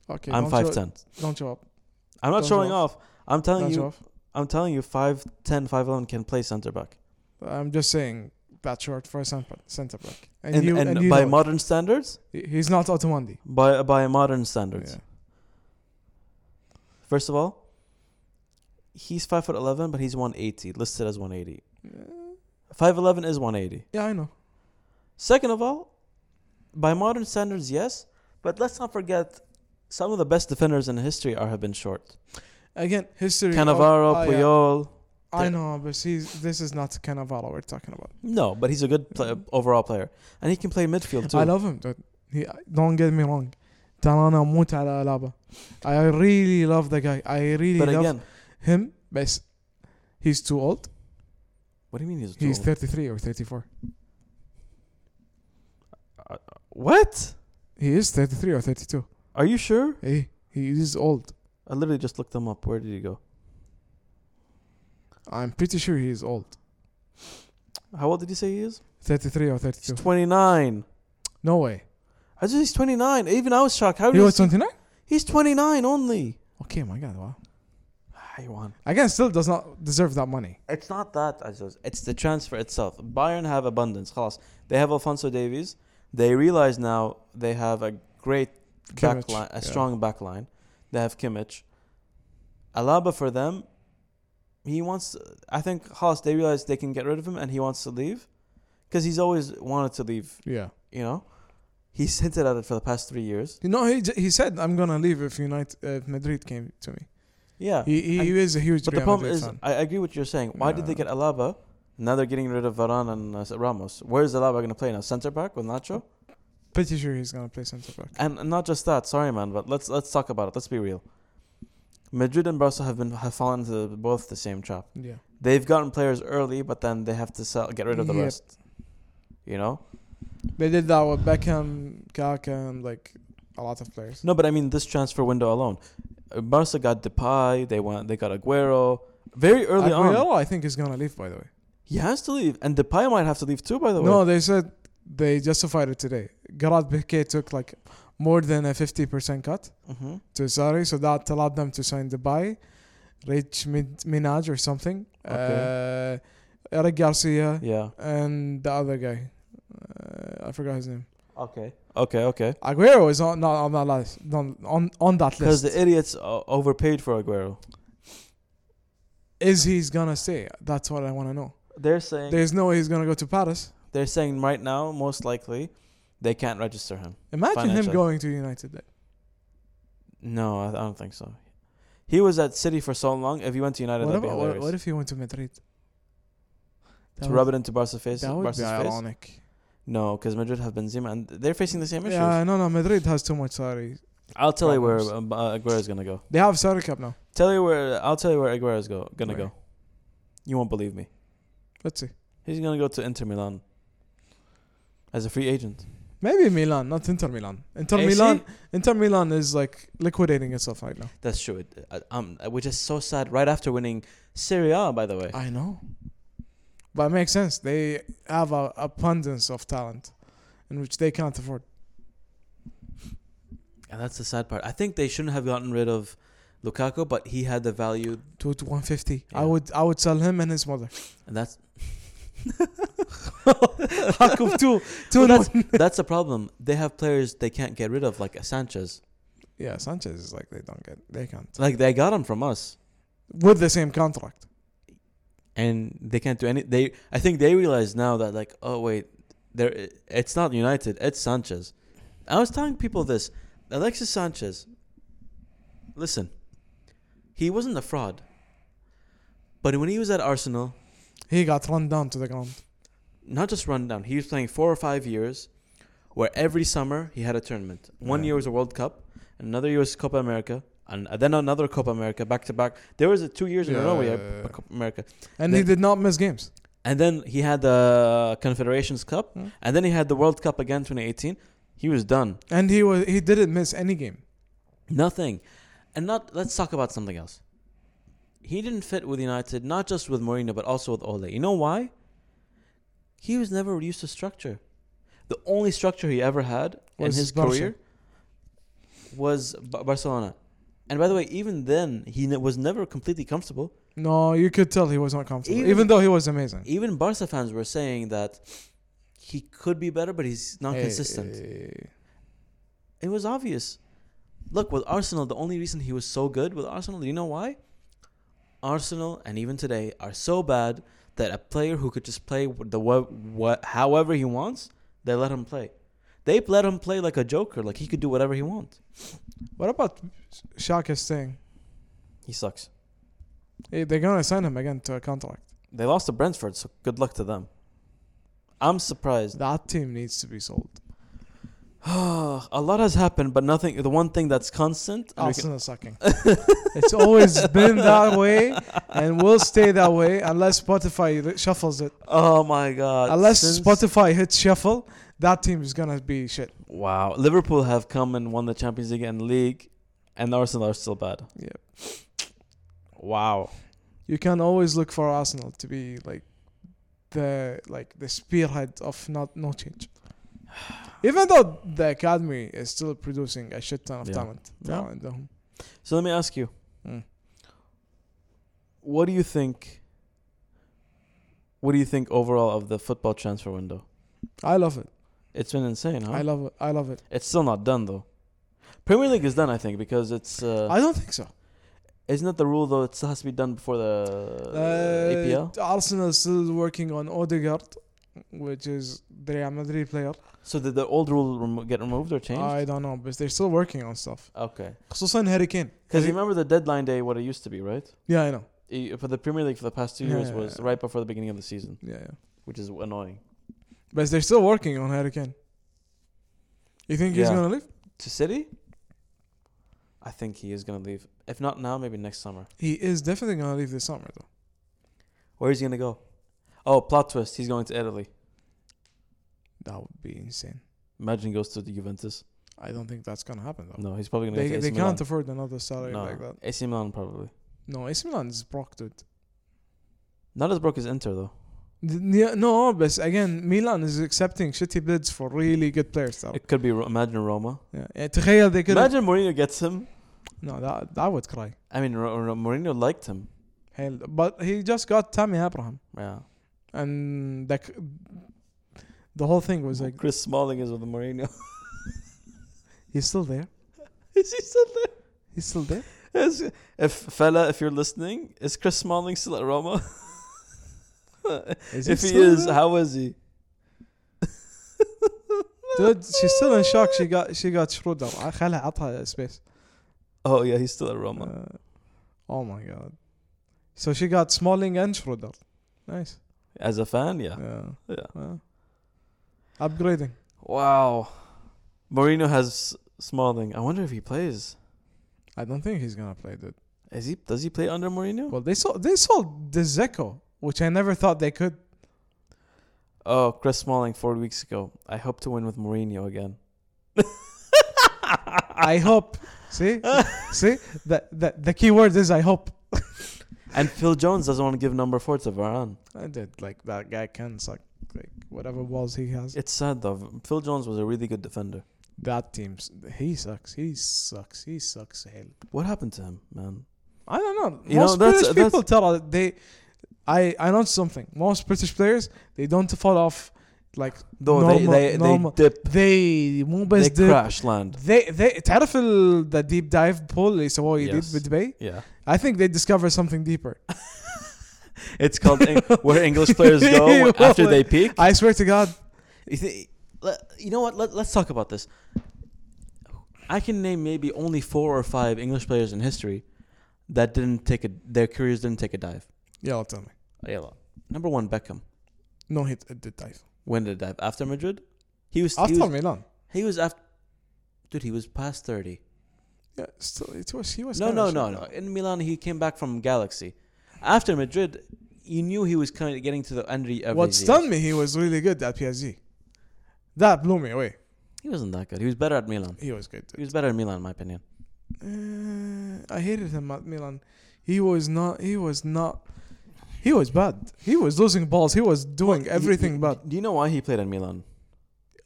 A: Okay.
B: I'm
A: don't
B: five
A: show-
B: ten.
A: Don't show up.
B: I'm not
A: don't
B: showing
A: show
B: off. I'm telling
A: Don't
B: you.
A: show off.
B: I'm telling you. Five ten, five eleven can play center back.
A: I'm just saying that short for a center center back.
B: And, and, by
A: know
B: modern standards,
A: it. he's not Ottomandi.
B: by by modern
A: Yeah.
B: standards. First of all, he's five foot eleven, but he's one eighty, listed as one eighty. Five eleven is one eighty.
A: yeah, I know.
B: Second of all, by modern standards, yes, but let's not forget some of the best defenders in history are have been short.
A: Again, history. of-
B: Cannavaro,
A: I, uh,
B: Puyol.
A: I know, but he's, this is not Cannavaro we're talking about.
B: No, but he's a good play, overall player, and he can play midfield too.
A: I love him. Dude. He, don't get me wrong. ترى انا اموت على الابا. I really love the guy. I really
B: but
A: love
B: again,
A: him. But he's too old.
B: what do you mean he's?
A: He's
B: too old?
A: 33 or 34.
B: what?
A: He is 33 or 32.
B: Are you sure?
A: Hey, he is old.
B: I literally just looked him up. Where did he go?
A: I'm pretty sure he is old.
B: How old did you say he is?
A: 33 or
B: He's
A: 32.
B: twenty nine.
A: No way.
B: I just he's twenty nine. Even I was shocked. How did
A: He
B: you
A: was
B: see-
A: 29?
B: He's twenty nine only. Ah,
A: Okay, my God, wow.
B: Aywan.
A: Again, still does not deserve that money.
B: It's not that Aziz. It's the transfer itself. Bayern have abundance. خلاص. They have Alfonso Davies. They realize now they have a great back
A: Kimmich,
B: line, a
A: yeah.
B: strong back line. They have Kimmich. Alaba for them. He wants. I think خلاص. They realize they can get rid of him, and he wants to leave, because he's always wanted to leave.
A: Yeah.
B: You know, he's hinted at it for the past three years.
A: You know, he j- he said, I'm going to leave if United, uh, if Madrid came to me.
B: Yeah.
A: He, he, he is a huge
B: But the
A: Real
B: problem
A: Madrid
B: is,
A: fan.
B: I agree with what you're saying. Why did they
A: Yeah.
B: get Alaba? Now they're getting rid of Varane and uh, Ramos. Where is Alaba going to play now? Center back with Nacho?
A: Pretty sure he's going to play centre back.
B: And and not just that. Sorry, man, but let's let's talk about it. Let's be real. Madrid and Barca have been have fallen into both the same trap.
A: Yeah.
B: They've gotten players early, but then they have to sell, get rid of the
A: Yep.
B: rest. You know?
A: They did that with Beckham, Kaka, and like a lot of players.
B: No, but I mean this transfer window alone. Uh, Barca got Depay. They went. They got Aguero. Very early on,
A: Aguero, I think, is going to leave, by the way.
B: he has to leave, and Depay might have to leave too. By the way,
A: No, they said they justified it today. Gerard Piqué took like more than a 50% cut
B: hmm
A: to salary, so that allowed them to sign Dubai, Rich Min- Minaj or something, uh, Eric Garcia,
B: yeah.
A: and the other guy. Uh, I forgot his name.
B: Okay. Okay. Okay.
A: Aguero is on not on that list. On on, on that
B: Because
A: list.
B: the idiots uh, overpaid for Aguero.
A: is he's gonna stay? That's what I want to know.
B: They're saying they're,
A: There's no way he's gonna go to Paris.
B: saying right now, most likely, they can't register him.
A: Imagine him
B: Financially.
A: going to United. Then.
B: No, I, I don't think so. He was at City for so long. If he went to United,
A: What,
B: that'd
A: if,
B: be
A: what,
B: hilarious.
A: what if he went to Madrid?
B: to rub it into Barca's face,
A: that would
B: Barca's
A: be
B: face.
A: ironic.
B: No, because Madrid have Benzema, and they're facing the same issues.
A: Yeah, no, no. Madrid has too much salary.
B: I'll tell you where
A: Problems.
B: um, uh, Aguero's gonna go.
A: They have salary cap now.
B: Tell you where I'll tell you where Aguero's go gonna
A: Where?
B: go. You won't believe me.
A: Let's see.
B: He's gonna go to Inter Milan as a free agent.
A: Maybe Milan, not Inter Milan. Inter
B: AC?
A: Milan, Inter Milan is like liquidating itself right now.
B: That's true. It, uh, um, which is so sad. Right after winning Serie A, by the way.
A: I know, but it makes sense. They have a abundance of talent, in which they can't afford.
B: And that's the sad part. I think they shouldn't have gotten rid of Lukaku, but he had the value,
A: Two to one fifty. I
B: Yeah.
A: would, I would sell him and his mother.
B: and that's
A: Hack of two, two
B: Well,
A: and
B: that's
A: one.
B: that's the problem. They have players they can't get rid of, like Sanchez.
A: Yeah, Sanchez is like they don't get, they can't
B: Like they got him from us,
A: with the same contract.
B: and they can't do any. They, I think they realize now that like, oh wait, there, it's not United, it's Sanchez. I was telling people this, Alexis Sanchez. Listen, he wasn't a fraud, but when he was at Arsenal,
A: He got run down to the ground.
B: not just run down. He was playing four or five years, where every summer he had a tournament. One
A: Yeah.
B: year was a World Cup, another year was Copa America, and then another Copa America back to back. There was a two years in a row we had
A: Yeah.
B: Copa America,
A: And
B: They-
A: he did not miss games.
B: and then he had the Confederations Cup,
A: Mm.
B: and then he had the World Cup again, 2018. He was done.
A: And he was he didn't miss any game.
B: Nothing. And not let's talk about something else. He didn't fit with United, not just with Mourinho, but also with Ole. You know why? He was never used to structure. The only structure he ever had in
A: Was
B: his
A: Barca.
B: career was Ba- Barcelona. And by the way, even then, he ne- was never completely comfortable.
A: No, you could tell he was not comfortable,
B: Even-
A: even, though he was amazing.
B: Even Barca fans were saying that he could be better, but he's not
A: Hey,
B: consistent.
A: eh,
B: It was obvious. Look, with Arsenal, the only reason he was so good with Arsenal, do you know why? Arsenal, and even today, are so bad that a player who could just play with the what, what, however he wants, they let him play. They let him play like a joker, like he could do whatever he wants.
A: What about Shaka's thing?
B: He sucks.
A: Eh, They're gonna sign him again to a contract.
B: They lost to Brentford, so good luck to them. I'm surprised.
A: That team needs to be sold.
B: a lot has happened, but nothing. The one thing that's constant. and we can-
A: Arsenal sucking. it's always been that way, and will stay that way unless Spotify shuffles it.
B: oh my god!
A: Unless
B: Since-
A: Spotify hits shuffle, that team is gonna be shit.
B: Wow, Liverpool have come and won the Champions League and league, and Arsenal are still bad.
A: Yeah.
B: Wow.
A: You can always look for Arsenal to be like the like the spearhead of not no change. Even though the academy is still producing a shit ton of
B: Yeah.
A: talent,
B: Yeah.
A: talent at home.
B: So let me ask you,
A: Mm.
B: what do you think? What do you think overall of the football transfer window?
A: I love it.
B: It's been insane, huh?
A: I love it. I love it.
B: it's still not done though. Premier League is done, I think, because it's uh,
A: I don't think so.
B: isn't it the rule though? It still has to be done before the
A: Uh,
B: APL.
A: Arsenal is still working on Odegaard, which is the Real Madrid player.
B: So did the old rule remo- get removed or changed?
A: I don't know, but they're still working on stuff.
B: okay,
A: خصوصا هاري كين.
B: because remember the deadline day, what it used to be, right?
A: Yeah, I know.
B: E- for the Premier League for the past two years was
A: Yeah.
B: right before the beginning of the season,
A: Yeah, yeah.
B: which is annoying.
A: But they're still working on Harry Kane. You think he's
B: Yeah.
A: gonna leave?
B: To City, I think he is going to leave. If not now, maybe next summer.
A: He is definitely gonna leave this summer though.
B: Where is he going to go? Oh, plot twist. He's going to Italy.
A: That would be insane.
B: Imagine he goes to the Juventus.
A: I don't think that's gonna happen though.
B: No, he's probably going to
A: they
B: go to
A: they
B: AC Milan.
A: can't afford another salary
B: no,
A: like that.
B: AC Milan probably.
A: No, AC Milan is broke, dude.
B: Not as broke as Inter, though.
A: N- yeah, No, but again, Milan is accepting shitty bids for really good players though.
B: It could be, Ro- imagine Roma.
A: Yeah, yeah, تخيل they Oh. could.
B: Imagine Mourinho gets him.
A: No, that that would cry.
B: I mean, Ro- Ro- Mourinho liked him.
A: Hell, but he just got Tammy Abraham,
B: Yeah.
A: and the the whole thing was like
B: Chris Smalling is with Mourinho.
A: he's still there.
B: is he still there?
A: He's still there.
B: Is, if fella, if you're listening, is Chris Smalling still at Roma?
A: Is
B: if he
A: still
B: is,
A: there?
B: how is he?
A: dude, she's still in shock. She got she got Schroeder. خلها عطها space.
B: Oh yeah, he's still at Roma.
A: Uh, oh my god. So she got Smalling and Schroeder. Nice.
B: As a fan, yeah.
A: Yeah.
B: Yeah.
A: Wow. upgrading.
B: Wow. Mourinho has Smalling. I wonder if he plays.
A: I don't think he's gonna play that.
B: Is he? Does he play under Mourinho?
A: Well, they sold they sold the Zeko, which I never thought they could.
B: Oh, Chris Smalling four weeks ago. I hope to win with Mourinho again.
A: I hope. See, see that the, the key word is I hope.
B: And Phil Jones doesn't want to give number four to Varane.
A: I did like that guy can suck like whatever balls he has.
B: It's sad though. Phil Jones was a really good defender.
A: That team's he sucks. He sucks. He sucks. Hell,
B: What happened to him, man?
A: I don't know.
B: You know,
A: Most
B: that's-
A: British
B: that's-
A: people tell us they. I I know something. Most British players they don't fall off. Like
B: Though
A: Normal-
B: they they,
A: normal.
B: they dip,
A: they مو بس
B: they
A: dip.
B: crash land.
A: They they تعرف ال the deep dive pool اللي سووه جديد
B: Yes.
A: بدبي؟
B: Yeah.
A: I think they discover something deeper.
B: It's called Eng- where English players go after they peak.
A: I swear to God.
B: You, thi- let- you know what? Let, let's talk about this. I can name maybe only four or five English players in history that didn't take a their careers didn't take a dive.
A: Yeah, tell me.
B: Ayala. Number one, Beckham.
A: No hit at the dive.
B: When did dive? After Madrid? He was he
A: After
B: was,
A: Milan.
B: he was after. Dude, he was past thirty.
A: Yeah, still it was he was
B: No,
A: kinda
B: no, no,
A: shit.
B: no. In Milan, he came back from Galaxy. After Madrid, you knew he was kind of getting to the end of
A: What
B: his years.
A: stunned me, he was really good at PSG. That blew me away.
B: He wasn't that good. He was better at Milan.
A: He was good.
B: He was better at Milan, in my opinion.
A: Uh, I hated him at Milan. He was not. He was not. He was bad. He was losing balls. He was doing everything
B: But
A: bad.
B: Do you know why he played at Milan?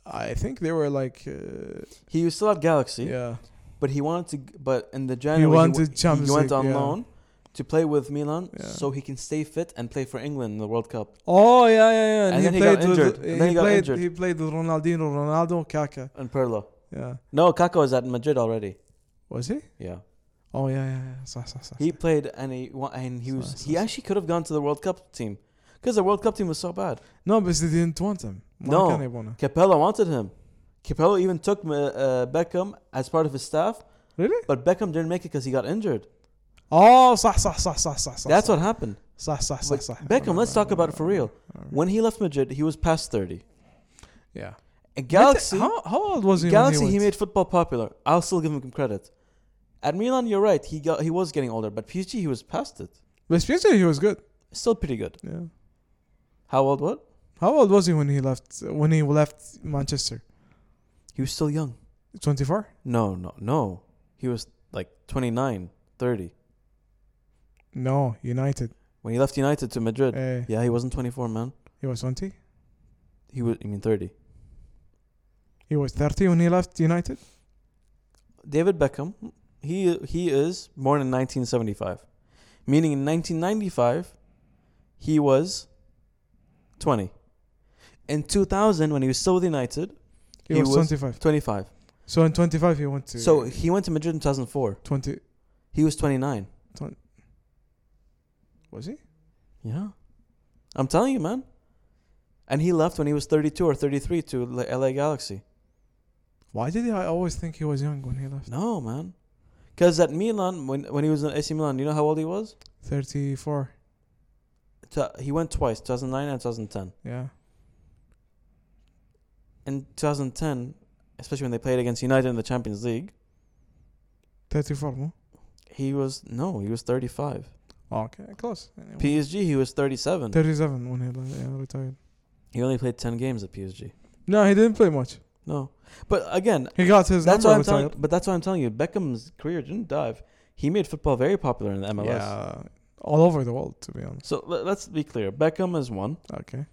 A: I think they were like, uh,
B: He was still at Galaxy,
A: yeah,
B: but he wanted to. g- But in the January, wa-
A: wanted Champions
B: he went
A: League,
B: on
A: yeah.
B: loan to play with Milan,
A: Yeah.
B: so he can stay fit and play for England in the World Cup.
A: Oh yeah, yeah, yeah.
B: And then he got injured.
A: With,
B: And then he got
A: played.
B: injured.
A: He played with Ronaldinho, Ronaldo, Kaká.
B: And Perlo.
A: Yeah,
B: No, Kaká was at Madrid already.
A: was he?
B: Yeah,
A: Oh yeah, yeah, yeah. Sorry, sorry, sorry.
B: he played and he wa- and he was
A: Nice,
B: he
A: nice.
B: actually could have gone to the World Cup team because the World Cup team was so bad.
A: no, but they didn't want him.
B: No.
A: Can they want him?
B: Capello wanted him. Capello even took uh, uh, Beckham as part of his staff.
A: Really?
B: But Beckham didn't make it because he got injured.
A: Oh, صح صح صح صح صح صح.
B: That's what happened.
A: صح صح صح
B: Like,
A: صح.
B: Beckham, let's talk about it for real. When he left Madrid, he was past 30.
A: Yeah.
B: At Galaxy,
A: How, how old was he?
B: Galaxy,
A: when
B: he,
A: he, went?
B: made football popular. I'll still give him credit. At Milan, you're right. He got he was getting older, but PSG, he was past it.
A: But PSG, he was good.
B: Still pretty good.
A: Yeah.
B: How old? What?
A: How old was he when he left? When he left Manchester,
B: He was still young.
A: twenty four.
B: No, no, no. He was like 29, 30
A: No, United.
B: when he left United to Madrid.
A: Eh,
B: Yeah, he wasn't 24, man.
A: He was twenty.
B: He was. I mean, 30.
A: He was thirty when he left United.
B: David Beckham, he he is born in 1975, meaning in 1995 he was 20. In 2000, when he was still with United,
A: He,
B: He
A: was,
B: was-
A: twenty five.
B: 25.
A: So in twenty five, he went to
B: So he went to Madrid in 2004.
A: twenty.
B: He was 29.
A: Was he?
B: Yeah, I'm telling you, man. And he left when he was 32 or 33 to L- LA Galaxy.
A: Why did he, I always think he was young when he left?
B: No, man. Because at Milan, when when he was in AC Milan, you know how old he was?
A: Thirty four.
B: To- He went twice, 2009 and 2010.
A: Yeah.
B: in 2010, especially when they played against United in the Champions League,
A: Thirty four. No?
B: he was no, he was 35.
A: Oh, okay, close. Anyway.
B: PSG, he was 37.
A: thirty seven when he le- yeah, retired.
B: He only played 10 games at PSG.
A: No, he didn't play much.
B: No, but again,
A: He got his
B: that's why
A: number
B: I'm
A: retired.
B: telling. But that's why I'm telling you, Beckham's career didn't dive. He made football very popular in the MLS.
A: Yeah, all over the world, to be honest.
B: So le- let's be clear. Beckham is one
A: Okay.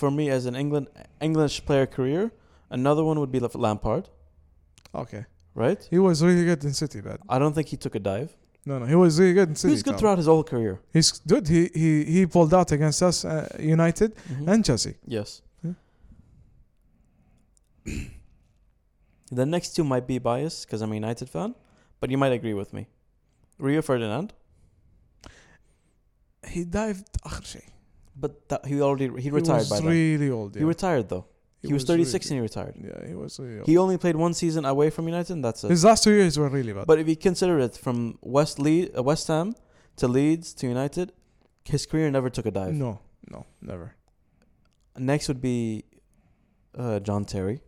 B: for me as an England English player career. Another one would be Lam- Lampard,
A: Okay.
B: right?
A: He was really good in City, but
B: I don't think he took a dive.
A: no, no, he was really good in
B: He
A: City.
B: was good
A: Tom.
B: throughout his whole career.
A: He's good. He he he pulled out against us, uh, United
B: Mhm.
A: and Chelsea.
B: Yes.
A: Yeah.
B: the next two might be biased because I'm a United fan, but you might agree with me. Rio Ferdinand,
A: He dived. آخر شيء.
B: but that, he already he
A: He
B: retired
A: was
B: by then.
A: really old. Yeah.
B: He retired though. He, was, 36 and he retired.
A: and yeah, he was really old.
B: He only played one season away from United. And that's it.
A: His last two years were really bad.
B: But if you consider it from West Le- uh, West Ham to Leeds to United, his career never took a dive.
A: no, no, never.
B: Next would be uh, John Terry,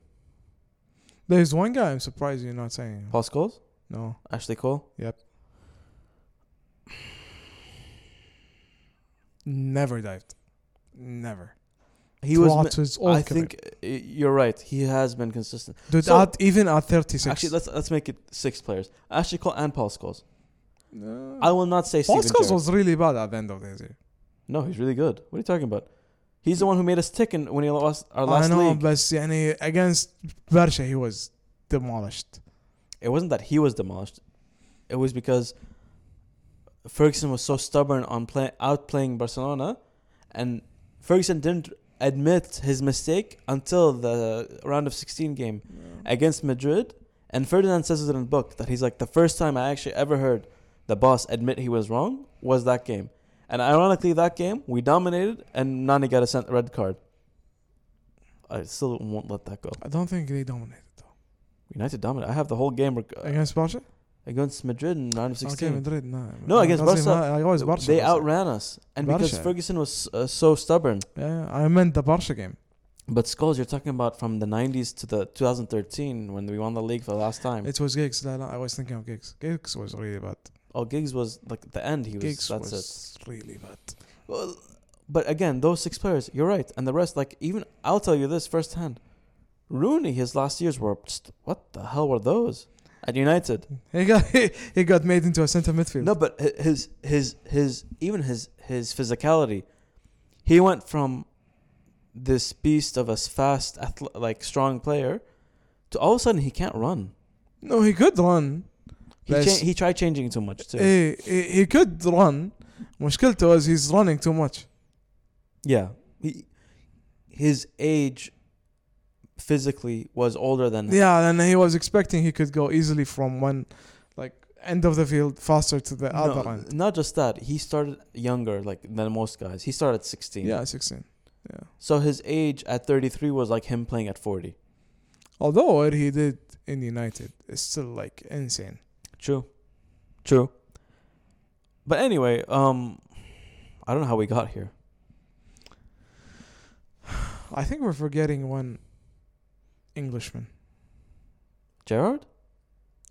A: There's one guy I'm surprised you're not saying. him.
B: Paul Scholes,
A: No,
B: Ashley Cole.
A: never dived. Never.
B: He was.
A: Throughout
B: mi-
A: his old
B: I
A: career.
B: think uh, you're right. He has been consistent.
A: Dude,
B: So-
A: at, even at 36.
B: Actually, let's let's make it six players. Ashley Cole and Paul Scholes.
A: No.
B: I will not say
A: Paul
B: Steven
A: Scholes
B: Gerrard.
A: was really bad at the end of the year.
B: No, he's really good. What are you talking about? He's the one who made us tick in, when he lost our
A: I
B: last
A: know,
B: league.
A: but يعني, against Bersha, he was demolished.
B: It wasn't that he was demolished. It was because Ferguson was so stubborn on play, outplaying Barcelona, and Ferguson didn't admit his mistake until the round of 16 game against Madrid. And Ferdinand says it in the book that he's like the first time I actually ever heard the boss admit he was wrong was that game. And ironically, that game we dominated, and Nani got a sent red card. I still won't let that go.
A: I don't think they dominated though.
B: United dominate. I have the whole game rec- uh,
A: against Barca?
B: against Madrid in round of
A: Okay,
B: sixteen.
A: Madrid, no.
B: No, against
A: قصدي
B: Barca,
A: ما- I was Barca.
B: they
A: قصدي.
B: outran us, and because
A: Barca.
B: Ferguson was uh, so stubborn.
A: Yeah, I meant the Barca game.
B: But Skulls, you're talking about from the '90s to the 2013 when we won the league for the last time.
A: It was Giggs. لا, لا, I was thinking of Giggs. Giggs was really bad.
B: oh, Giggs was like the end. He was.
A: Giggs
B: that's it.
A: was really bad.
B: Well, but again, those six players, you're right, and the rest, like even I'll tell you this firsthand. Rooney, his last years were just what the hell were those? at United.
A: He got he got made into a centre midfield.
B: No, but hi- his his his even his his physicality, he went from this beast of a s- fast, athle- like strong player, to all of a sudden he can't run.
A: No, he could run.
B: He
A: That's-
B: cha- he tried changing too much too.
A: He, he, he could run. مشكلته is he's running too much.
B: yeah, he, his age physically was older than
A: Yeah, and he was expecting he could go easily from one like end of the field faster to the other
B: No,
A: end.
B: not just that. He started younger, like than most guys. He started at sixteen.
A: Yeah, 16. Yeah.
B: So his age at thirty three was like him playing at forty.
A: Although what he did in United is still like insane.
B: True. True. But anyway, um I don't know how we got here.
A: I think we're forgetting one Englishman.
B: Gerard?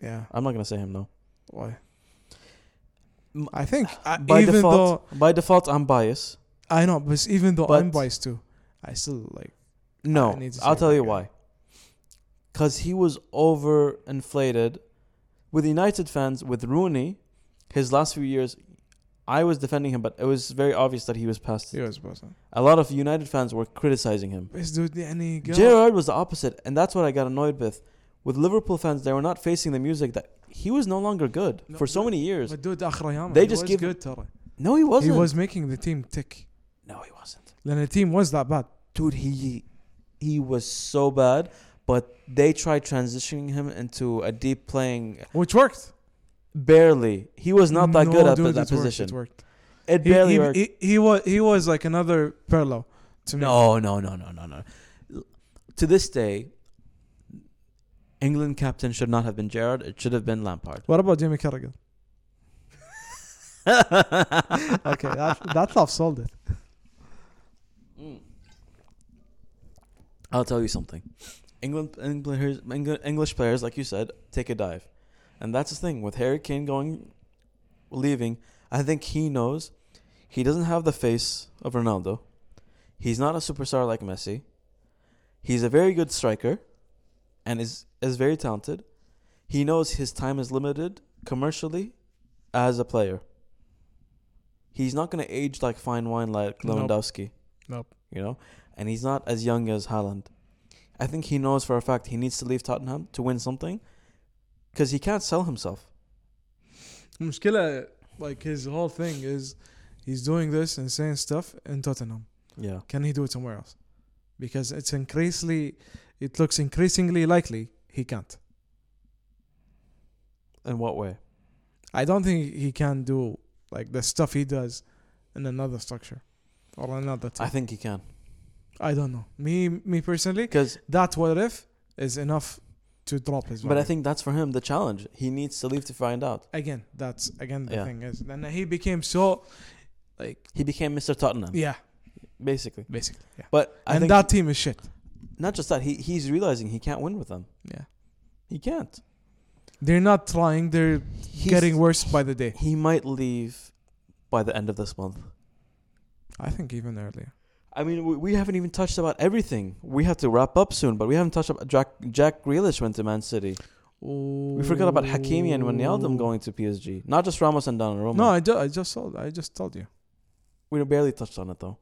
A: Yeah.
B: I'm not gonna say him no.
A: Why?
B: M- uh,
A: I think I,
B: By
A: even though
B: default by default I'm biased.
A: I know, but even though I'm
B: But-
A: biased too, I still like
B: No.
A: I need to
B: I'll
A: say
B: tell
A: that
B: you
A: guy.
B: why. Cause he was overinflated with United fans, with Rooney, his last few years I was defending him, but it was very obvious that he was past.
A: he was awesome.
B: A lot of United fans were criticizing him.
A: This dude, any guy.
B: Gerard was the opposite, and that's what I got annoyed with. With Liverpool fans, they were not facing the music that he was no longer good
A: No,
B: for so
A: but-
B: many years.
A: But dude, آخر أيام,
B: They
A: he
B: just
A: was
B: give-
A: good ترى.
B: no, he
A: He
B: wasn't.
A: was making the team tick.
B: no, he wasn't.
A: Then the team was that bad.
B: Dude, he he was so bad. But they tried transitioning him into a deep playing.
A: Which worked.
B: Barely, he was not that
A: No,
B: good at
A: dude,
B: that
A: it worked,
B: position.
A: it worked.
B: It
A: He,
B: barely
A: he,
B: worked.
A: he- he was he was like another Perlo to me.
B: no, no, no, no, no, no. L- To this day, England captain should not have been Gerard. It should have been Lampard.
A: What about Jamie Carragher? Okay, that that love sold it.
B: I'll tell you something. England, England players, Engl- English players, like you said, take a dive, and that's the thing with Harry Kane going, leaving. I think he knows he doesn't have the face of Ronaldo. He's not a superstar like Messi. He's a very good striker, and is is very talented. He knows his time is limited commercially, as a player. He's not going to age like fine wine like
A: Nope.
B: Lewandowski.
A: Nope.
B: You know, and he's not as young as Haaland. I think he knows for a fact he needs to leave Tottenham to win something, because he can't sell himself.
A: مشكلة like his whole thing is he's doing this and saying stuff in Tottenham.
B: Yeah.
A: Can he do it somewhere else? Because it's increasingly it looks increasingly likely he can't.
B: In what way?
A: I don't think he can do like the stuff he does in another structure or another team.
B: I think he can,
A: I don't know. Me me personally,
B: because.
A: that what if is enough to drop his.
B: But I
A: value.
B: think that's for him the challenge. He needs to leave to find out.
A: again, that's again the
B: Yeah.
A: thing is then he became so like
B: He became Mr. Tottenham,
A: yeah,
B: basically.
A: basically yeah.
B: But I
A: and
B: think
A: that team is shit.
B: not just that he he's realizing he can't win with them.
A: Yeah,
B: He can't.
A: they're not trying. They're
B: He's,
A: getting worse by the day.
B: He might leave by the end of this month.
A: I think even earlier.
B: I mean, we, we haven't even touched about everything. We have to wrap up soon, but we haven't touched about Jack. Jack Grealish went to Man City. We forgot about Hakimi and Wijnaldum going to PSG. Not just Ramos and Donnarumma.
A: No, I, ju- I just told I just told you.
B: we barely touched on it though.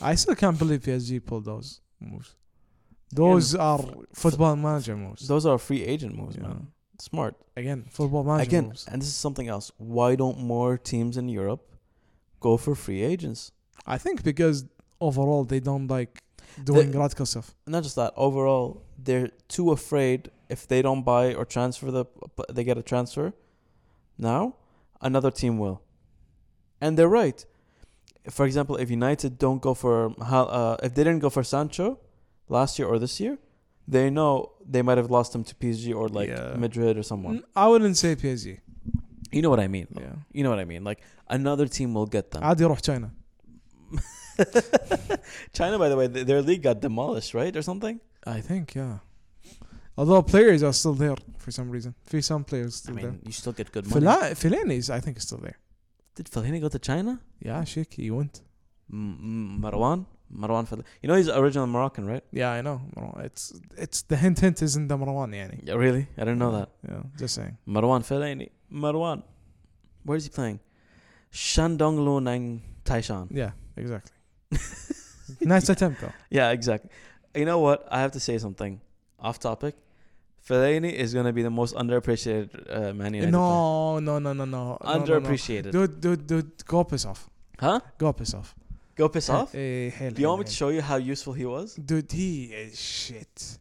A: I still can't believe PSG pulled those moves. Those are football manager moves.
B: Those are free agent moves,
A: Yeah.
B: man. Smart.
A: Again, football manager
B: Again,
A: moves.
B: and this is something else. Why don't more teams in Europe go for free agents?
A: I think because overall they don't like doing
B: The-
A: Radko stuff.
B: Not just that. Overall, they're too afraid if they don't buy or transfer the they get a transfer. Now, another team will, and they're right. For example, if United don't go for Hal- uh, if they didn't go for Sancho last year or this year, they know they might have lost him to PSG or like
A: Yeah.
B: Madrid or someone.
A: N- I wouldn't say PSG.
B: You know what I mean. though.
A: Yeah.
B: You know what I mean. Like another team will get them.
A: عادي يروح China.
B: China, by the way, th- their league got demolished, right, or something.
A: I think yeah. Although players are still there for some reason. في some players
B: I
A: still there.
B: mean, you still get good money.
A: Fela- Fellaini is I think is still there. Ah,
B: Did Fellaini go to China?
A: Yeah, Sheikh, he went.
B: M- M- Marwan, Marwan Fadli. You know he's original Moroccan, right?
A: Yeah, I know. Marwan. It's it's the hint hint is in the Marwan يعني.
B: Yeah, really? I didn't know that.
A: Yeah, just saying.
B: Marwan Fellaini. Marwan. Where is he playing? Shandong Lunang Taishan.
A: Yeah, exactly. nice attempt though.
B: Yeah, exactly. You know what? I have to say something off topic. Fellaini is going to be the most underappreciated uh, Man United player.
A: No, no, no, no, no.
B: Underappreciated.
A: No, no, no. Dude, dude, dude, go piss off.
B: Huh?
A: Go piss off.
B: Go piss off?
A: Eh, hell,
B: Do you
A: hell,
B: want me to
A: hell.
B: show you how useful he was?
A: Dude, he is shit.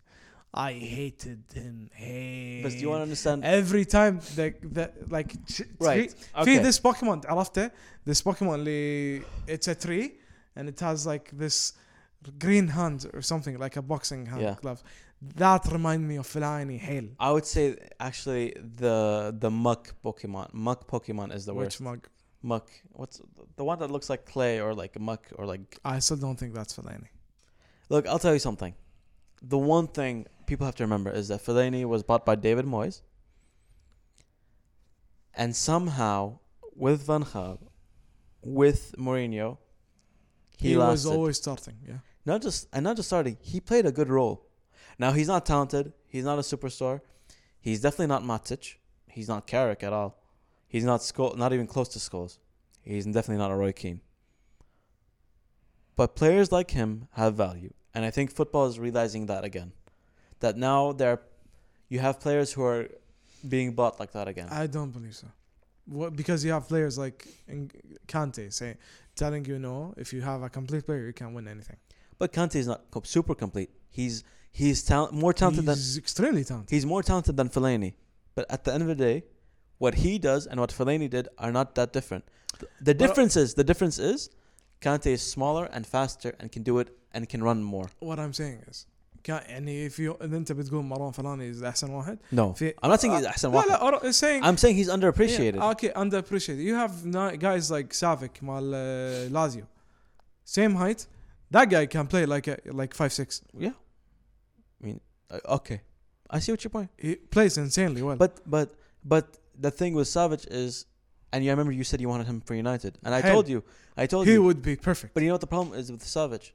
A: I hated him. Hey.
B: But do you want to understand?
A: Every time the the like ch-
B: Right.
A: tree- في
B: Okay.
A: this Pokemon عرفته this Pokemon اللي it's a tree and it has like this green hand or something like a boxing hand
B: Yeah.
A: glove that remind me of Fellaini hail
B: I would say actually the the muck Pokemon. Muck Pokemon is the
A: which
B: worst.
A: mug
B: muck. What's the one that looks like clay or like muck or like
A: I still don't think that's Fellaini
B: Look, I'll tell you something. The one thing people have to remember is that Fellaini was bought by David Moyes, and somehow with Van Gaal, with Mourinho,
A: he,
B: he,
A: was
B: lasted.
A: always starting yeah
B: not just and not just starting. He played a good role. Now he's not talented. He's not a superstar. He's definitely not Matic. He's not Carrick at all. He's not Skol, not even close to Scholes. He's definitely not a Roy Keane. But players like him have value, and I think football is realizing that again. That now there, are, you have players who are being bought like that again.
A: I don't believe so what, because you have players like in Kante say telling you no if you have a complete player you can win anything
B: But Kante is not co- super complete. He's he's talent more talented than
A: he's extremely talented
B: He's more talented than Fellaini, but at the end of the day, what he does and what Fellaini did are not that different. The, the
A: Well-
B: difference is the difference is Kante is smaller and faster and can do it and can run more.
A: what I'm saying is كان يعني if you اذا انت بتقول مروان فلاني is احسن واحد
B: No,
A: في-
B: I'm not saying he's Ahsan
A: لا
B: Waqid.
A: لا uh, or- saying
B: I'm saying he's underappreciated.
A: Yeah, okay underappreciated you have ni- guys like Savic مال uh, Lazio same height that guy can play like a, like 5'6
B: yeah, I mean, uh, okay, I see what your point.
A: he plays insanely well
B: But but but the thing with Savage is, and you I remember you said you wanted him for United, and I
A: Hell.
B: told you, I told
A: he
B: you
A: would be perfect
B: But you know what the problem is with Savage?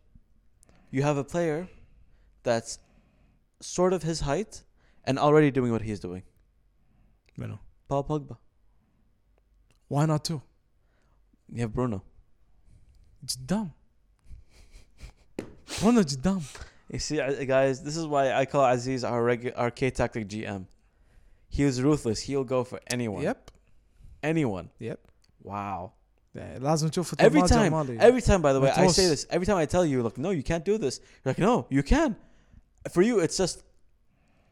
B: You have a player that's sort of his height and already doing what he's doing.
A: you know
B: Paul Pogba.
A: why not two
B: You have Bruno.
A: قدام رونو قدام
B: You see, I- guys, this is why I call Aziz our regu- our K Tactic GM. He was ruthless. He'll go for anyone.
A: yep
B: Anyone.
A: yep Eh,
B: Wow.
A: Yeah, لازم تشوف فوتبول
B: Every time.
A: جمالي.
B: Every time, by the way, I
A: Matros.
B: say this. Every time I tell you, like, no, you can't do this. You're like, no, you can. For you, it's just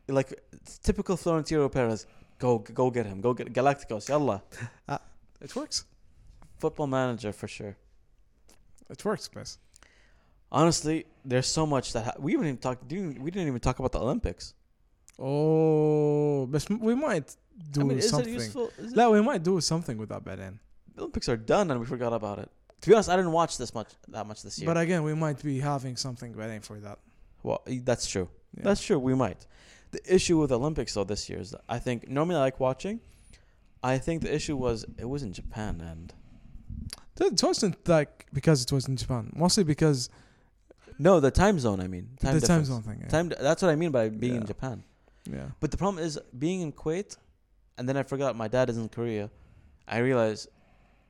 B: like it's typical Florentino Perez. Go, go get him. Go get Galacticos. Yalla.
A: it works
B: Football Manager for sure.
A: it works بس
B: Honestly, there's so much that ha- we haven't even talked. Didn't, we didn't even talk about the Olympics.
A: oh بس we might do
B: I mean, is it
A: something
B: useful? Is it-
A: لا we might do something with that بعدين
B: the Olympics are done, and we forgot about it. To be honest, I didn't watch this much that much this year.
A: But again, we might be having something waiting for that.
B: well, e- that's true.
A: Yeah.
B: That's true. We might. The issue with Olympics though this year is that I think normally I like watching. I think the issue was it was in Japan and
A: It wasn't like because it was in Japan, mostly because
B: no the time zone. I mean time
A: the time
B: difference.
A: zone thing. Yeah.
B: Time. di- That's what I mean by being in
A: Yeah.
B: Japan.
A: yeah.
B: But the problem is being in Kuwait, and then I forgot my dad is in Korea. I realized,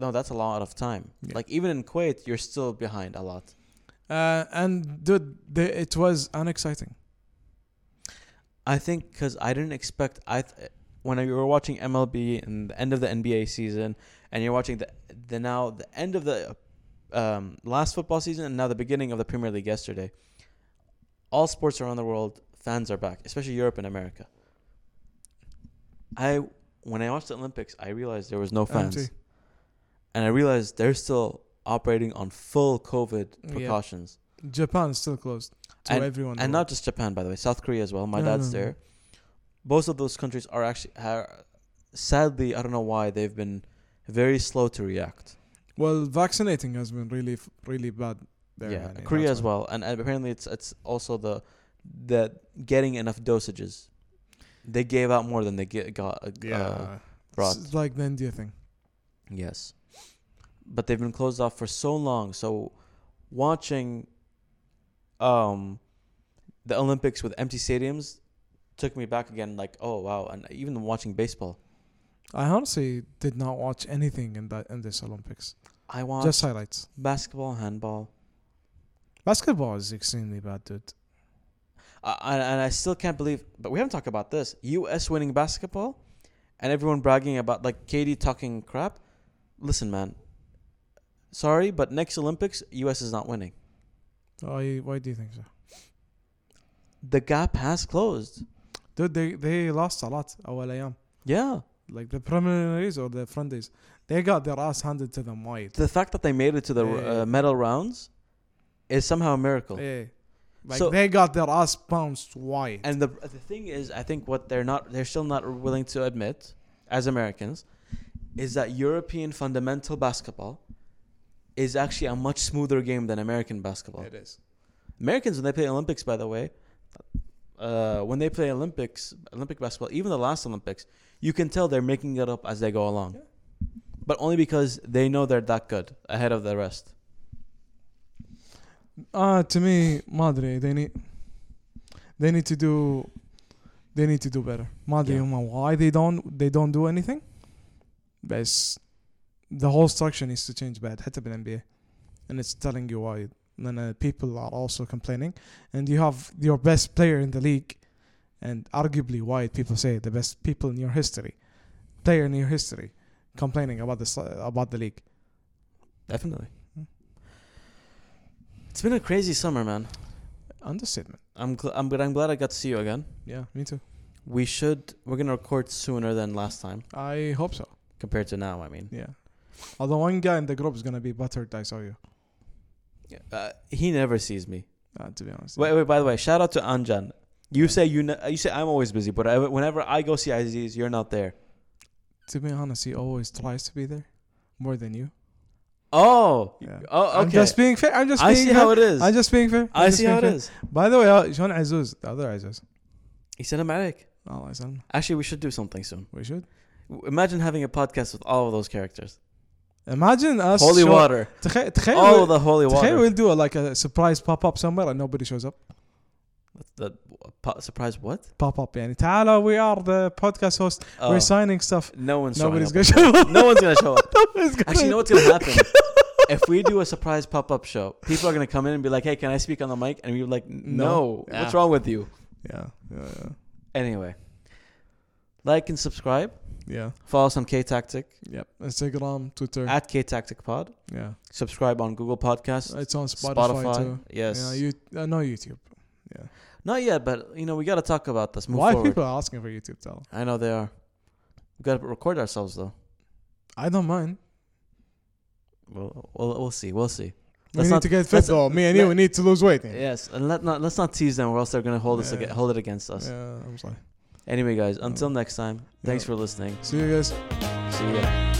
B: no, that's a lot of time.
A: Yeah.
B: Like even in Kuwait, you're still behind a lot.
A: Uh, and dude, the, it was unexciting.
B: I think because I didn't expect I. Th- when you were watching MLB and the end of the NBA season, and you're watching the the now the end of the um, last football season and now the beginning of the Premier League yesterday, all sports around the world fans are back, especially Europe and America. I when I watched the Olympics, I realized there was no fans.
A: Empty.
B: and I realized they're still operating on full COVID
A: Yeah.
B: precautions,
A: Japan is still closed to everyone.
B: and not just Japan, by the way. South Korea as well. My
A: No, no,
B: dad's
A: no.
B: there. Both of those countries are actually, are, sadly, I don't know why they've been very slow to react.
A: well, vaccinating has been really, f- really bad. There,
B: yeah,
A: yani,
B: Korea
A: that's
B: as
A: why.
B: well, and apparently it's it's also the the getting enough dosages. They gave out more than they get, got uh,
A: Yeah,
B: brought.
A: it's like the India thing.
B: Yes. But they've been closed off for so long. So watching um, the Olympics with empty stadiums took me back again. Like, oh wow, and even watching baseball,
A: I honestly did not watch anything in that in this Olympics.
B: I watched
A: Just highlights.
B: basketball, handball,
A: Basketball is extremely bad, dude.
B: uh, and, and I still can't believe. But we haven't talked about this. U.S. winning basketball, and everyone bragging about like Katie talking crap. Listen, man. Sorry, but next Olympics, U.S. is not winning.
A: Why? Why do you think so?
B: The gap has closed.
A: Dude, they they lost a lot. أول أيام.
B: Yeah.
A: like the preliminaries or the friendlies, they got their ass handed to them wide.
B: the fact that they made it to the
A: Yeah.
B: uh, medal rounds is somehow a miracle.
A: Yeah. Like
B: So-
A: they got their ass pounced wide.
B: And the the thing is, I think what they're not they're still not willing to admit as Americans is that European fundamental basketball is actually a much smoother game than American basketball.
A: it is.
B: Americans when they play Olympics, by the way, uh, when they play Olympics, Olympic basketball, even the last Olympics, you can tell they're making it up as they go along,
A: Yeah.
B: but only because they know they're that good ahead of the rest.
A: Uh to me, Madre, they need they need to do they need to do better. Madre,
B: Yeah.
A: yeah. why they don't they don't do anything? But the whole structure needs to change bad, حتى NBA, And it's telling you why. And uh, people are also complaining. And you have your best player in the league and arguably white people say the best people in your history. Player in your history complaining about the s- about the league.
B: Definitely.
A: Mm.
B: It's been a crazy summer, man.
A: Understatement.
B: I'm gl- I'm but I'm glad I got to see you again.
A: Yeah, me too.
B: We should we're gonna record sooner than last time
A: I hope so.
B: compared to now. I mean,
A: Yeah. Although one guy in the group is gonna be buttered, I saw you.
B: uh, he never sees me.
A: Uh, to be honest.
B: Wait, wait. By the way, shout out to Anjan. You say you ne- you say I'm always busy, but I, whenever I go see Aziz, you're not there.
A: To be honest, he always tries to be there more than you.
B: Oh,
A: Yeah.
B: oh, okay.
A: I'm just being fair. I'm just.
B: I
A: being
B: see
A: fair.
B: how it is.
A: I'm just being fair.
B: I
A: I'm just
B: see how it
A: being fair.
B: is.
A: By the way, uh, Sean Azuz, the other Azuz.
B: He said, "Americ."
A: Allah Islam.
B: Actually, we should do something soon.
A: We should
B: W- Imagine having a podcast with all of those characters.
A: imagine us.
B: Holy
A: show-
B: water.
A: تخيل تخيل
B: All of the holy water.
A: تخيل we'll do a, like a surprise pop up somewhere and nobody shows up.
B: the po- surprise what?
A: Pop up يعني تعالى we are the podcast host.
B: Oh,
A: We're signing stuff.
B: no one's showing
A: Nobody's
B: up.
A: gonna show up.
B: No one's gonna show up.
A: Nobody's gonna-
B: Actually, you know what's gonna happen? if we do a surprise pop up show, people are gonna come in and be like, "Hey, can I speak on the mic?" And we're like, "No,
A: No. Ah.
B: what's
A: Yeah.
B: wrong with you?"
A: Yeah. Yeah. Yeah.
B: Anyway, like and subscribe.
A: yeah.
B: Follow us on K Tactic
A: Yep. Instagram, Twitter.
B: at K Tactic Pod.
A: yeah.
B: Subscribe on Google Podcasts,
A: It's on
B: Spotify.
A: Uh, Spotify, too.
B: Yes,
A: Yeah, you uh, no YouTube.
B: not yet, but you know we gotta talk about this. Move
A: Why
B: forward.
A: people are asking for YouTube channel?
B: I know they are. We gotta record ourselves though.
A: I don't mind.
B: We'll we'll, we'll see. We'll see.
A: We
B: Let's
A: need
B: not-
A: to get fit
B: let's-
A: though. Me and you
B: let-
A: we need to lose weight. Yeah.
B: Yes, and let not let's not tease them, or else they're gonna hold us
A: Yeah.
B: aga hold it against us.
A: yeah, I'm sorry.
B: Anyway, guys, until next time, thanks
A: Yeah.
B: for listening.
A: See you guys.
B: See ya.